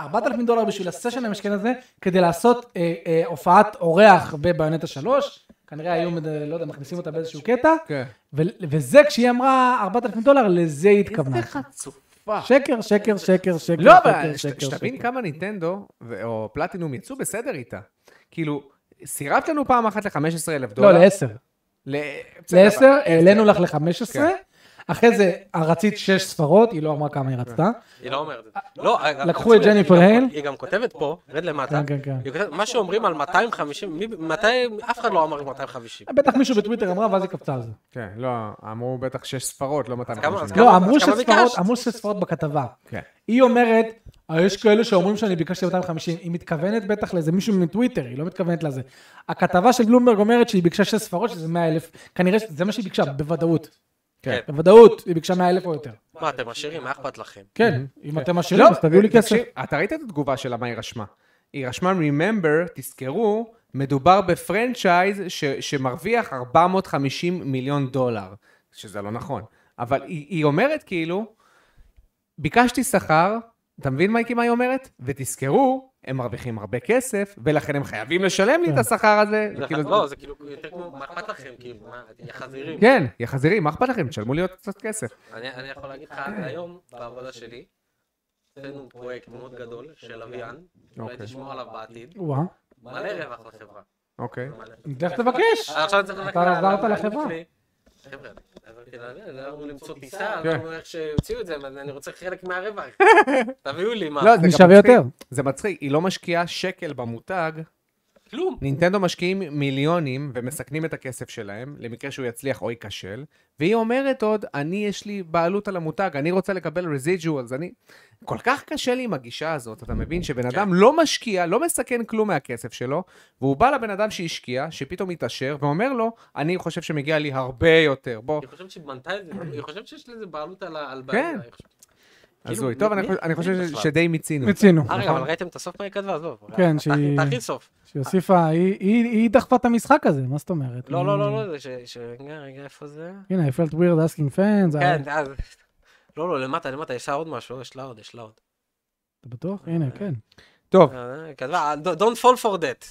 S1: 4,000 דולר בשביל הסשן המשכן הזה, כדי לעשות אה, אה, הופעת אורח בביונטה 3, כנראה היו, מד- לא יודע, מכניסים אותה באיזשהו קטע,
S3: כן.
S1: ו- וזה כשהיא אמרה 4,000 דולר, לזה היא התכוונה.
S3: חצופה.
S1: שקר, שקר, שקר, שקר,
S3: לא,
S1: שקר,
S3: אבל ש-
S1: שקר,
S3: שתבין
S1: שקר.
S3: כמה ניטנדו ו- או פלטינום יצאו בסדר איתה. כאילו, סירבת לנו פעם אחת ל-15 אלף דולר.
S1: לא, לעשר.
S3: ל- בסדר,
S1: לעשר,
S3: אבל-
S1: העלינו לך ל-15,
S3: כן.
S1: אחרי זה רצית שש ספרות, היא לא אמרה כמה היא רצתה.
S2: היא לא אומרת את זה. לא,
S1: לקחו
S2: רצו-
S1: את ג'ניפר
S2: היא גם-
S1: הייל.
S2: היא גם כותבת פה, רד למטה.
S1: כן, כן, כן.
S2: היא כותבת, מה שאומרים על 250, מי- מתי, אף אחד לא אמר 250.
S1: בטח מישהו בטוויטר אמרה, ואז היא קפצה על זה.
S3: כן, לא, אמרו בטח שש ספרות, לא 250.
S2: אז כמה-
S1: לא, אמרו
S2: אז
S1: שש
S2: כמה
S1: ספרות,
S2: ביקשת?
S1: אמרו שש ספרות בכתבה.
S3: כן.
S1: היא אומרת, "אה, יש כאלה שאומרים שאני ביקשתי 250, היא מתכוונת בטח לאיזה מישהו מטוויטר, היא לא מתכוונת לזה. הכתבה של בלומברג אומרת שהיא ביקשה שש ספרות, שזה 100 אלף, כנראה שזה מה שהיא ביקשה, בוודאות.
S3: כן.
S1: בוודאות, היא ביקשה 100 אלף או יותר.
S2: מה, אתם עשירים, מה אכפת לכם?
S1: כן, אם אתם עשירים,
S3: לא,
S1: אז תביאו לי כסף.
S3: תקשיב, אתה ראית את התגובה שלה, מה היא רשמה. היא רשמה, Remember, תזכרו, מדובר בפרנצ'ייז ש- שמרוויח 450 מיליון דולר, שזה לא נכון. אבל היא, היא אומרת כאילו, ביקשתי שכר, אתה מבין מייקי מה היא אומרת? ותזכרו, הם מרוויחים הרבה כסף, ולכן הם חייבים לשלם לי את
S1: כן.
S3: השכר הזה.
S2: זה
S3: כאילו-
S2: אחד- לא, זה כאילו יותר כמו, מה אכפת לכם, כאילו, מה, יא חזירים.
S3: כן, יא חזירים, מה אכפת לכם? תשלמו לי עוד קצת כסף.
S2: אני אני יכול להגיד לך, היום, בעבודה שלי, עשינו פרויקט מאוד גדול של לוויין, אולי
S3: אוקיי.
S2: תשמור עליו בעתיד,
S1: וואה,
S2: מלא רווח לחברה. אה,
S3: אוקיי.
S2: מלא.
S1: לך תבקש.
S2: אז עכשיו אני צריך רק
S1: אתה
S2: לה-
S1: עזרת
S2: להגיד
S1: לחברה.
S2: לי, חבר'ה, עזרתי לזה, עזרנו למצוא אוקיי. טיסה,
S3: כן.
S2: עזרנו איך שהוציאו את זה, אבל אני רוצה חלק מהרווח. תביאו לי מה.
S3: לא, זה גם
S1: מי שווה
S3: מצחיק.
S1: יותר?
S3: זה מצחיק, היא לא משקיעה שקל במותג,
S2: כלום.
S3: נינטנדו משקיעים מיליונים ומסכנים את הכסף שלהם, למקרה שהוא יצליח או ייכשל, והיא אומרת עוד, אני יש לי בעלות על המותג, אני רוצה לקבל residuals, אני... כל כך קשה לי עם הגישה הזאת, אתה מבין
S2: כן.
S3: שבן אדם לא משקיע, לא מסכן כלום מהכסף שלו, והוא בא לבן אדם שהשקיע, שפתאום התעשר, ואומר לו, אני חושב שמגיע לי הרבה יותר, בוא,
S2: היא חושבת שהיא בנתה את זה, היא חושבת שיש לזה בעלות על ה... על
S3: כן.
S2: בעיה, היא חושבת.
S3: הזוי.
S2: מי-
S3: טוב, אני
S2: כאילו, מי-
S3: חושב- אני
S2: מי
S3: חושב ש-
S2: בכלל?
S3: שדי מיצינו.
S1: מיצינו.
S2: אה, רגע,
S1: נכון.
S2: אבל ראיתם את הסוף מה היא כתבה? עזוב.
S1: כן,
S2: תח-
S1: שהיא-
S2: תתחיל סוף.
S1: שהיא הוסיפה, היא- היא היא דחפה את המשחק הזה, מה זאת אומרת?
S2: לא,
S1: אני-
S2: לא, לא, לא, זה ש... ש- רגע, רגע, איפה זה?
S1: הנה, I felt weird asking fans, אה,
S2: כן, אז... לא, לא, למטה, למטה, יש לה עוד משהו, יש לה עוד, יש לה עוד.
S1: אתה בטוח? הנה, כן.
S3: טוב,
S2: אה, אה, כתבה, "Don't- Don't fall for that.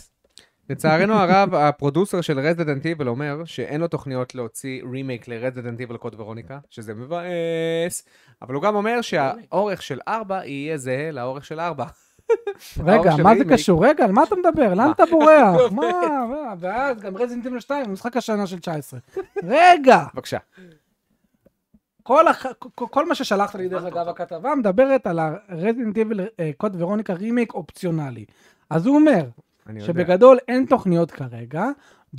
S3: לצערנו הרב, הפרודוסר של רזדנט איבל אומר שאין לו תוכניות להוציא רימייק לרזדנט איבל קוד ורוניקה, שזה מבאס, אבל הוא גם אומר שהאורך של 4 יהיה זהה לאורך של 4.
S1: רגע,
S3: של
S1: מה זה
S3: רימיק.
S1: קשור? רגע, על מה אתה מדבר? לאן אתה בורח? מה? מה? ואז גם רזינטיבל 2, משחק השנה של 19. רגע,
S3: בבקשה.
S1: כל הח- כל- כל מה ששלחת לי דרך אגב הכתבה מדברת על הרזינטיבל קוד ורוניקה רימיק אופציונלי. אז הוא אומר
S3: אני יודע.
S1: שבגדול אין תוכניות כרגע,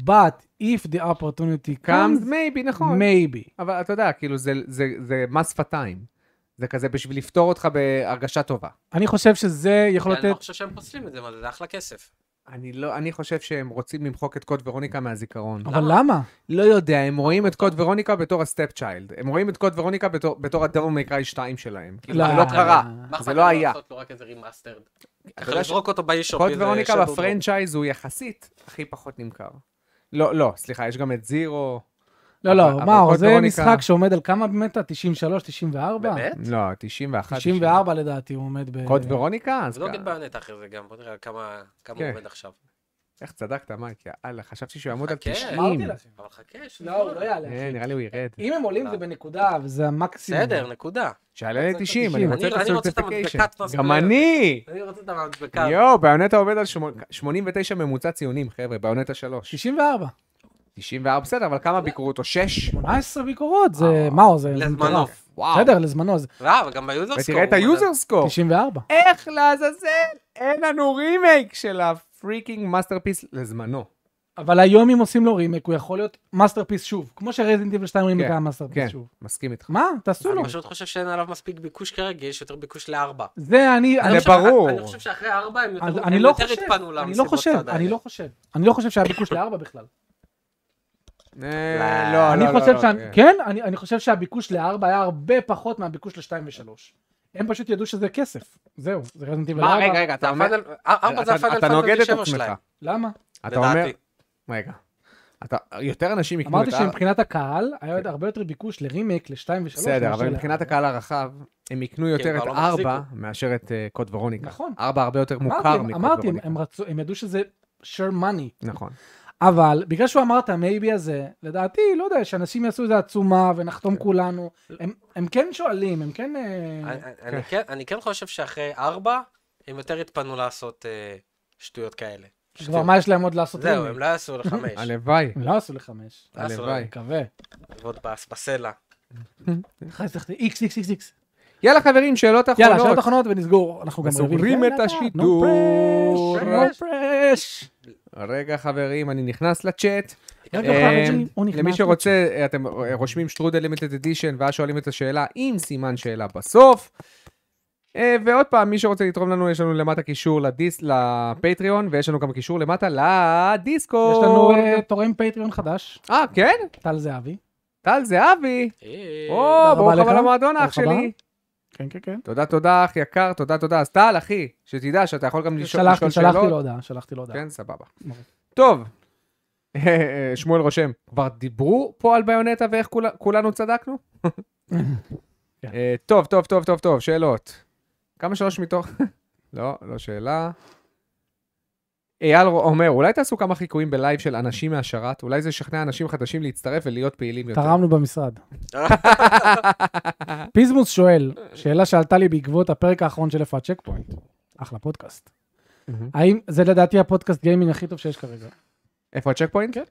S1: but if the opportunity
S3: comes
S1: comes,
S3: maybe, כן, נכון.
S1: maybe.
S3: אבל אתה יודע, כאילו זה- זה זה מס שפתיים. זה כזה בשביל לפתור אותך בהרגשה טובה.
S1: אני חושב שזה יכול
S3: כן,
S2: אני לא
S1: לתת...
S2: חושב שהם פוסלים את זה, מה זה, זה אחלה כסף.
S3: אני לא, אני חושב שהם רוצים למחוק את קוד ורוניקה מהזיכרון.
S1: אבל למה?
S3: לא יודע, הם רואים את קוד ורוניקה בתור הסטפ צ'יילד. הם רואים את קוד ורוניקה בתור- בתור הדבר מייקראי 2 שלהם. כאילו,
S1: לא.
S3: זה לא קרה.
S2: מה
S3: זה
S2: אכפת
S3: לא
S2: לנו
S3: היה.
S2: לעשות לו רק איזה רימאסטרד?
S3: אתה יודע
S2: לזרוק אותו באישופ.
S3: קוד
S2: איזה
S3: ורוניקה
S2: shadow drop.
S3: בפרנצ'ייז הוא יחסית הכי פחות נמכר. לא, לא, סליחה, יש גם את זירו.
S1: לא, לא,
S3: אבל-
S1: מה,
S3: אבל קוד
S1: זה
S3: ורוניקה-
S1: משחק שעומד על כמה באמת? 93, 94?
S2: באמת?
S3: לא, 91.
S1: 94 לדעתי הוא עומד ב...
S3: קוד ורוניקה? אז
S2: אז לא
S3: כ-
S2: גד בענט אחרי זה גם, בוא נראה כמה כמה
S3: כן.
S2: הוא עומד עכשיו.
S3: איך צדקת, מייק, יאללה, חשבתי שהוא יעמוד על
S2: חכה,
S3: 90.
S1: אמרתי לך.
S2: אבל חכה, יש
S1: לא, הוא לא יעלה. אחי.
S3: אה, נראה לי הוא ירד.
S1: אם הם עולים זה בנקודה, וזה המקסימום.
S2: בסדר, נקודה.
S3: שיעלה ל-90, אני
S1: אני-
S3: רוצה את
S2: אני רוצה את
S3: הסרטיפיקיישן.
S2: המדבקת מס
S3: גם
S2: פלייר.
S3: אני!
S2: אני רוצה את המדבקה.
S3: יואו, ביונטה עובד על שמונה- 89 ממוצע ציונים, חבר'ה, ביונטה 3.
S1: 64.
S3: 94, בסדר, אבל כמה ביקרו אותו? 6?
S1: 18 ביקורות, זה... מה, זה... זה
S2: לזמנו.
S1: מטורף.
S3: אה, וואו.
S1: בסדר, לזמנו זה
S2: לא, אבל גם ביוזר סקור.
S3: ותראה את היוזר סקור.
S1: 94.
S3: איך לעזאזל? אין לנו רימייק של הפריקינג מאסטרפיס לזמנו.
S1: אבל היום אם עושים לו רימק, הוא יכול להיות מאסטרפיס שוב. כמו שרזינטיבל 2 רימק
S3: כן,
S1: היה
S3: כן,
S1: מאסטרפיס שוב.
S3: מסכים איתך.
S1: מה? תעשו לו.
S2: אני פשוט חושב שאין עליו מספיק ביקוש כרגע, יש יותר ביקוש לארבע.
S1: זה אני...
S2: אני לא
S1: אני-
S3: זה
S2: חושב-
S3: ברור.
S2: אני חושב שאחרי ארבע הם
S1: אז
S2: יותר-
S1: אני
S2: הם
S1: לא
S2: יותר
S1: חושב,
S2: התפנו
S1: אני לא
S2: למסיבות
S1: חושב,
S2: צד
S1: אני
S2: האלה.
S1: לא חושב. אני לא חושב שהיה ביקוש לארבע בכלל.
S3: אה, לא,
S1: אני
S3: לא, לא,
S1: חושב
S3: לא,
S1: שה...
S3: כן.
S1: כן, אני אני חושב שהביקוש לארבע היה הרבה פחות מהביקוש לשתיים ושלוש. הם פשוט ידעו שזה כסף. זהו, זה רזינטיבל
S3: מה,
S1: ארבע.
S3: אה, רגע, רגע, כן, אתה אומר...
S2: הפאנל- ארבע זה
S3: אתה-
S2: הפאנל
S3: אתה נוגד
S2: פנטזי
S3: את
S2: שבע
S3: עצמך.
S2: שלהם.
S1: למה?
S3: אתה אומר...
S2: לדעתי.
S3: רגע. אתה... יותר אנשים יקנו את
S1: אמרתי
S3: ה...
S1: שמבחינת הקהל היה עוד הרבה יותר ביקוש לרימייק לשתיים ושלוש.
S3: כן. בסדר,
S1: מאשר
S3: אבל
S1: ל-
S3: מבחינת הקהל הרחב, הם יקנו יותר
S2: כבר
S3: את
S2: לא
S3: ארבע
S2: מחזיקו.
S3: מאשר את אה, קוד ורוניקה.
S1: נכון.
S3: ארבע הרבה יותר מוכר
S1: אמרתי,
S3: מקוד
S1: אמרתי,
S3: ורוניקה.
S1: הם רצו, הם ידעו שזה sure money.
S3: נכון.
S1: אבל בגלל שהוא אמר את המייבי הזה, לדעתי, לא יודע, שאנשים יעשו איזה עצומה
S3: כן.
S1: ונחתום כולנו. הם- הם כן שואלים, הם כן... אה,
S2: אני- אני כן- אני כן חושב שאחרי ארבע, הם יותר התפנו לעשות אה, שטויות כאלה.
S1: כבר מה יש להם עוד לעשות?
S2: זהו,
S1: רימייק?
S2: הם לא יעשו לחמש.
S3: הלוואי,
S1: הם לא עשו לחמש.
S2: לא עשו
S3: הלוואי.
S1: מקווה.
S3: כן.
S2: עוד בס- בסלע.
S1: חס וחלילה, איקס, איקס, איקס, איקס.
S3: יאללה חברים, שאלות אחרונות.
S1: יאללה, שאלות אחרונות ונסגור. אנחנו גם
S3: וסוגרים
S1: רבים.
S3: את
S1: כן,
S3: השידור.
S1: no press, no press.
S3: רגע חברים, אני נכנס לצ'אט.
S1: רגע,
S3: אה,
S1: חברים, הוא נכנס
S3: למי שרוצה, אה, אתם רושמים שטרודל לימיטד אדישן, ואז שואלים את השאלה עם סימן שאלה בסוף. אה, ועוד פעם, מי שרוצה לתרום לנו, יש לנו למטה קישור לדיס, לפטריון, ויש לנו גם קישור למטה
S1: יש
S3: לדיסקורד.
S1: לנו אה, תורם פטריון חדש,
S3: אה, כן?
S1: טל זהבי.
S3: טל זהבי.
S2: אה,
S3: או, ברוך
S1: רבה
S3: הבא
S1: לך.
S3: למועדון,
S1: ברוך
S3: אח
S1: הבא.
S3: שלי.
S1: כן, כן, כן.
S3: תודה, תודה, אח יקר, תודה, תודה. אז טל, אחי, שתדע שאתה יכול גם לשאול
S1: שלחתי,
S3: לשאול
S1: שלחתי לו
S3: שאלות.
S1: הודעה, שלחתי לו הודעה.
S3: כן, סבבה.
S1: לא. ברור.
S3: טוב. שמואל רושם, כבר דיברו פה על ביונטה ואיך כולה- כולנו צדקנו?
S1: כן.
S3: אה, טוב, טוב, טוב, טוב, טוב, שאלות. כמה שלוש מתוך? לא, לא שאלה. אייל אומר, אולי תעשו כמה חיקויים בלייב של אנשים מהשרת? אולי זה ישכנע אנשים חדשים להצטרף ולהיות פעילים יותר.
S1: תרמנו במשרד. פיזמוס שואל, שאלה שעלתה לי בעקבות הפרק האחרון של איפה הצ'ק פוינט. אחלה פודקאסט.
S3: מהמם.
S1: האם, זה לדעתי הפודקאסט גיימינג הכי טוב שיש כרגע.
S3: איפה הצ'ק פוינט? כן.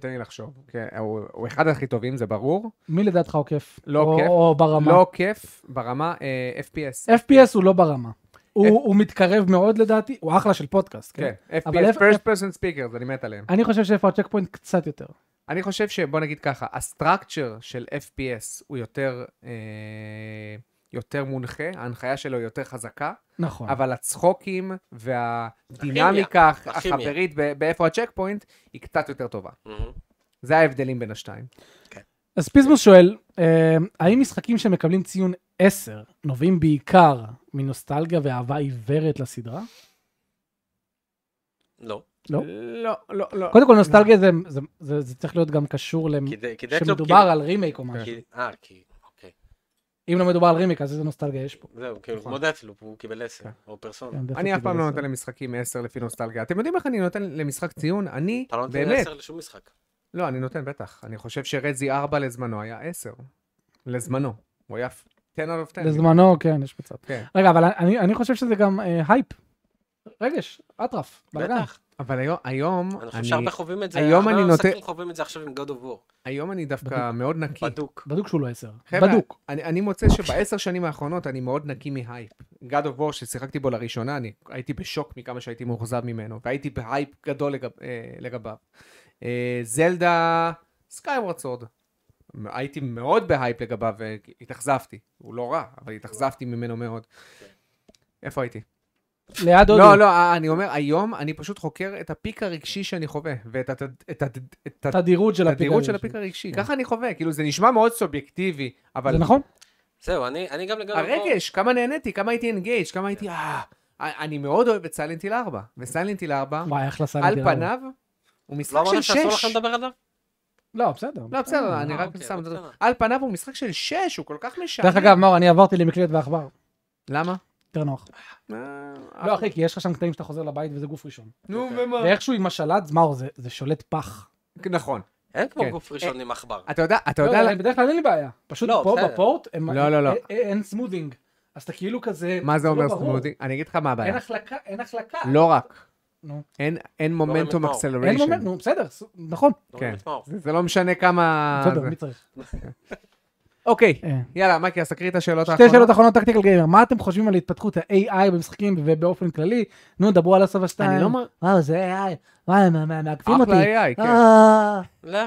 S3: תן לי לחשוב. כן, הוא הוא אחד הכי טובים, זה ברור.
S1: מי לדעתך עוקף?
S3: לא
S1: או-
S3: עוקף.
S1: או ברמה.
S3: לא כיף, ברמה אה, FPS.
S1: FPS הוא לא ברמה. הוא הוא מתקרב מאוד לדעתי, הוא אחלה של פודקאסט,
S3: כן,
S1: כן? אבל
S3: FPS,
S1: איפה-
S3: first person speakers, אני מת עליהם.
S1: אני חושב שאיפה הצ'ק פוינט קצת יותר.
S3: אני חושב שבוא נגיד ככה, הסטרקצ'ר של FPS הוא יותר, אה, יותר מונחה, ההנחיה שלו היא יותר חזקה,
S1: נכון.
S3: אבל הצחוקים והדינמיקה הח-
S2: הכימיה.
S3: החברית ב- באיפה הצ'ק פוינט היא קצת יותר טובה.
S2: מהמם.
S3: זה ההבדלים בין השתיים.
S1: אז פיזמוס שואל, אה, האם משחקים שמקבלים ציון 10 נובעים בעיקר מנוסטלגיה ואהבה עיוורת לסדרה?
S2: לא.
S1: לא.
S3: לא, לא, לא.
S1: קודם כל נוסטלגיה זה, זה, זה, זה צריך להיות גם קשור למ...
S2: כדי כדי להיות
S1: שמדובר
S2: כאילו-
S1: על רימייק
S3: כן.
S1: או משהו.
S2: כי- אה, כי... אוקיי.
S1: אם לא מדובר על רימייק אז איזה נוסטלגיה יש פה.
S2: זהו, כאילו,
S3: נכון.
S2: כמו דאטלופ, הוא קיבל 10,
S3: כן.
S2: או פרסונה.
S1: כן, דרך
S3: אני אף
S1: הקיבל
S3: פעם לא
S1: עשר.
S3: נותן למשחקים 10 לפי נוסטלגיה. אתם יודעים איך אני נותן למשחק ציון? אני,
S2: אתה לא נותן
S3: באמת,
S2: 10 לשום משחק.
S3: לא, אני נותן בטח. אני חושב שרזי 4 לזמנו היה 10. לזמנו. הוא היה 10 out of 10.
S1: לזמנו, כן, יש מצב.
S3: כן.
S1: רגע, אבל אני, אני חושב שזה גם אה, הייפ. רגש, אטרף, בלאגן.
S2: בטח.
S3: אבל היום, היום,
S2: אני חושב
S3: אני,
S2: שהרבה חווים את זה,
S3: היום
S2: הרבה
S3: אני נותן-
S2: משחקים חווים את זה עכשיו עם God of War.
S3: היום אני דווקא
S1: בדוק.
S3: מאוד נקי.
S2: בדוק.
S1: בדוק שהוא לא עשר.
S3: חבר'ה,
S1: בדוק.
S3: אני, אני מוצא שבעשר שנים האחרונות אני מאוד נקי מהייפ. God of War ששיחקתי בו לראשונה, אני הייתי בשוק מכמה שהייתי מאוכזב ממנו, והייתי בהייפ גדול לגב, אה, לגביו. אה, זלדה, סקייוורד סורד. הייתי מאוד בהייפ לגביו והתאכזבתי. הוא לא רע, אבל התאכזבתי ממנו מאוד. איפה הייתי?
S1: ליד דודו.
S3: לא, לא, אה, אני אומר, היום אני פשוט חוקר את הפיק הרגשי שאני חווה, ואת הת- את הת- את הת-
S1: תדירות של הפיק.
S3: תדירות של הפיק הרגשי. ככה אני חווה, כאילו זה נשמע מאוד סובייקטיבי, אבל...
S1: זה כן. נכון?
S2: זהו, אני אני גם לגמרי...
S3: הרגש, כמה נהניתי, כמה הייתי אנגייג', כמה הייתי... אה, אני מאוד אוהב את סיילנטיל 4, וסיילנטיל 4,
S1: וואי, איך לסל
S3: אה. על פניו, הוא משחק
S2: לא אמרנו
S3: של
S2: שאסור לכם
S3: שש.
S2: לדבר עליו?
S1: לא, בסדר.
S3: לא, בסדר, אני
S2: אה,
S3: רק
S2: אוקיי,
S3: שם את זה.
S2: בסדר.
S3: על פניו הוא משחק של שש, הוא כל כך משעמם.
S1: דרך אגב, מאור, אני עברתי למקלדת ועכבר.
S3: למה?
S1: יותר נוח.
S3: אה,
S1: לא, אחי, כי יש לך שם קטעים שאתה חוזר לבית וזה גוף ראשון.
S3: נו, ומה?
S1: ואיכשהו עם השלט, מאור, זה- זה שולט פח.
S3: נכון.
S2: אין
S3: כן. אה,
S2: כמו גוף ראשון עם עכבר.
S3: אתה יודע, אתה
S1: לא,
S3: יודע...
S1: לא, בדרך כלל אין לי בעיה. פשוט
S2: לא,
S1: פה
S2: בסדר.
S1: בפורט, הם-
S3: לא, לא, לא.
S1: אה, אה, אין סמודינג. אז אתה כאילו כזה...
S3: מה זה
S1: לא
S3: אומר
S1: ברור.
S3: סמודי? אני אגיד לך מה הבעיה.
S1: אין החלקה, אין החלקה.
S3: לא רק.
S1: נו.
S3: אין-
S2: לא,
S3: אין מומנטום
S2: מאור.
S1: אין
S3: אקסלריישן.
S1: מומנט, נו, בסדר, ס- נכון.
S2: לא
S3: כן.
S2: רואים את מאור.
S3: זה לא משנה כמה...
S1: בסדר,
S3: זה.
S1: מי צריך?
S3: אוקיי,
S1: אה.
S3: יאללה, מקי, אז תקריא את השאלות האחרונות.
S1: שתי שאלות אחרונות טקטיקל גיימר, מה אתם חושבים על התפתחות ה-AI במשחקים ובאופן כללי? נו, דברו על הסבא 2.
S3: אני לא מר-
S1: וואו, זה AI. וואי, מה- מה- מעקפים אותי.
S3: אחלה AI, כן.
S1: אה.
S2: לא.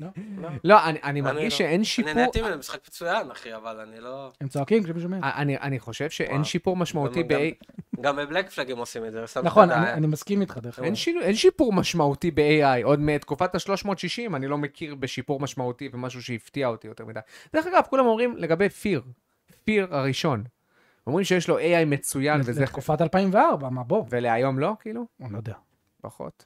S1: לא?
S2: לא.
S3: לא, אני, אני
S2: אני
S3: מרגיש
S2: לא.
S3: שאין שיפור,
S2: אני נהניתי ממנו, משחק מצוין, אחי, אבל אני לא...
S1: הם צועקים כשמישהו שומע.
S3: אה, אני, אני חושב שאין
S2: וואו.
S3: שיפור משמעותי
S2: גם- גם-
S3: ב-AI,
S2: גם בבלק פלאג הם עושים את זה. ושמים
S1: נכון,
S2: את ה-
S1: אני אני מסכים איתך דרך אגב.
S3: אין, שינו- אין שיפור משמעותי ב-AI, עוד מתקופת ה-360 אני לא מכיר בשיפור משמעותי ומשהו שהפתיע אותי יותר מדי. דרך אגב, כולם אומרים לגבי פיר, פיר הראשון, אומרים שיש לו AI מצוין וזה,
S1: לתקופת 2004, מה בוא?
S3: ולהיום לא, כאילו?
S1: אני לא יודע.
S3: פחות.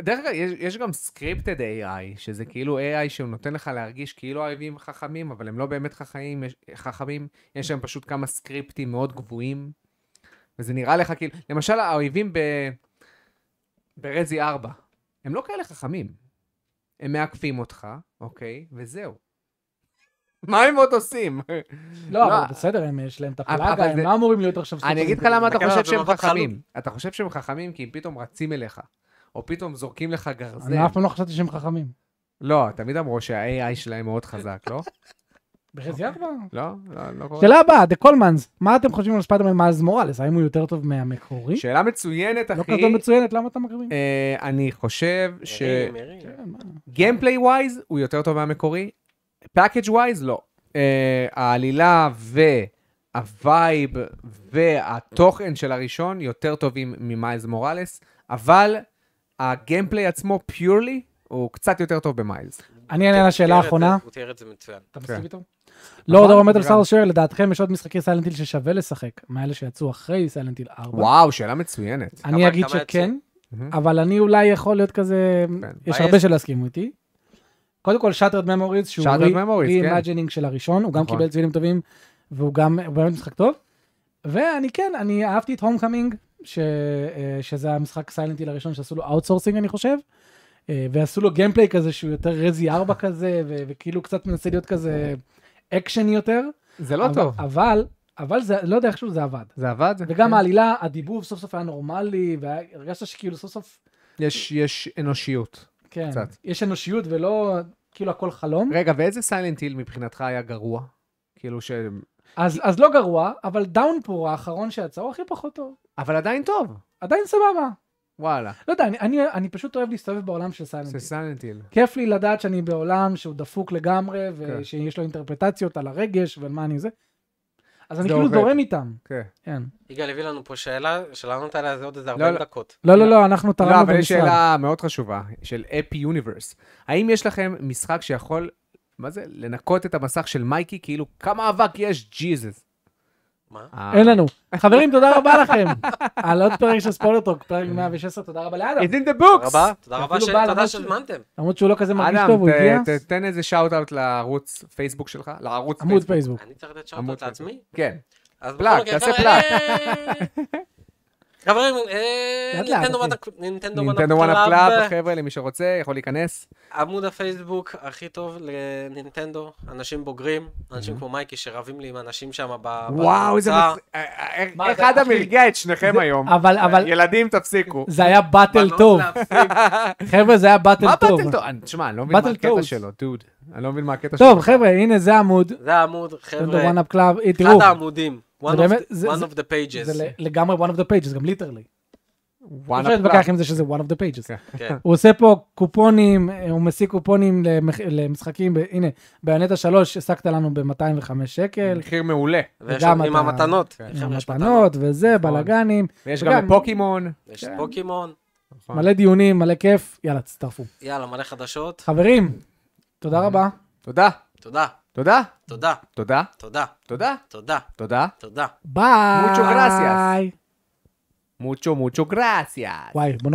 S3: דרך אגב, יש, יש גם סקריפטד AI, שזה כאילו AI שהוא נותן לך להרגיש כאילו האויבים חכמים, אבל הם לא באמת חכמים, יש, חכמים, יש להם פשוט כמה סקריפטים מאוד גבוהים, וזה נראה לך כאילו, למשל האויבים ב... ברזי 4, הם לא כאלה חכמים. הם מעקפים אותך, אוקיי, וזהו. מה הם עוד עושים?
S1: לא,
S3: לא,
S1: אבל בסדר, הם- יש להם את
S3: אבל-
S1: הפלאגה,
S3: אבל
S1: הם
S3: זה-
S1: מה אמורים להיות עכשיו? כאילו.
S3: אני
S1: סופר
S3: אגיד לך למה אתה
S2: תסתכל
S3: חושב
S2: עליו,
S3: שהם
S2: לא התחלנו.
S3: חכמים. אתה חושב שהם חכמים כי הם פתאום רצים אליך, או פתאום זורקים לך גרזן.
S1: אני אף פעם לא חשבתי שהם חכמים.
S3: לא, תמיד אמרו שה-AI שלהם מאוד חזק, לא?
S1: בחזי ארבע?
S3: לא? לא, לא קורה.
S1: שאלה הבאה, דה קולמנס, מה אתם חושבים על ספיידרמן מאז מוראלס? האם הוא יותר טוב מהמקורי?
S3: שאלה מצוינת,
S1: לא
S3: אחי.
S1: כזו מצוינת, למה אתה מקריבים?
S3: אה, אני חושב
S2: אה, מרים, מרים.
S1: כן, מה?
S3: שגיימפליי ווייז הוא יותר טוב מהמקורי, פאקג' ווייז לא. אה, העלילה והווייב והתוכן של הראשון יותר טובים ממיילס מוראלס, אבל הגיימפליי עצמו פיורלי הוא קצת יותר טוב במיילס.
S1: אני אענה על השאלה
S2: הוא תיאר את
S1: האחרונה.
S2: זה- הוא תיאר את זה מצוין.
S1: אתה
S3: מסכים
S1: מסכים איתו? לורד
S3: כן, נכון,
S1: אור מטל
S3: גם.
S1: סאר שואל, לדעתכם יש עוד משחקי סיילנטיל ששווה לשחק, מאלה שיצאו אחרי סיילנטיל 4?
S3: וואו, שאלה מצוינת.
S1: אני
S2: כמה-
S1: אגיד
S2: כמה
S1: שכן,
S3: מהמם.
S1: אבל אני אולי יכול להיות כזה,
S3: כן.
S1: יש
S2: מה
S1: הרבה
S2: יש?
S1: שיסכימו איתי. קודם כל שאטרד ממוריז, שהוא
S3: Shattered Memories, כן.
S1: אימג'ינינג של הראשון, הוא גם
S3: נכון.
S1: קיבל ציונים טובים, והוא גם, הוא באמת משחק טוב. ואני כן, אני אהבתי את הום קאמינג, שזה המשחק סיילנטיל הראשון שעשו לו אאוטסורסינג אני חושב, אה, ועשו לו גיימפליי כזה שהוא יותר רזי 4 כזה, ו- וכאילו קצת מנסה להיות כזה אקשן יותר.
S3: זה לא
S1: אבל-
S3: טוב.
S1: אבל, אבל זה, לא יודע איכשהו זה עבד.
S3: זה עבד? כן.
S1: וגם העלילה, הדיבוב סוף סוף היה נורמלי, והרגשת שכאילו סוף סוף,
S3: יש- יש אנושיות.
S1: כן,
S3: קצת.
S1: יש אנושיות ולא כאילו הכל חלום.
S3: רגע, ואיזה סיילנט היל מבחינתך היה גרוע? כאילו ש...
S1: אז אז לא גרוע, אבל דאונפור האחרון שיצא הוא הכי פחות טוב.
S3: אבל עדיין טוב.
S1: עדיין סבבה.
S3: וואלה.
S1: לא יודע, אני- אני- אני פשוט אוהב להסתובב בעולם של
S3: זה
S1: סיילנט.
S3: סלנטיל.
S1: כיף לי לדעת שאני בעולם שהוא דפוק לגמרי,
S3: כן.
S1: ושיש לו אינטרפרטציות על הרגש ועל מה אני זה. אז אני
S3: זה
S1: כאילו
S3: עובד.
S1: דורם איתם.
S3: כן.
S1: כן.
S2: יגאל הביא לנו פה שאלה, שלענות עליה זה עוד איזה
S3: לא,
S2: 40
S3: לא.
S2: דקות.
S1: לא, לא, לא, אנחנו
S3: לא,
S1: תרמנו
S3: אבל יש
S1: במשרד.
S3: שאלה מאוד חשובה, של אפי יוניברס. האם יש לכם משחק שיכול, מה זה, לנקות את המסך של מייקי, כאילו, כמה אבק יש, ג'יזוס. אה,
S2: מה?
S1: אין לנו. חברים, תודה רבה לכם. על עוד פרק של ספולרטוק,
S3: כן.
S1: פרק 116, תודה רבה לאדם.
S3: It's in the
S2: תודה
S3: books!
S2: רבה, תודה רבה
S1: אפילו
S2: ש-
S1: בעל
S2: תודה
S1: הבית
S2: שהזמנתם.
S1: למרות שהוא לא כזה מרגיש
S3: אדם,
S1: טוב, הוא
S3: ת-
S1: הגיע.
S3: ת- תן איזה שאוט-אוט לערוץ פייסבוק שלך, לערוץ
S1: עמוד
S3: פייסבוק.
S1: פייסבוק.
S2: אני צריך לתת
S3: עמוד
S2: שעות לעצמי?
S3: כן.
S2: אז בכל
S3: פלאק,
S2: מקרה,
S3: תעשה
S2: חבר'ה,
S3: פלאק.
S2: אה, חברים, אה,
S1: לאט לאט,
S2: נינטנדו
S1: אחי.
S2: וואנה קל- נינטנדו
S3: נינטנדו
S2: וואנה
S3: וואנה
S2: קלאב,
S3: פלאב, חבר'ה, למי שרוצה, יכול להיכנס.
S2: עמוד הפייסבוק הכי טוב לנינטנדו, אנשים בוגרים, אנשים כמו מייקי שרבים לי עם אנשים שם ב-
S3: וואו, איזה...
S2: בקבוצה.
S3: מצ- אה, אה, איך-
S1: מה,
S3: איך
S1: אתה-
S3: אדם
S1: אחי,
S3: הרגיע את שניכם
S1: זה-
S3: היום.
S1: אבל, אבל,
S3: ילדים, תפסיקו.
S1: זה היה באטל
S2: בנות
S1: טוב.
S2: לא להפסיק.
S1: חבר'ה, זה היה באטל
S3: מה
S1: טוב.
S3: באטל טוב? אני- תשמע, אני לא מבין מה
S1: באטל
S3: הקטע
S1: טודס.
S3: שלו, דוד. אני לא מבין מה הקטע שלו.
S1: טוב, חבר'ה, הנה זה העמוד.
S2: זה העמוד, חבר'ה,
S1: וואן אפ קלאב. אה, תראו,
S2: אחד העמודים, one of
S1: באמת-
S2: the-
S1: זה-
S2: one
S1: זה-
S2: of the pages.
S1: זה ל- לגמרי one of the pages, גם ליטרלי.
S3: וואן
S1: אפשר
S3: אפ
S1: להתווכח עם זה שזה one of the
S3: כן.
S1: pages.
S2: כן.
S1: הוא עושה פה קופונים, אה, הוא משיג קופונים למח- למשחקים, ב- הנה, ביונטה 3 השגת לנו ב-205 שקל.
S3: מחיר מעולה.
S2: ויש
S1: וגם
S2: לנו עם
S1: אתה-
S2: המתנות.
S3: כן.
S2: חבר'ה, יש מתנות.
S1: מתנות וזה,
S3: נכון.
S1: בלאגנים,
S3: ויש
S1: וגם-
S3: גם פוקימון.
S1: כן.
S2: יש פוקימון,
S1: מלא דיונים, מלא כיף, יאללה, תצטרפו.
S2: יאללה, מלא חדשות.
S1: חברים, תודה רבה.
S3: תודה.
S2: תודה,
S3: תודה.
S2: תודה,
S3: תודה.
S2: תודה,
S3: תודה.
S2: תודה,
S3: תודה.
S2: תודה.
S1: ביי.
S3: Mucho gracias. מוצ'ו מוצ'ו גרסיאס.
S1: וואי, בוא נאכל.